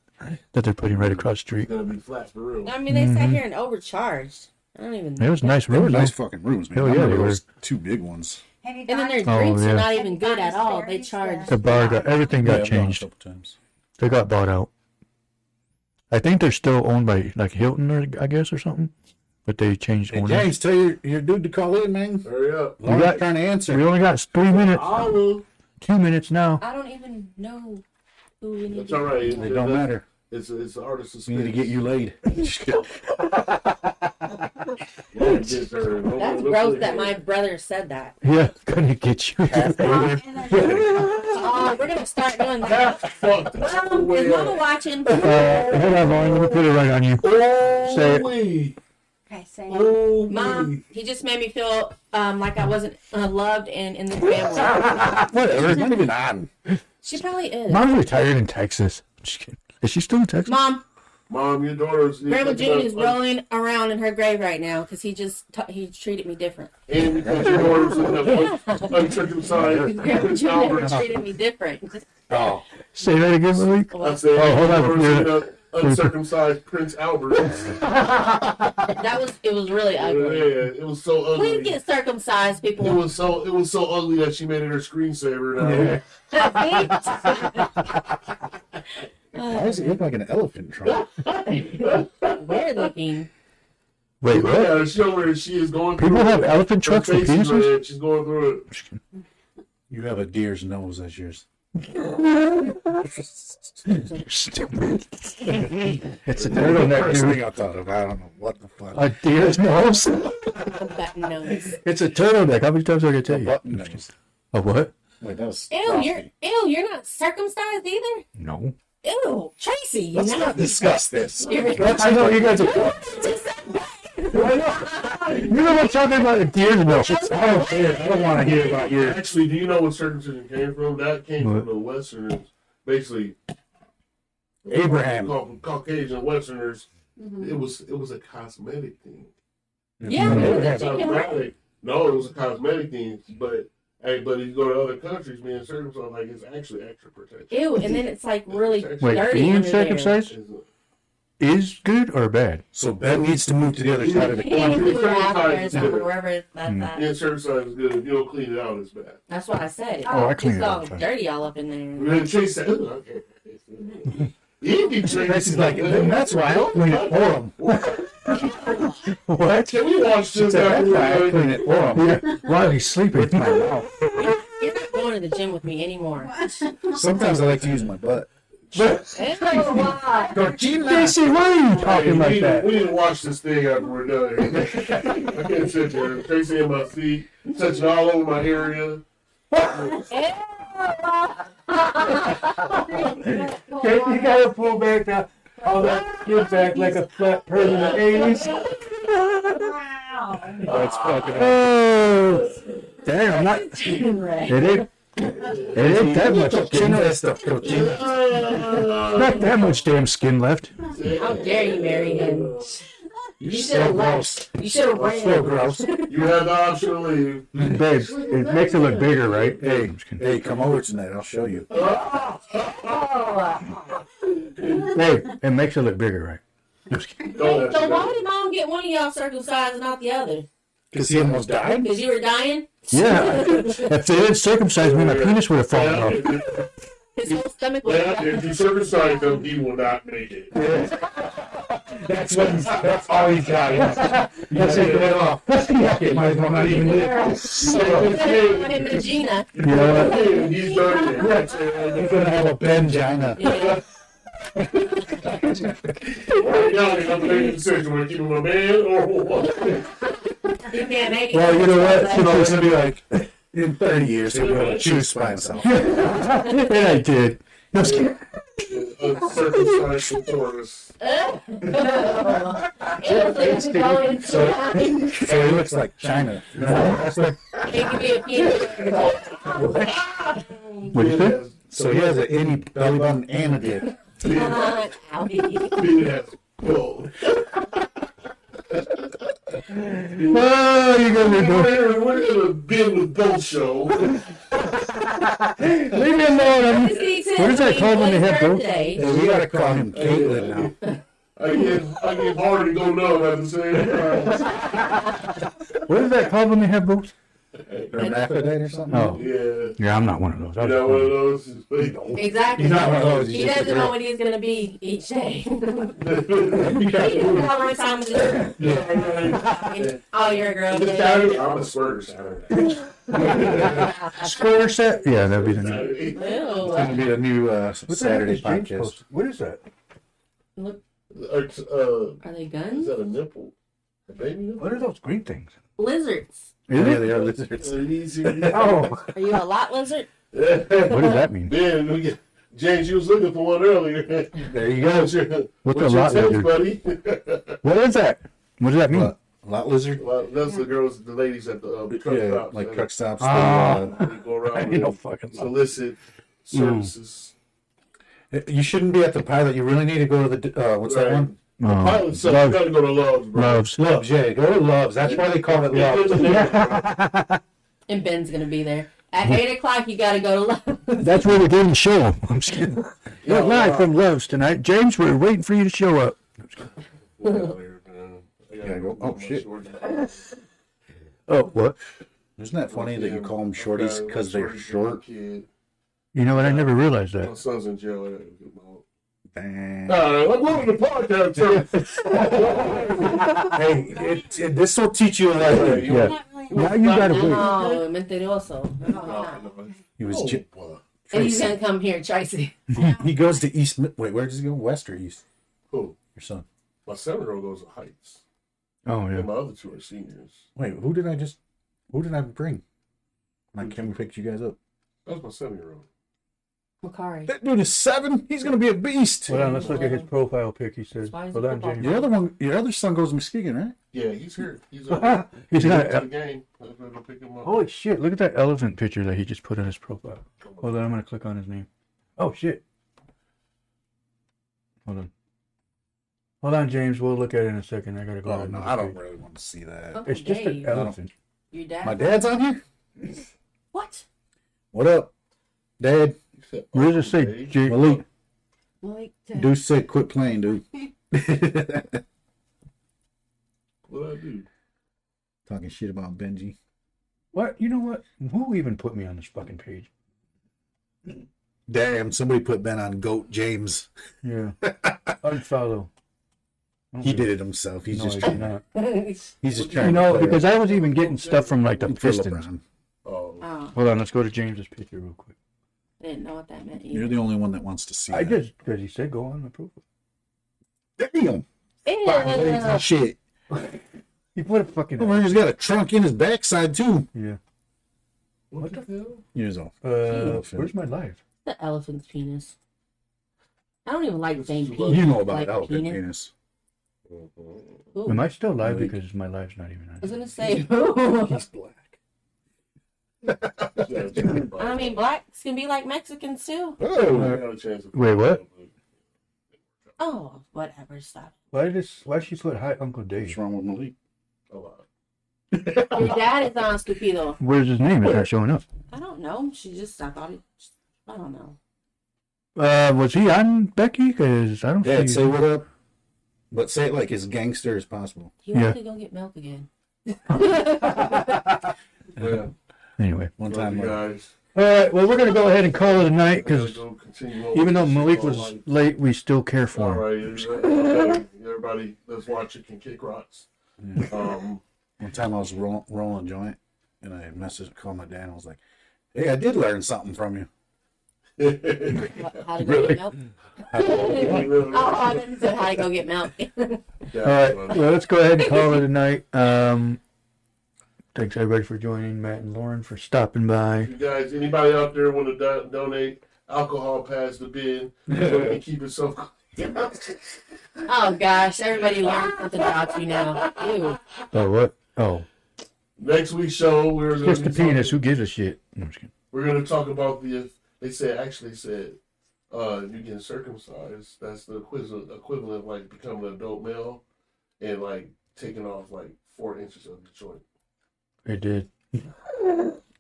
Speaker 2: that they're putting right across the street.
Speaker 6: It's gonna be flat for real.
Speaker 3: I mean, they
Speaker 2: Mm-hmm.
Speaker 3: sat here and overcharged. I don't even.
Speaker 2: It was a nice
Speaker 1: They were
Speaker 2: room.
Speaker 1: nice
Speaker 2: Nice.
Speaker 1: fucking rooms, man.
Speaker 2: Hell
Speaker 1: I
Speaker 2: yeah,
Speaker 1: remember
Speaker 2: they were.
Speaker 1: those two big ones.
Speaker 4: have you
Speaker 3: And then
Speaker 4: gone
Speaker 3: their
Speaker 4: to
Speaker 2: Oh,
Speaker 3: drinks
Speaker 2: yeah.
Speaker 3: are not even good at all. They charge.
Speaker 2: The bar got everything
Speaker 1: Yeah,
Speaker 2: got
Speaker 1: I've gone a
Speaker 2: changed.
Speaker 1: couple times.
Speaker 2: They got bought out. I think they're still owned by like Hilton, or I guess, or something. But they changed
Speaker 1: Hey,
Speaker 2: owners.
Speaker 1: James, tell your, your dude to call in, man.
Speaker 6: Hurry up.
Speaker 1: Lauren's
Speaker 2: got-
Speaker 1: trying to answer.
Speaker 2: We only got three minutes.
Speaker 6: I will.
Speaker 2: Two minutes now.
Speaker 3: I don't even know who we need.
Speaker 6: It's
Speaker 3: to-
Speaker 6: all right.
Speaker 1: It don't matter.
Speaker 6: It's it's the artist.
Speaker 1: We need to get you laid.
Speaker 6: That's
Speaker 3: That's gross that my brother said that.
Speaker 2: Yeah, gonna get you.
Speaker 4: and then-
Speaker 3: Oh, we're gonna start doing that.
Speaker 6: Fuck.
Speaker 3: Mom, is Mama watching?
Speaker 2: Uh, hold on, Lauren. Let me put it right on you. Say it.
Speaker 6: Holy.
Speaker 4: Okay, say it.
Speaker 6: Holy.
Speaker 3: Mom, he just made me feel um, like I wasn't uh, loved and in the family.
Speaker 1: Whatever. Not even on.
Speaker 3: She probably is.
Speaker 2: Mom's retired in Texas. Just kidding. Is she still in Texas?
Speaker 3: Mom,
Speaker 6: Mom, your daughter's.
Speaker 3: Grandma
Speaker 6: uh,
Speaker 3: June is rolling around in her grave right now because he just t- he treated me different.
Speaker 6: And because your daughter's in the un- uncircumcised.
Speaker 3: Grandma June never
Speaker 6: Albert.
Speaker 3: treated me different.
Speaker 1: Oh.
Speaker 2: Say that again, Malik.
Speaker 6: I said,
Speaker 2: Oh, hold
Speaker 6: your
Speaker 2: on.
Speaker 6: daughter's in the uncircumcised Prince Albert.
Speaker 3: That was it was really
Speaker 6: yeah,
Speaker 3: ugly.
Speaker 6: it was so
Speaker 3: Please
Speaker 6: ugly.
Speaker 3: get circumcised,
Speaker 6: It
Speaker 3: people.
Speaker 6: was so it was so ugly that she made it her screensaver. Now.
Speaker 1: Why does it look like an elephant trunk?
Speaker 3: Uh, Weird looking.
Speaker 2: Wait,
Speaker 6: Look at
Speaker 2: what?
Speaker 6: her. Show her she is going.
Speaker 2: People
Speaker 6: through
Speaker 2: have
Speaker 6: it.
Speaker 2: elephant
Speaker 6: Her
Speaker 2: trucks for
Speaker 6: face is
Speaker 2: penises?
Speaker 6: red. She's going through it.
Speaker 1: You have a deer's nose as yours.
Speaker 2: Stupid. it's
Speaker 1: First
Speaker 2: a turtleneck, dude.
Speaker 1: thing I thought of. I don't know what the fuck.
Speaker 2: A deer's nose?
Speaker 3: A button nose.
Speaker 2: It's a turtleneck. How many times do I gotta tell you?
Speaker 1: Button nose.
Speaker 2: A what?
Speaker 1: Wait, that was.
Speaker 3: Ew,
Speaker 1: frosty.
Speaker 3: you're ew, you're not circumcised either.
Speaker 2: No.
Speaker 3: Ew, Tracy, you
Speaker 1: Let's
Speaker 3: know.
Speaker 1: not discuss this.
Speaker 2: I know you guys are. You know what talking about a deer's nose?
Speaker 1: Oh, man, I don't want to hear about your.
Speaker 6: Actually, do you know where circumcision came from? That came
Speaker 2: What?
Speaker 6: from the Westerners, basically.
Speaker 1: Abraham.
Speaker 6: Cau- Caucasian Westerners. It was it was a cosmetic thing.
Speaker 3: Yeah,
Speaker 6: It
Speaker 3: it
Speaker 6: was
Speaker 3: was a
Speaker 6: cosmetic.
Speaker 3: chicken wing.
Speaker 6: No, it was a cosmetic thing, but hey, but if you go to other countries, being circumcised, like it's actually extra protection.
Speaker 3: Ew, and then it's like really
Speaker 6: Wait,
Speaker 2: Wait,
Speaker 3: dirty.
Speaker 2: being
Speaker 3: under there.
Speaker 2: circumcised
Speaker 6: It's-
Speaker 2: is good or bad?
Speaker 1: So Ben needs to move to the other side of the
Speaker 3: Yeah, if
Speaker 1: country.
Speaker 3: we were out in Arizona, wherever that's at.
Speaker 2: Hmm.
Speaker 6: Being circumcised is good. If you don't clean it out, it's bad.
Speaker 3: That's what I said.
Speaker 2: Oh, I clean
Speaker 3: it's
Speaker 2: it all
Speaker 3: all
Speaker 2: the time.
Speaker 3: dirty all up in there.
Speaker 6: Then Chase said, "Ooh, okay." You can trace
Speaker 1: Tracy's like, that's why I don't clean it for him.
Speaker 2: What?
Speaker 6: Can we watch this
Speaker 1: That's
Speaker 6: after
Speaker 1: why I
Speaker 6: we're
Speaker 1: clean
Speaker 6: done?
Speaker 1: it for him.
Speaker 2: While he's sleeping.
Speaker 3: You're not going to the gym with me anymore.
Speaker 1: Sometimes I like to use my butt.
Speaker 3: Ew, why?
Speaker 2: Casey, why are you talking
Speaker 6: we,
Speaker 2: like
Speaker 6: need,
Speaker 2: that?
Speaker 6: we need to watch this thing after we're done. here. I can't sit there. Tracy in my seat, touching all over my area.
Speaker 3: Eh?
Speaker 2: you gotta pull back now. All that get back like a flat permanent alias.
Speaker 1: That's fucking
Speaker 2: Oh, damn! I'm not. It ain't. It ain't that much.
Speaker 1: Cochino that stuff, cochino.
Speaker 2: Not that much damn skin left.
Speaker 3: How dare you marry him?
Speaker 1: You're
Speaker 3: You should
Speaker 1: so
Speaker 3: have
Speaker 1: gross.
Speaker 3: left. You should have ran.
Speaker 1: So gross.
Speaker 6: You have the option to leave.
Speaker 2: Babe, it makes it look bigger, right?
Speaker 1: Hey, hey, come over tonight. I'll show you.
Speaker 2: Babe, it makes it look bigger, right?
Speaker 6: Don't
Speaker 3: So why did mom get one of y'all circumcised and not the other?
Speaker 1: Because he almost died?
Speaker 3: Because you were dying?
Speaker 2: Yeah. If they didn't circumcise me, my penis would have fallen
Speaker 6: Yeah,
Speaker 2: off.
Speaker 6: if, you-
Speaker 3: His whole stomach was
Speaker 6: yeah, if you circumcise him, he will not make it.
Speaker 1: That's what he's, that's all he's got. That's
Speaker 6: it, get
Speaker 1: off. Might as well not even live. uh,
Speaker 3: Put him to Gina.
Speaker 2: You know what?
Speaker 6: He's done it. That's
Speaker 1: He's
Speaker 6: it.
Speaker 1: gonna have a Benjina.
Speaker 3: Yeah.
Speaker 6: Right now, I'm making a decision whether to keep him a man or what.
Speaker 3: You can't make it.
Speaker 2: Well, you know what?
Speaker 1: You know, it's gonna
Speaker 2: Since
Speaker 1: be like, in 30 years, he'll be able to choose by himself.
Speaker 2: it's- And I did. No, I'm just kidding.
Speaker 6: Uncircumcised clitoris.
Speaker 3: It was like going to-
Speaker 1: So he looks like China.
Speaker 3: It could be a penis.
Speaker 2: What'd you say?
Speaker 1: So he has an any belly button and a dick.
Speaker 3: Owie.
Speaker 6: Yes. Well,
Speaker 2: Oh, you're gonna be doing.
Speaker 6: we're, we're gonna bid with both show.
Speaker 2: Leave me alone. I'm-
Speaker 3: What
Speaker 2: is that called when they have both?
Speaker 1: And we gotta call him Caitlin now.
Speaker 6: I get I get hard to go numb at the same time.
Speaker 2: What is that called when they have boobs?
Speaker 1: Hermaphrodite or something?
Speaker 2: Oh,
Speaker 6: Yeah.
Speaker 2: yeah, I'm not one of those.
Speaker 6: You
Speaker 2: I'm
Speaker 6: know
Speaker 2: just-
Speaker 6: one of those. is- They don't.
Speaker 3: Exactly.
Speaker 1: He's not one of those. He's
Speaker 3: He
Speaker 1: just a
Speaker 3: doesn't know
Speaker 1: girl.
Speaker 3: what he's gonna be each day. he
Speaker 1: You
Speaker 3: doesn't know
Speaker 1: got-
Speaker 3: how many times it's
Speaker 6: Yeah.
Speaker 3: and, oh you're a girl.
Speaker 6: I'm a
Speaker 3: yeah."
Speaker 6: Saturday. I'm a squirter Saturday.
Speaker 2: Square set? Yeah, that'd be the name.
Speaker 6: Saturday.
Speaker 3: Ew.
Speaker 1: Gonna be the new uh, Saturday podcast.
Speaker 2: What is that?
Speaker 3: Look,
Speaker 6: It's, uh,
Speaker 3: are they
Speaker 6: is
Speaker 3: guns?
Speaker 6: that a nipple? A baby nipple?
Speaker 2: What are those green things?
Speaker 3: Lizards.
Speaker 1: Yeah, they are lizards.
Speaker 6: An easy.
Speaker 2: Oh,
Speaker 3: Are you a lot lizard?
Speaker 2: what does that mean?
Speaker 6: Then we get James. You was looking for one earlier.
Speaker 1: There you go.
Speaker 6: What's your
Speaker 2: What's a
Speaker 6: what's your
Speaker 2: lot
Speaker 6: taste,
Speaker 2: lizard?
Speaker 6: buddy?
Speaker 2: What is that? What does that mean?
Speaker 1: What? Lot lizard?
Speaker 6: well, that's the girls, the ladies at the uh, truck
Speaker 1: Yeah,
Speaker 6: stop.
Speaker 1: like
Speaker 6: uh,
Speaker 1: truck stops. Mm.
Speaker 2: Ah.
Speaker 1: they,
Speaker 6: They go around.
Speaker 2: I don't
Speaker 6: and
Speaker 2: fucking know.
Speaker 6: solicit services.
Speaker 1: uh, you shouldn't be at the pilot. You really need to go to the, uh, what's that
Speaker 6: Right.
Speaker 1: one?
Speaker 2: Oh,
Speaker 6: Pilot stuff. You
Speaker 2: Loves.
Speaker 6: gotta go to Love's, bro.
Speaker 2: Loves.
Speaker 1: Um, Loves, yeah. Go to Loves. That's why they call it
Speaker 6: It
Speaker 1: Loves.
Speaker 6: is a nipple,
Speaker 3: And Ben's gonna be there. At eight o'clock you gotta go to love.
Speaker 2: That's where we didn't show up. I'm just kidding. We're live from Loves tonight. James, we're waiting for you to show up.
Speaker 6: bro. I gotta
Speaker 1: go- oh, shit.
Speaker 2: Oh, what?
Speaker 1: Isn't that funny that you call them shorties because they're short?
Speaker 6: Kid.
Speaker 2: You know what? I never realized
Speaker 6: My
Speaker 2: that.
Speaker 6: son's in jail. I gotta go get my own.
Speaker 1: Dang.
Speaker 6: All right, welcome to the podcast. Chuck.
Speaker 1: Hey, it, it, this will teach you a lesson.
Speaker 2: Yeah. Now you gotta wait.
Speaker 3: Oh, mentiroso.
Speaker 6: Oh,
Speaker 3: And
Speaker 6: no.
Speaker 1: He was.
Speaker 6: Oh,
Speaker 1: J-
Speaker 6: boy.
Speaker 3: he's gonna come here, Tracy.
Speaker 1: he goes to East. Mi- Wait, where does he go? West or East?
Speaker 6: Cool.
Speaker 1: Your son.
Speaker 6: My seven-year-old goes to Heights.
Speaker 2: Oh, yeah.
Speaker 6: And my other two are seniors.
Speaker 1: Wait, who did I just? Who did I bring? My Kim picked you guys up.
Speaker 6: That's my seven-year-old.
Speaker 3: Macari.
Speaker 1: That dude is seven. He's gonna be a beast.
Speaker 10: Hold on, let's look at his profile pic. He says,
Speaker 3: Why is
Speaker 10: "Hold
Speaker 3: it
Speaker 10: on,
Speaker 3: football?
Speaker 10: James."
Speaker 1: Your other one, your other son goes to Muskegon, right?
Speaker 6: Yeah, he's here. He's over.
Speaker 2: He's
Speaker 6: He's
Speaker 1: uh,
Speaker 2: not.
Speaker 6: at the game. I'm gonna go pick him up.
Speaker 2: Holy shit! Look at that elephant picture that he just put on his profile. Hold on, I'm gonna click on his name. Oh shit! Hold on. Hold on, James. We'll look at it in a second. I gotta go.
Speaker 1: Oh
Speaker 2: to
Speaker 1: no,
Speaker 2: another
Speaker 1: I don't
Speaker 2: page.
Speaker 1: really want to see that.
Speaker 3: Uncle
Speaker 2: It's just an
Speaker 3: Dave.
Speaker 2: elephant.
Speaker 3: Your dad.
Speaker 1: My dad's on here.
Speaker 3: What?
Speaker 1: What up, Dad?
Speaker 6: You said,
Speaker 2: Where does it
Speaker 6: oh,
Speaker 2: say?
Speaker 6: babe.
Speaker 2: J-
Speaker 1: Malik.
Speaker 3: Malik.
Speaker 1: Deuce said, "Quit playing, dude."
Speaker 6: What I do?
Speaker 1: Talking shit about Benji.
Speaker 2: What? You know what? Who even put me on this fucking page?
Speaker 1: Damn, somebody put Ben on Goat James.
Speaker 2: Yeah. Unfollow. I don't
Speaker 1: He
Speaker 2: give-
Speaker 1: did it himself. He's
Speaker 2: No,
Speaker 1: just
Speaker 2: I
Speaker 1: trying,
Speaker 2: did not.
Speaker 1: he's just trying.
Speaker 2: You know,
Speaker 1: to play
Speaker 2: because I was even getting stuff from like the
Speaker 1: Philip
Speaker 2: Pistons.
Speaker 1: Brown.
Speaker 6: Oh,
Speaker 3: oh,
Speaker 2: Hold on, let's go to James's picture real quick.
Speaker 3: I didn't know what that meant.
Speaker 1: You're
Speaker 3: Either.
Speaker 1: the only one that wants to see.
Speaker 2: I
Speaker 1: that.
Speaker 2: just because he said go on and approve it.
Speaker 1: Damn. Five legs
Speaker 3: Ew.
Speaker 1: and shit.
Speaker 2: He put a fucking
Speaker 1: Homer's got a trunk in his backside too.
Speaker 2: yeah.
Speaker 6: what the hell?
Speaker 1: Years old.
Speaker 2: Uh,
Speaker 1: Elephant.
Speaker 2: where's my life?
Speaker 3: The elephant's penis. I don't even like saying penis.
Speaker 1: You know about
Speaker 3: like
Speaker 1: elephant
Speaker 3: penis.
Speaker 1: penis.
Speaker 6: Oh.
Speaker 3: Ooh.
Speaker 2: Am I still alive
Speaker 1: Malik.
Speaker 2: because my life's not even on?
Speaker 3: I was gonna say.
Speaker 1: He's black.
Speaker 6: Yeah, it's-
Speaker 3: I mean, blacks can be like Mexicans too.
Speaker 6: Oh, I
Speaker 2: Uh,
Speaker 6: got a chance of-
Speaker 2: Wait, what?
Speaker 3: Oh, whatever. Stop.
Speaker 2: Why did why she put hi Uncle
Speaker 1: What's
Speaker 2: Dave?
Speaker 1: wrong with Malik?
Speaker 6: A lot.
Speaker 3: Your dad is on Stupido.
Speaker 2: Where's his name? It's not showing up.
Speaker 3: I don't know. She just. I thought. It, I don't know.
Speaker 2: Uh, was he on Becky? Because I don't
Speaker 1: Dad,
Speaker 2: see.
Speaker 1: say what up. But say it like as gangster as possible.
Speaker 3: You
Speaker 2: Yeah.
Speaker 3: have to go get milk again.
Speaker 6: Yeah.
Speaker 2: Anyway.
Speaker 1: One
Speaker 6: Love
Speaker 1: time,
Speaker 6: you
Speaker 1: like,
Speaker 6: guys.
Speaker 2: All right. Well, we're gonna go ahead and call it a night
Speaker 6: I gotta
Speaker 2: because
Speaker 6: go continue on
Speaker 2: even
Speaker 6: with
Speaker 2: though
Speaker 6: this
Speaker 2: Malik
Speaker 6: all
Speaker 2: was
Speaker 6: night.
Speaker 2: late, we still care
Speaker 6: All
Speaker 2: for him.
Speaker 6: right, everybody, everybody that's watching can kick rocks. Um,
Speaker 1: one time I was roll, rolling a joint, and I messaged, called my dad, and I was like, "Hey, I did learn something from you."
Speaker 3: What, how to go get milk? Oh, I thought you said how to go get milk.
Speaker 2: All right. Well, let's go ahead and call it a night. Um, thanks everybody for joining, Matt and Lauren for stopping by.
Speaker 6: You guys, anybody out there want to do- donate alcohol past the bin so we can keep it so clean?
Speaker 3: oh gosh, everybody learned something about you now. Ew.
Speaker 2: Oh what? Oh,
Speaker 6: Next week's show, we're gonna
Speaker 2: just
Speaker 6: be
Speaker 2: a penis. Who
Speaker 6: talking-
Speaker 2: gives a shit? No, I'm just kidding.
Speaker 6: We're gonna talk about the. They said actually said, uh, you getting circumcised. That's the equivalent equivalent of like becoming an adult male, and like taking off like four inches of the joint.
Speaker 2: It did.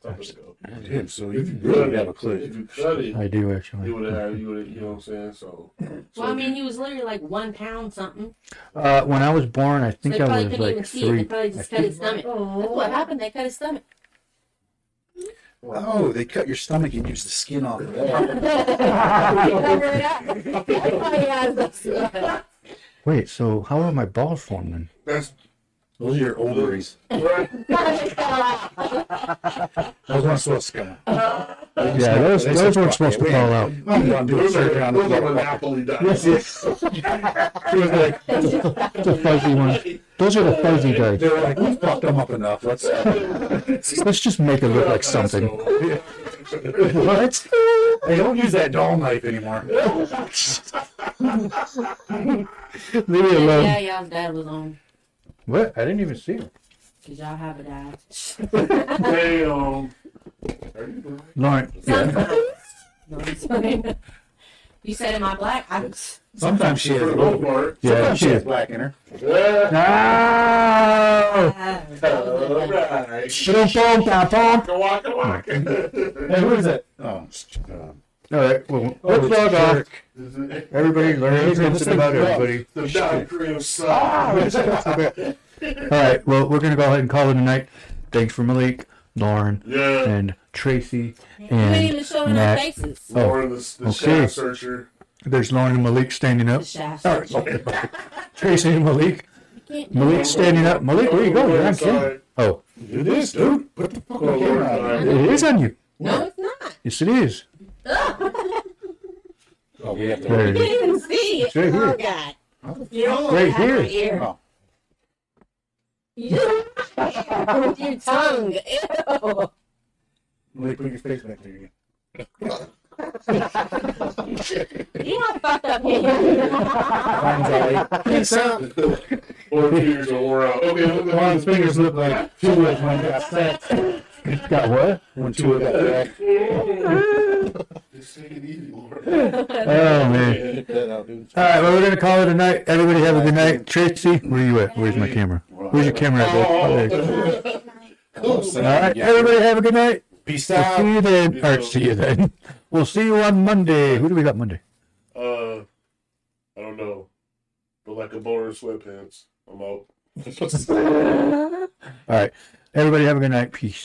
Speaker 6: Something to go.
Speaker 1: Damn, so you
Speaker 6: If you cut
Speaker 1: really have a
Speaker 6: it,
Speaker 1: clue.
Speaker 6: if you cut it,
Speaker 2: I do
Speaker 6: you
Speaker 2: actually.
Speaker 6: would have, you would, you know what I'm saying? So, so
Speaker 3: Well, I mean, you was literally like one pound something.
Speaker 2: Uh, when I was born, I
Speaker 3: So
Speaker 2: think
Speaker 3: they
Speaker 2: I was
Speaker 3: probably couldn't
Speaker 2: like
Speaker 3: even see it. They
Speaker 2: three.
Speaker 3: probably just cut his stomach. That's what happened. They cut his stomach.
Speaker 1: Oh, they cut your stomach and use the skin off of that.
Speaker 3: Cover it up. Everybody has those.
Speaker 2: Wait, so how are my balls formed then?
Speaker 6: that's
Speaker 1: Those are your ovaries.
Speaker 6: right.
Speaker 1: Those one's supposed to come out.
Speaker 2: Yeah, those
Speaker 1: They said,
Speaker 2: those weren't
Speaker 1: "Fuck
Speaker 2: supposed
Speaker 1: it,
Speaker 2: to
Speaker 1: we
Speaker 2: fall out.
Speaker 1: ain't- I'm gonna do
Speaker 6: Those
Speaker 1: surgery
Speaker 6: are,
Speaker 1: on
Speaker 6: those are
Speaker 1: the
Speaker 6: monopoly dice.
Speaker 2: The fuzzy ones. Those are the fuzzy guys.
Speaker 1: They were like, we fucked them up enough. Let's. uh,
Speaker 2: Let's just make it look like something.
Speaker 6: So,
Speaker 1: what? They don't use that doll knife anymore.
Speaker 2: Leave me
Speaker 3: yeah,
Speaker 2: alone.
Speaker 3: y'all's dad was on.
Speaker 2: What? I didn't even see him.
Speaker 3: Cause y'all have a dad.
Speaker 6: Damn.
Speaker 2: Lauren.
Speaker 3: No, it's fine. you said, "Am I black?" I was.
Speaker 1: Sometimes she has
Speaker 6: For
Speaker 1: a
Speaker 6: the most
Speaker 1: little.
Speaker 6: part.
Speaker 2: Yeah,
Speaker 1: Sometimes she
Speaker 2: she
Speaker 1: has
Speaker 2: is.
Speaker 1: black in her.
Speaker 6: Yeah.
Speaker 2: No!
Speaker 3: I was
Speaker 6: All right.
Speaker 2: All
Speaker 6: Go walk, go walk.
Speaker 1: Hey, who is that? Oh, it's, uh,
Speaker 2: right, well, let's log off. Oh, Everybody learn something about everybody.
Speaker 6: The Don Cream side.
Speaker 1: Ah,
Speaker 2: All right, well, we're going to go ahead and call it a night. Thanks for Malik, Lauren,
Speaker 6: Yeah.
Speaker 2: and Tracy,
Speaker 3: You ain't even
Speaker 2: and
Speaker 3: showing our
Speaker 2: Matt.
Speaker 3: faces.
Speaker 2: Oh,
Speaker 6: Or the, the
Speaker 2: okay.
Speaker 6: shaft searcher.
Speaker 2: There's Lauren and Malik standing up.
Speaker 3: The shaft.
Speaker 2: Tracy and Malik.
Speaker 3: Can't do
Speaker 2: Malik's standing up. Malik, where you go? You're on camera.
Speaker 6: Sorry.
Speaker 2: Oh,
Speaker 1: do this, dude. Put the fucking
Speaker 6: Oh, Lord,
Speaker 1: camera on.
Speaker 6: I-
Speaker 2: it is on you.
Speaker 3: No, it's not.
Speaker 2: Yes, it is.
Speaker 1: Oh, we have to.
Speaker 2: There it
Speaker 3: You
Speaker 2: is.
Speaker 3: can't even see it.
Speaker 2: right here.
Speaker 3: Oh God. You don't
Speaker 2: Right
Speaker 3: have my
Speaker 2: here.
Speaker 3: ear.
Speaker 1: Oh.
Speaker 3: You with your tongue. Ew.
Speaker 1: Malik, put your face back there again.
Speaker 3: You know I fucked up here.
Speaker 1: Time's all right. Peace out.
Speaker 6: Or fingers are wore out. Okay, look at
Speaker 1: His fingers look like two of them got fat.
Speaker 2: Got what?
Speaker 1: When two of them got back.
Speaker 6: Just take it easy, Lord.
Speaker 2: Oh man.
Speaker 1: That I'll do.
Speaker 2: All right, well, we're gonna call it a night. Everybody have a good night. Tracy, where you at? Where's my camera? Where's your camera at? babe? Oh, there you go.
Speaker 1: All
Speaker 2: All right, everybody have a good night.
Speaker 1: Peace
Speaker 2: We'll
Speaker 1: out.
Speaker 2: see you then. Or see you then. We'll see you on Monday. Who do we got Monday?
Speaker 6: Uh, I don't know, but like a boner in sweatpants, I'm out.
Speaker 2: All right, everybody have a good night. Peace.